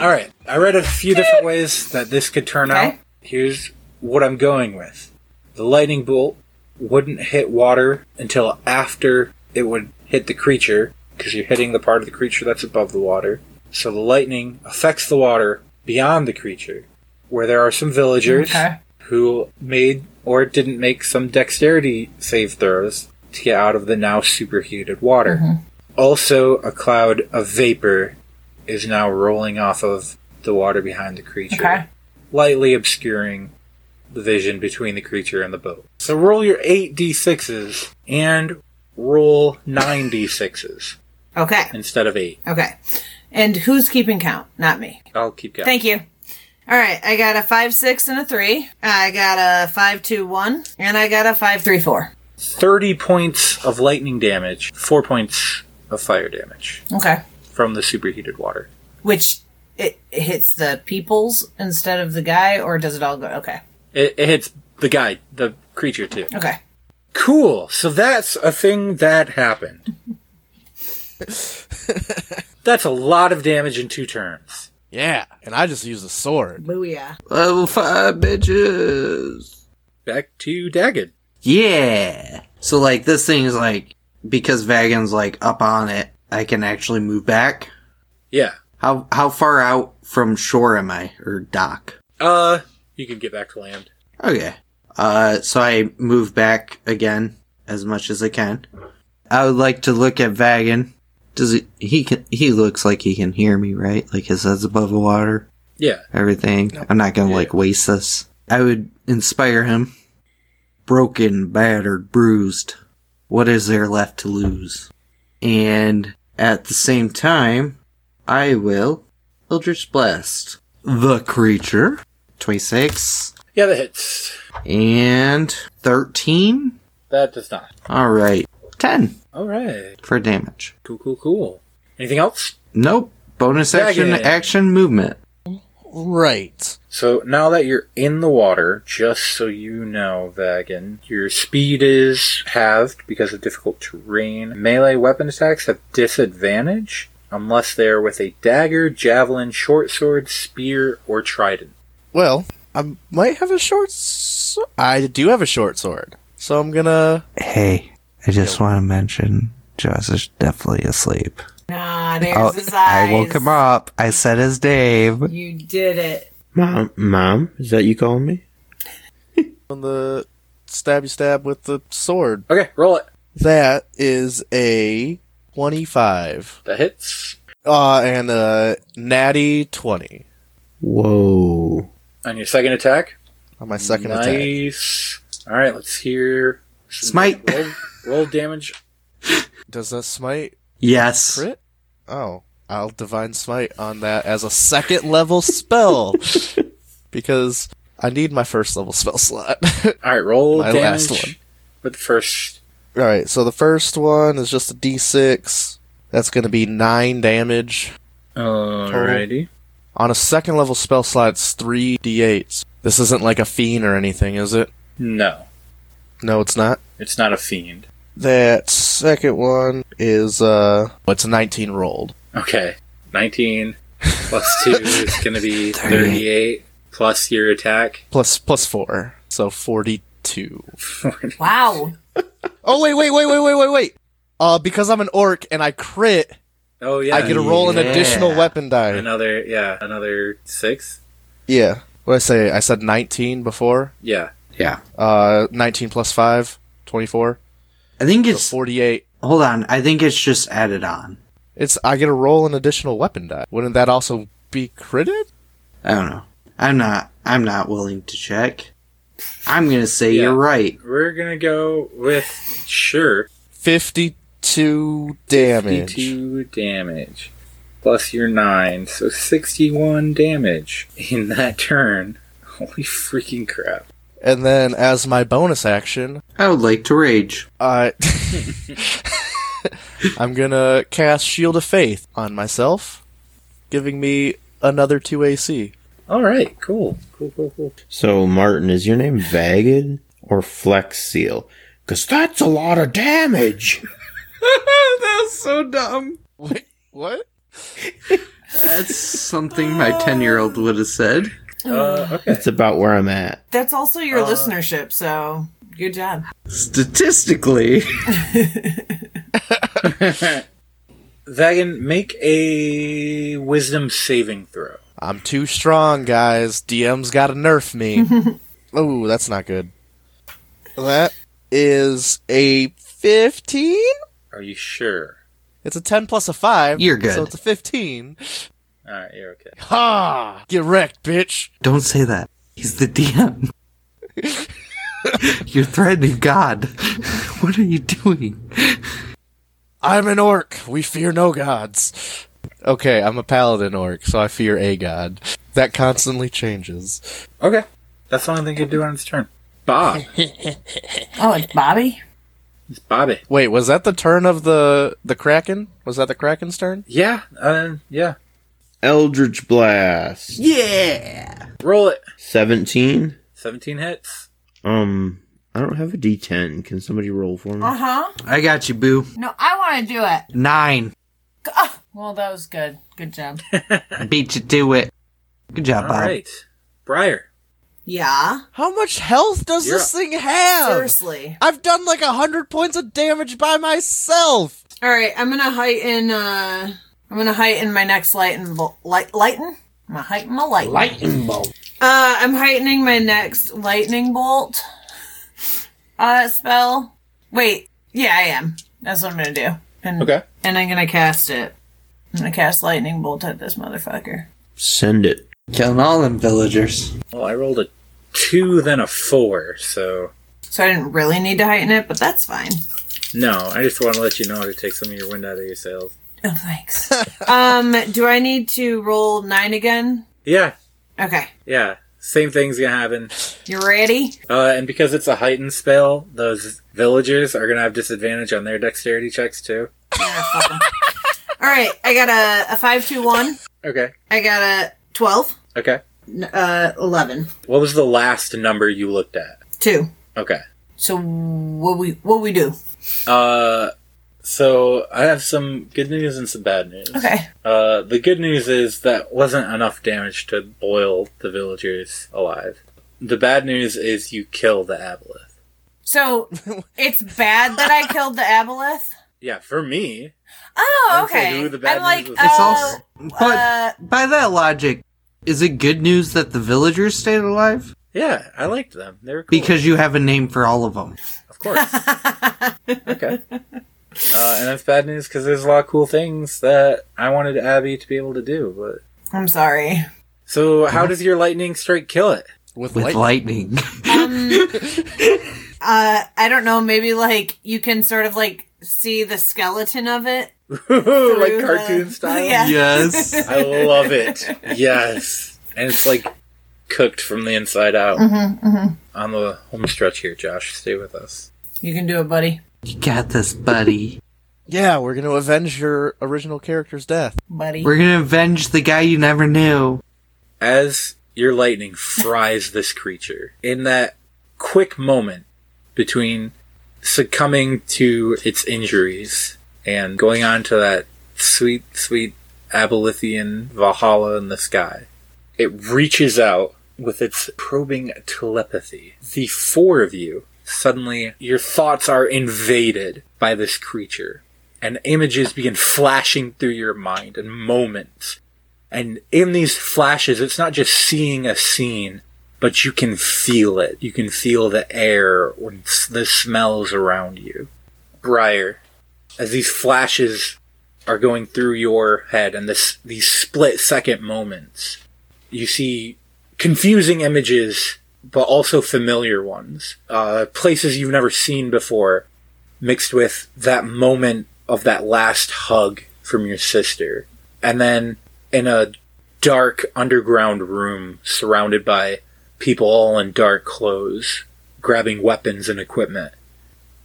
[SPEAKER 1] All right. I read a few different ways that this could turn
[SPEAKER 5] Okay.
[SPEAKER 1] out. Here's what I'm going with. The lightning bolt wouldn't hit water until after it would hit the creature because you're hitting the part of the creature that's above the water. So the lightning affects the water beyond the creature where there are some villagers.
[SPEAKER 5] Okay.
[SPEAKER 1] who made or didn't make some dexterity save throws Tia out of the now superheated water.
[SPEAKER 5] Mm-hmm.
[SPEAKER 1] Also, a cloud of vapor is now rolling off of the water behind the creature,
[SPEAKER 5] Okay.
[SPEAKER 1] lightly obscuring the vision between the creature and the boat. So roll your 8d6s and roll 9d6s
[SPEAKER 5] Okay.
[SPEAKER 1] instead of 8.
[SPEAKER 5] Okay. And who's keeping count? Not me.
[SPEAKER 1] I'll keep going.
[SPEAKER 5] Thank you. All right, I got a five, six, and a three. I got a five, two, one, and I got a five, three, four.
[SPEAKER 1] 30 points of lightning damage, 4 points of fire damage
[SPEAKER 5] Okay,
[SPEAKER 1] from the superheated water.
[SPEAKER 5] which it, it hits the peoples instead of the guy, or does it all go? Okay,
[SPEAKER 1] It, it hits the guy, the creature, too.
[SPEAKER 5] okay.
[SPEAKER 1] Cool. So that's a thing that happened. that's a lot of damage in two turns.
[SPEAKER 4] Yeah, and I just used a sword.
[SPEAKER 5] Booyah!
[SPEAKER 2] Level five bitches.
[SPEAKER 1] Back to Daggett.
[SPEAKER 2] Yeah. So like this thing is like because Vagon's like up on it, I can actually move back.
[SPEAKER 1] Yeah.
[SPEAKER 2] How how far out from shore am I or dock?
[SPEAKER 1] Uh, you can get back to land.
[SPEAKER 2] Okay. Uh so I move back again as much as I can. I would like to look at Vagon. Does he he can he looks like he can hear me, right? Like his head's above the water,
[SPEAKER 1] Yeah.
[SPEAKER 2] everything. I'm not gonna like waste this. I would inspire him. Broken, battered, bruised. What is there left to lose? And at the same time, I will Eldritch Blast. The creature. Twenty six
[SPEAKER 1] Yeah, that hits.
[SPEAKER 2] and 13
[SPEAKER 1] That does not.
[SPEAKER 2] all right 10
[SPEAKER 1] All right.
[SPEAKER 2] for damage
[SPEAKER 1] Cool, cool, cool. Anything else?
[SPEAKER 2] nope bonus action
[SPEAKER 1] Dragon.
[SPEAKER 2] action movement
[SPEAKER 4] Right.
[SPEAKER 1] So now that you're in the water, just so you know, Vagan, your speed is halved because of difficult terrain. Melee weapon attacks have disadvantage unless they are with a dagger, javelin, short sword, spear, or trident.
[SPEAKER 4] Well, I might have a short. s I I do have a short sword, so I'm gonna.
[SPEAKER 2] hey i just want to mention josh is definitely asleep
[SPEAKER 5] Ah, there's
[SPEAKER 2] Oh,
[SPEAKER 5] his eyes.
[SPEAKER 2] up i said his name
[SPEAKER 5] You did it.
[SPEAKER 3] Mom, mom, is that you calling me?
[SPEAKER 4] on the stabby stab with the sword.
[SPEAKER 1] Okay, roll it.
[SPEAKER 4] That is a 25.
[SPEAKER 1] That hits.
[SPEAKER 4] Uh, and a natty 20
[SPEAKER 3] Whoa.
[SPEAKER 1] On your second attack.
[SPEAKER 4] on my second attack.
[SPEAKER 1] nice. All right, let's hear. some-
[SPEAKER 2] Smite.
[SPEAKER 1] Roll, roll damage.
[SPEAKER 4] Does that smite
[SPEAKER 2] yes
[SPEAKER 4] crit? Oh, I'll divine smite on that as a second level spell because I need my first level spell slot.
[SPEAKER 1] All right, roll
[SPEAKER 4] My
[SPEAKER 1] damage
[SPEAKER 4] last one.
[SPEAKER 1] with the first.
[SPEAKER 4] All right, so the first one is just a d6. That's going to be 9 damage.
[SPEAKER 1] Alrighty.
[SPEAKER 4] On a second level spell slot, it's 3d8s. This isn't like a fiend or anything, is it?
[SPEAKER 1] No,
[SPEAKER 4] No, it's not.
[SPEAKER 1] it's not a fiend.
[SPEAKER 4] That second one is uh what's a 19 rolled.
[SPEAKER 1] Okay. 19 plus 2 is going to be 38 plus your attack.
[SPEAKER 4] Plus plus 4. So 42.
[SPEAKER 5] Wow.
[SPEAKER 4] Oh wait, wait, wait, wait, wait, wait, wait. Uh because I'm an orc and I crit,
[SPEAKER 1] Oh yeah.
[SPEAKER 4] I get to roll an
[SPEAKER 2] Yeah.
[SPEAKER 4] additional weapon die.
[SPEAKER 1] another yeah, another 6.
[SPEAKER 4] Yeah. What I say? I said 19 before.
[SPEAKER 1] Yeah.
[SPEAKER 2] yeah
[SPEAKER 4] Uh 19 plus 5, 24.
[SPEAKER 2] i think
[SPEAKER 4] So
[SPEAKER 2] it's
[SPEAKER 4] 48.
[SPEAKER 2] hold on i think it's just added on
[SPEAKER 4] It's I get to roll an additional weapon die. Wouldn't that also be critted?
[SPEAKER 2] i don't know i'm not i'm not willing to check i'm gonna say
[SPEAKER 1] Yeah.
[SPEAKER 2] you're right
[SPEAKER 1] We're going to go with sure
[SPEAKER 4] 52 damage.
[SPEAKER 1] 52 damage plus your 9, so 61 damage in that turn. Holy freaking crap.
[SPEAKER 4] And then as my bonus action,
[SPEAKER 2] i would like to rage
[SPEAKER 4] I I'm gonna cast Shield of Faith on myself, giving me another two AC.
[SPEAKER 1] All right, cool. Cool, cool, cool.
[SPEAKER 3] So, Martin, is your name Vagged or Flex Seal? Because that's a lot of damage.
[SPEAKER 2] That's so dumb.
[SPEAKER 4] Wait, what?
[SPEAKER 2] That's something my 10 year old would have said.
[SPEAKER 1] Uh, okay.
[SPEAKER 3] That's about where I'm at.
[SPEAKER 5] That's also your listenership, so good job.
[SPEAKER 2] Statistically.
[SPEAKER 1] Vagan, make a wisdom saving throw.
[SPEAKER 4] I'm too strong, guys. DM's gotta nerf me. oh, that's not good. That is a 15?
[SPEAKER 1] Are you sure?
[SPEAKER 4] It's a 10 plus a 5.
[SPEAKER 2] You're good.
[SPEAKER 4] So it's a 15.
[SPEAKER 1] All right, you're okay.
[SPEAKER 4] Ha! Get wrecked, bitch.
[SPEAKER 2] Don't say that. He's the DM. You're threatening God. what are you doing?
[SPEAKER 4] I'm an orc. We fear no gods. Okay, I'm a paladin orc, so I fear a god. That constantly changes.
[SPEAKER 1] Okay. That's the only thing you can do on its turn. Bob.
[SPEAKER 5] Oh, it's Bobby.
[SPEAKER 1] it's Bobby.
[SPEAKER 4] Wait, was that the turn of the the kraken? Was that the kraken's turn?
[SPEAKER 1] Yeah. Uh, yeah.
[SPEAKER 3] Eldritch Blast.
[SPEAKER 1] Roll it.
[SPEAKER 3] 17.
[SPEAKER 1] 17 hits.
[SPEAKER 3] Um, I don't have a d10. Can somebody roll for me?
[SPEAKER 5] Uh huh.
[SPEAKER 2] I got you, boo.
[SPEAKER 5] No, I want to do it.
[SPEAKER 2] Nine.
[SPEAKER 5] Ah, well, that was good. Good job.
[SPEAKER 2] Beat you to it. Good job,
[SPEAKER 1] All
[SPEAKER 2] Bob.
[SPEAKER 1] right. Briar.
[SPEAKER 5] yeah.
[SPEAKER 4] How much health does
[SPEAKER 1] You're
[SPEAKER 4] this thing
[SPEAKER 5] Oh.
[SPEAKER 4] have?
[SPEAKER 5] Seriously.
[SPEAKER 4] I've done like a hundred points of damage by myself.
[SPEAKER 5] All right, I'm gonna heighten. uh I'm gonna heighten my next lighten. Bo- light lighten. I'm gonna heighten my light.
[SPEAKER 7] Lightning bolt.
[SPEAKER 5] Uh, I'm heightening my next lightning bolt. Uh, spell. Wait. Yeah, I am. That's what I'm gonna do. And,
[SPEAKER 1] Okay.
[SPEAKER 5] And I'm gonna cast it. I'm gonna cast lightning bolt at this motherfucker.
[SPEAKER 3] Send it.
[SPEAKER 2] Killing all them villagers.
[SPEAKER 1] Well, I rolled a 2, then a 4, so.
[SPEAKER 5] So I didn't really need to heighten it, but that's fine.
[SPEAKER 1] No, I just want to let you know to take some of your wind out of your sails.
[SPEAKER 5] Oh, thanks. um, do I need to roll nine again?
[SPEAKER 1] Yeah,
[SPEAKER 5] Okay.
[SPEAKER 1] yeah. Same thing's gonna happen.
[SPEAKER 5] You ready?
[SPEAKER 1] Uh, and because it's a heightened spell, those villagers are gonna have disadvantage on their dexterity checks too.
[SPEAKER 5] All right. I got a, a five, two, one.
[SPEAKER 1] Okay.
[SPEAKER 5] I got a 12,
[SPEAKER 1] Okay.
[SPEAKER 5] n- uh, 11,
[SPEAKER 1] What was the last number you looked at?
[SPEAKER 5] two.
[SPEAKER 1] Okay.
[SPEAKER 5] So what we, what we do?
[SPEAKER 1] Uh, so I have some good news and some bad news.
[SPEAKER 5] Okay.
[SPEAKER 1] Uh, the good news is that wasn't enough damage to boil the villagers alive. The bad news is you kill the aboleth.
[SPEAKER 5] So it's bad that I killed the aboleth.
[SPEAKER 1] Yeah, for me. I
[SPEAKER 5] Oh,
[SPEAKER 1] didn't say
[SPEAKER 5] okay.
[SPEAKER 1] who the bad
[SPEAKER 5] I'm like,
[SPEAKER 1] news was.
[SPEAKER 2] It's all.
[SPEAKER 5] uh,
[SPEAKER 2] But
[SPEAKER 5] uh,
[SPEAKER 2] by that logic, is it good news that the villagers stayed alive?
[SPEAKER 1] Yeah, I liked them. They were cool.
[SPEAKER 2] Because you have a name for all of them.
[SPEAKER 1] Of course.
[SPEAKER 5] oh.
[SPEAKER 1] okay. Uh, and that's bad news because there's a lot of cool things that I wanted Abby to be able to do. But
[SPEAKER 5] I'm sorry.
[SPEAKER 1] so, how does your lightning strike kill it?
[SPEAKER 4] With,
[SPEAKER 2] With
[SPEAKER 4] light-
[SPEAKER 2] lightning.
[SPEAKER 5] Uh, I don't know. Maybe like you can sort of like see the skeleton of it.
[SPEAKER 1] like
[SPEAKER 5] the-
[SPEAKER 1] cartoon style.
[SPEAKER 5] Yeah.
[SPEAKER 2] yes.
[SPEAKER 1] I love it. Yes, and it's like cooked from the inside out. On the home stretch here, Josh. Stay with us.
[SPEAKER 5] You can do it, buddy.
[SPEAKER 2] You got this, buddy.
[SPEAKER 4] yeah, we're gonna avenge your original character's death.
[SPEAKER 5] Buddy.
[SPEAKER 2] We're gonna avenge the guy you never knew.
[SPEAKER 1] As your lightning fries this creature, in that quick moment between succumbing to its injuries and going on to that sweet, sweet Abolithian Valhalla in the sky, it reaches out with its probing telepathy. The four of you, suddenly, your thoughts are invaded by this creature, and images begin flashing through your mind in moments. And in these flashes, it's not just seeing a scene, but you can feel it. You can feel the air or s- the smells around you. Briar, as these flashes are going through your head and this these split second moments, you see confusing images, but also familiar ones, uh, places you've never seen before, mixed with that moment of that last hug from your sister, and then in a dark underground room surrounded by people all in dark clothes, grabbing weapons and equipment,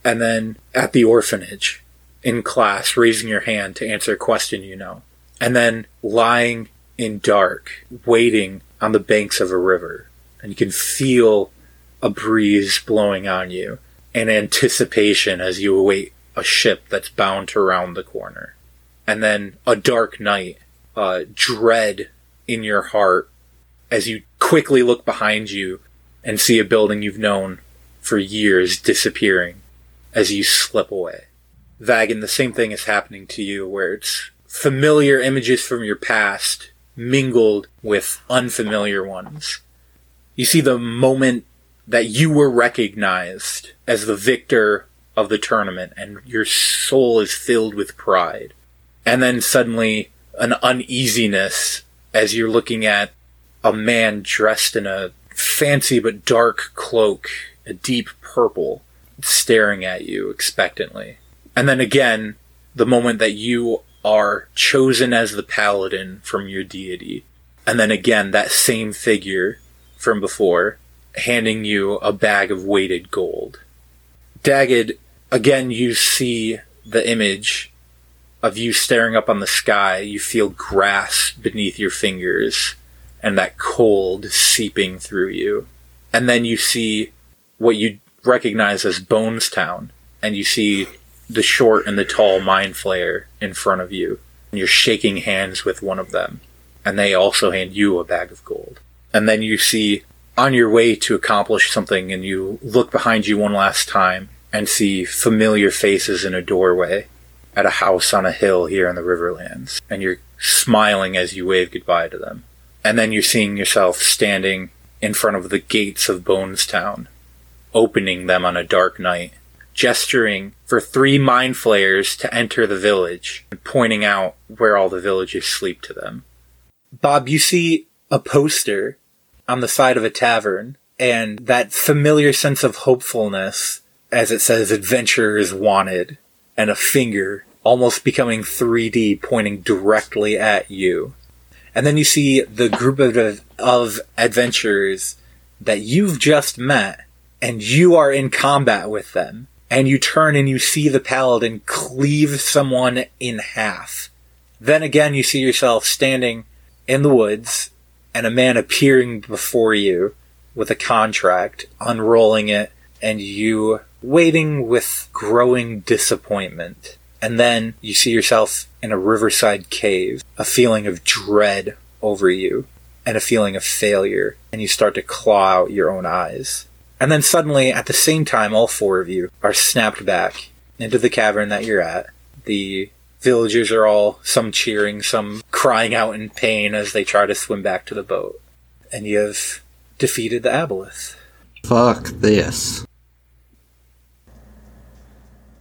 [SPEAKER 1] and then at the orphanage in class, raising your hand to answer a question you know, and then lying in dark, waiting on the banks of a river, and you can feel a breeze blowing on you in anticipation as you await a ship that's bound to round the corner. And then a dark night, uh, dread in your heart as you quickly look behind you and see a building you've known for years disappearing as you slip away. Vagan, the same thing is happening to you where it's familiar images from your past mingled with unfamiliar ones. You see the moment that you were recognized as the victor of the tournament and your soul is filled with pride. And then suddenly an uneasiness as you're looking at a man dressed in a fancy but dark cloak, a deep purple, staring at you expectantly. And then again, the moment that you are chosen as the paladin from your deity. And then again, that same figure from before handing you a bag of weighted gold. Dagged, again, you see the image of you staring up on the sky. You feel grass beneath your fingers and that cold seeping through you. And then you see what you recognize as Bonestown, and you see the short and the tall mind flayer in front of you. And you're shaking hands with one of them, and they also hand you a bag of gold. And then you see on your way to accomplish something, and you look behind you one last time and see familiar faces in a doorway at a house on a hill here in the Riverlands. And you're smiling as you wave goodbye to them and then you're seeing yourself standing in front of the gates of Bonestown, opening them on a dark night, gesturing for three mind flayers to enter the village and pointing out where all the villagers sleep to them. Bob, you see a poster on the side of a tavern, and that familiar sense of hopefulness as it says adventurers wanted, and a finger almost becoming 3D pointing directly at you. And then you see the group of, of adventurers that you've just met, and you are in combat with them. And you turn and you see the paladin cleave someone in half. Then again, you see yourself standing in the woods, and a man appearing before you with a contract, unrolling it, and you waiting with growing disappointment. And then you see yourself in a riverside cave, a feeling of dread over you, and a feeling of failure, and you start to claw out your own eyes. And then suddenly, at the same time, all four of you are snapped back into the cavern that you're at. The villagers are all, some cheering, some crying out in pain as they try to swim back to the boat. And you have defeated the aboleth.
[SPEAKER 2] Fuck this.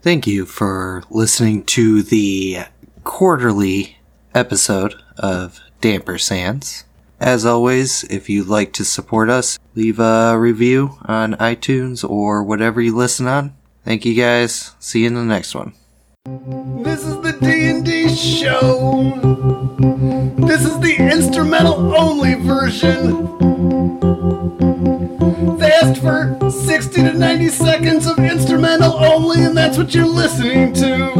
[SPEAKER 2] Thank you for listening to the quarterly episode of Damper Sands. As always, if you'd like to support us, leave a review on iTunes or whatever you listen on. Thank you guys. See you in the next one.
[SPEAKER 7] This is the D&D show. This is the instrumental only version. They asked for 60 to 90 seconds of instrumental only and that's what you're listening to.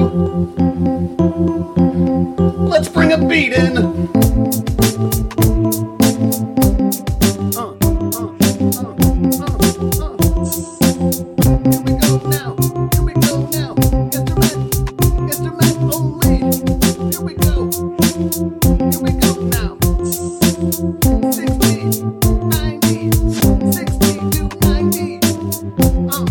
[SPEAKER 7] Let's bring a beat in. Uh, uh, uh, uh, uh. Here we go now. Here we go now. Instrument, instrument only. Here we go. Here we go now. 60, 90, 60 to 90. Uh,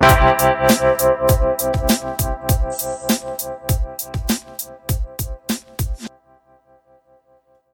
[SPEAKER 7] uh, uh, uh, uh, uh.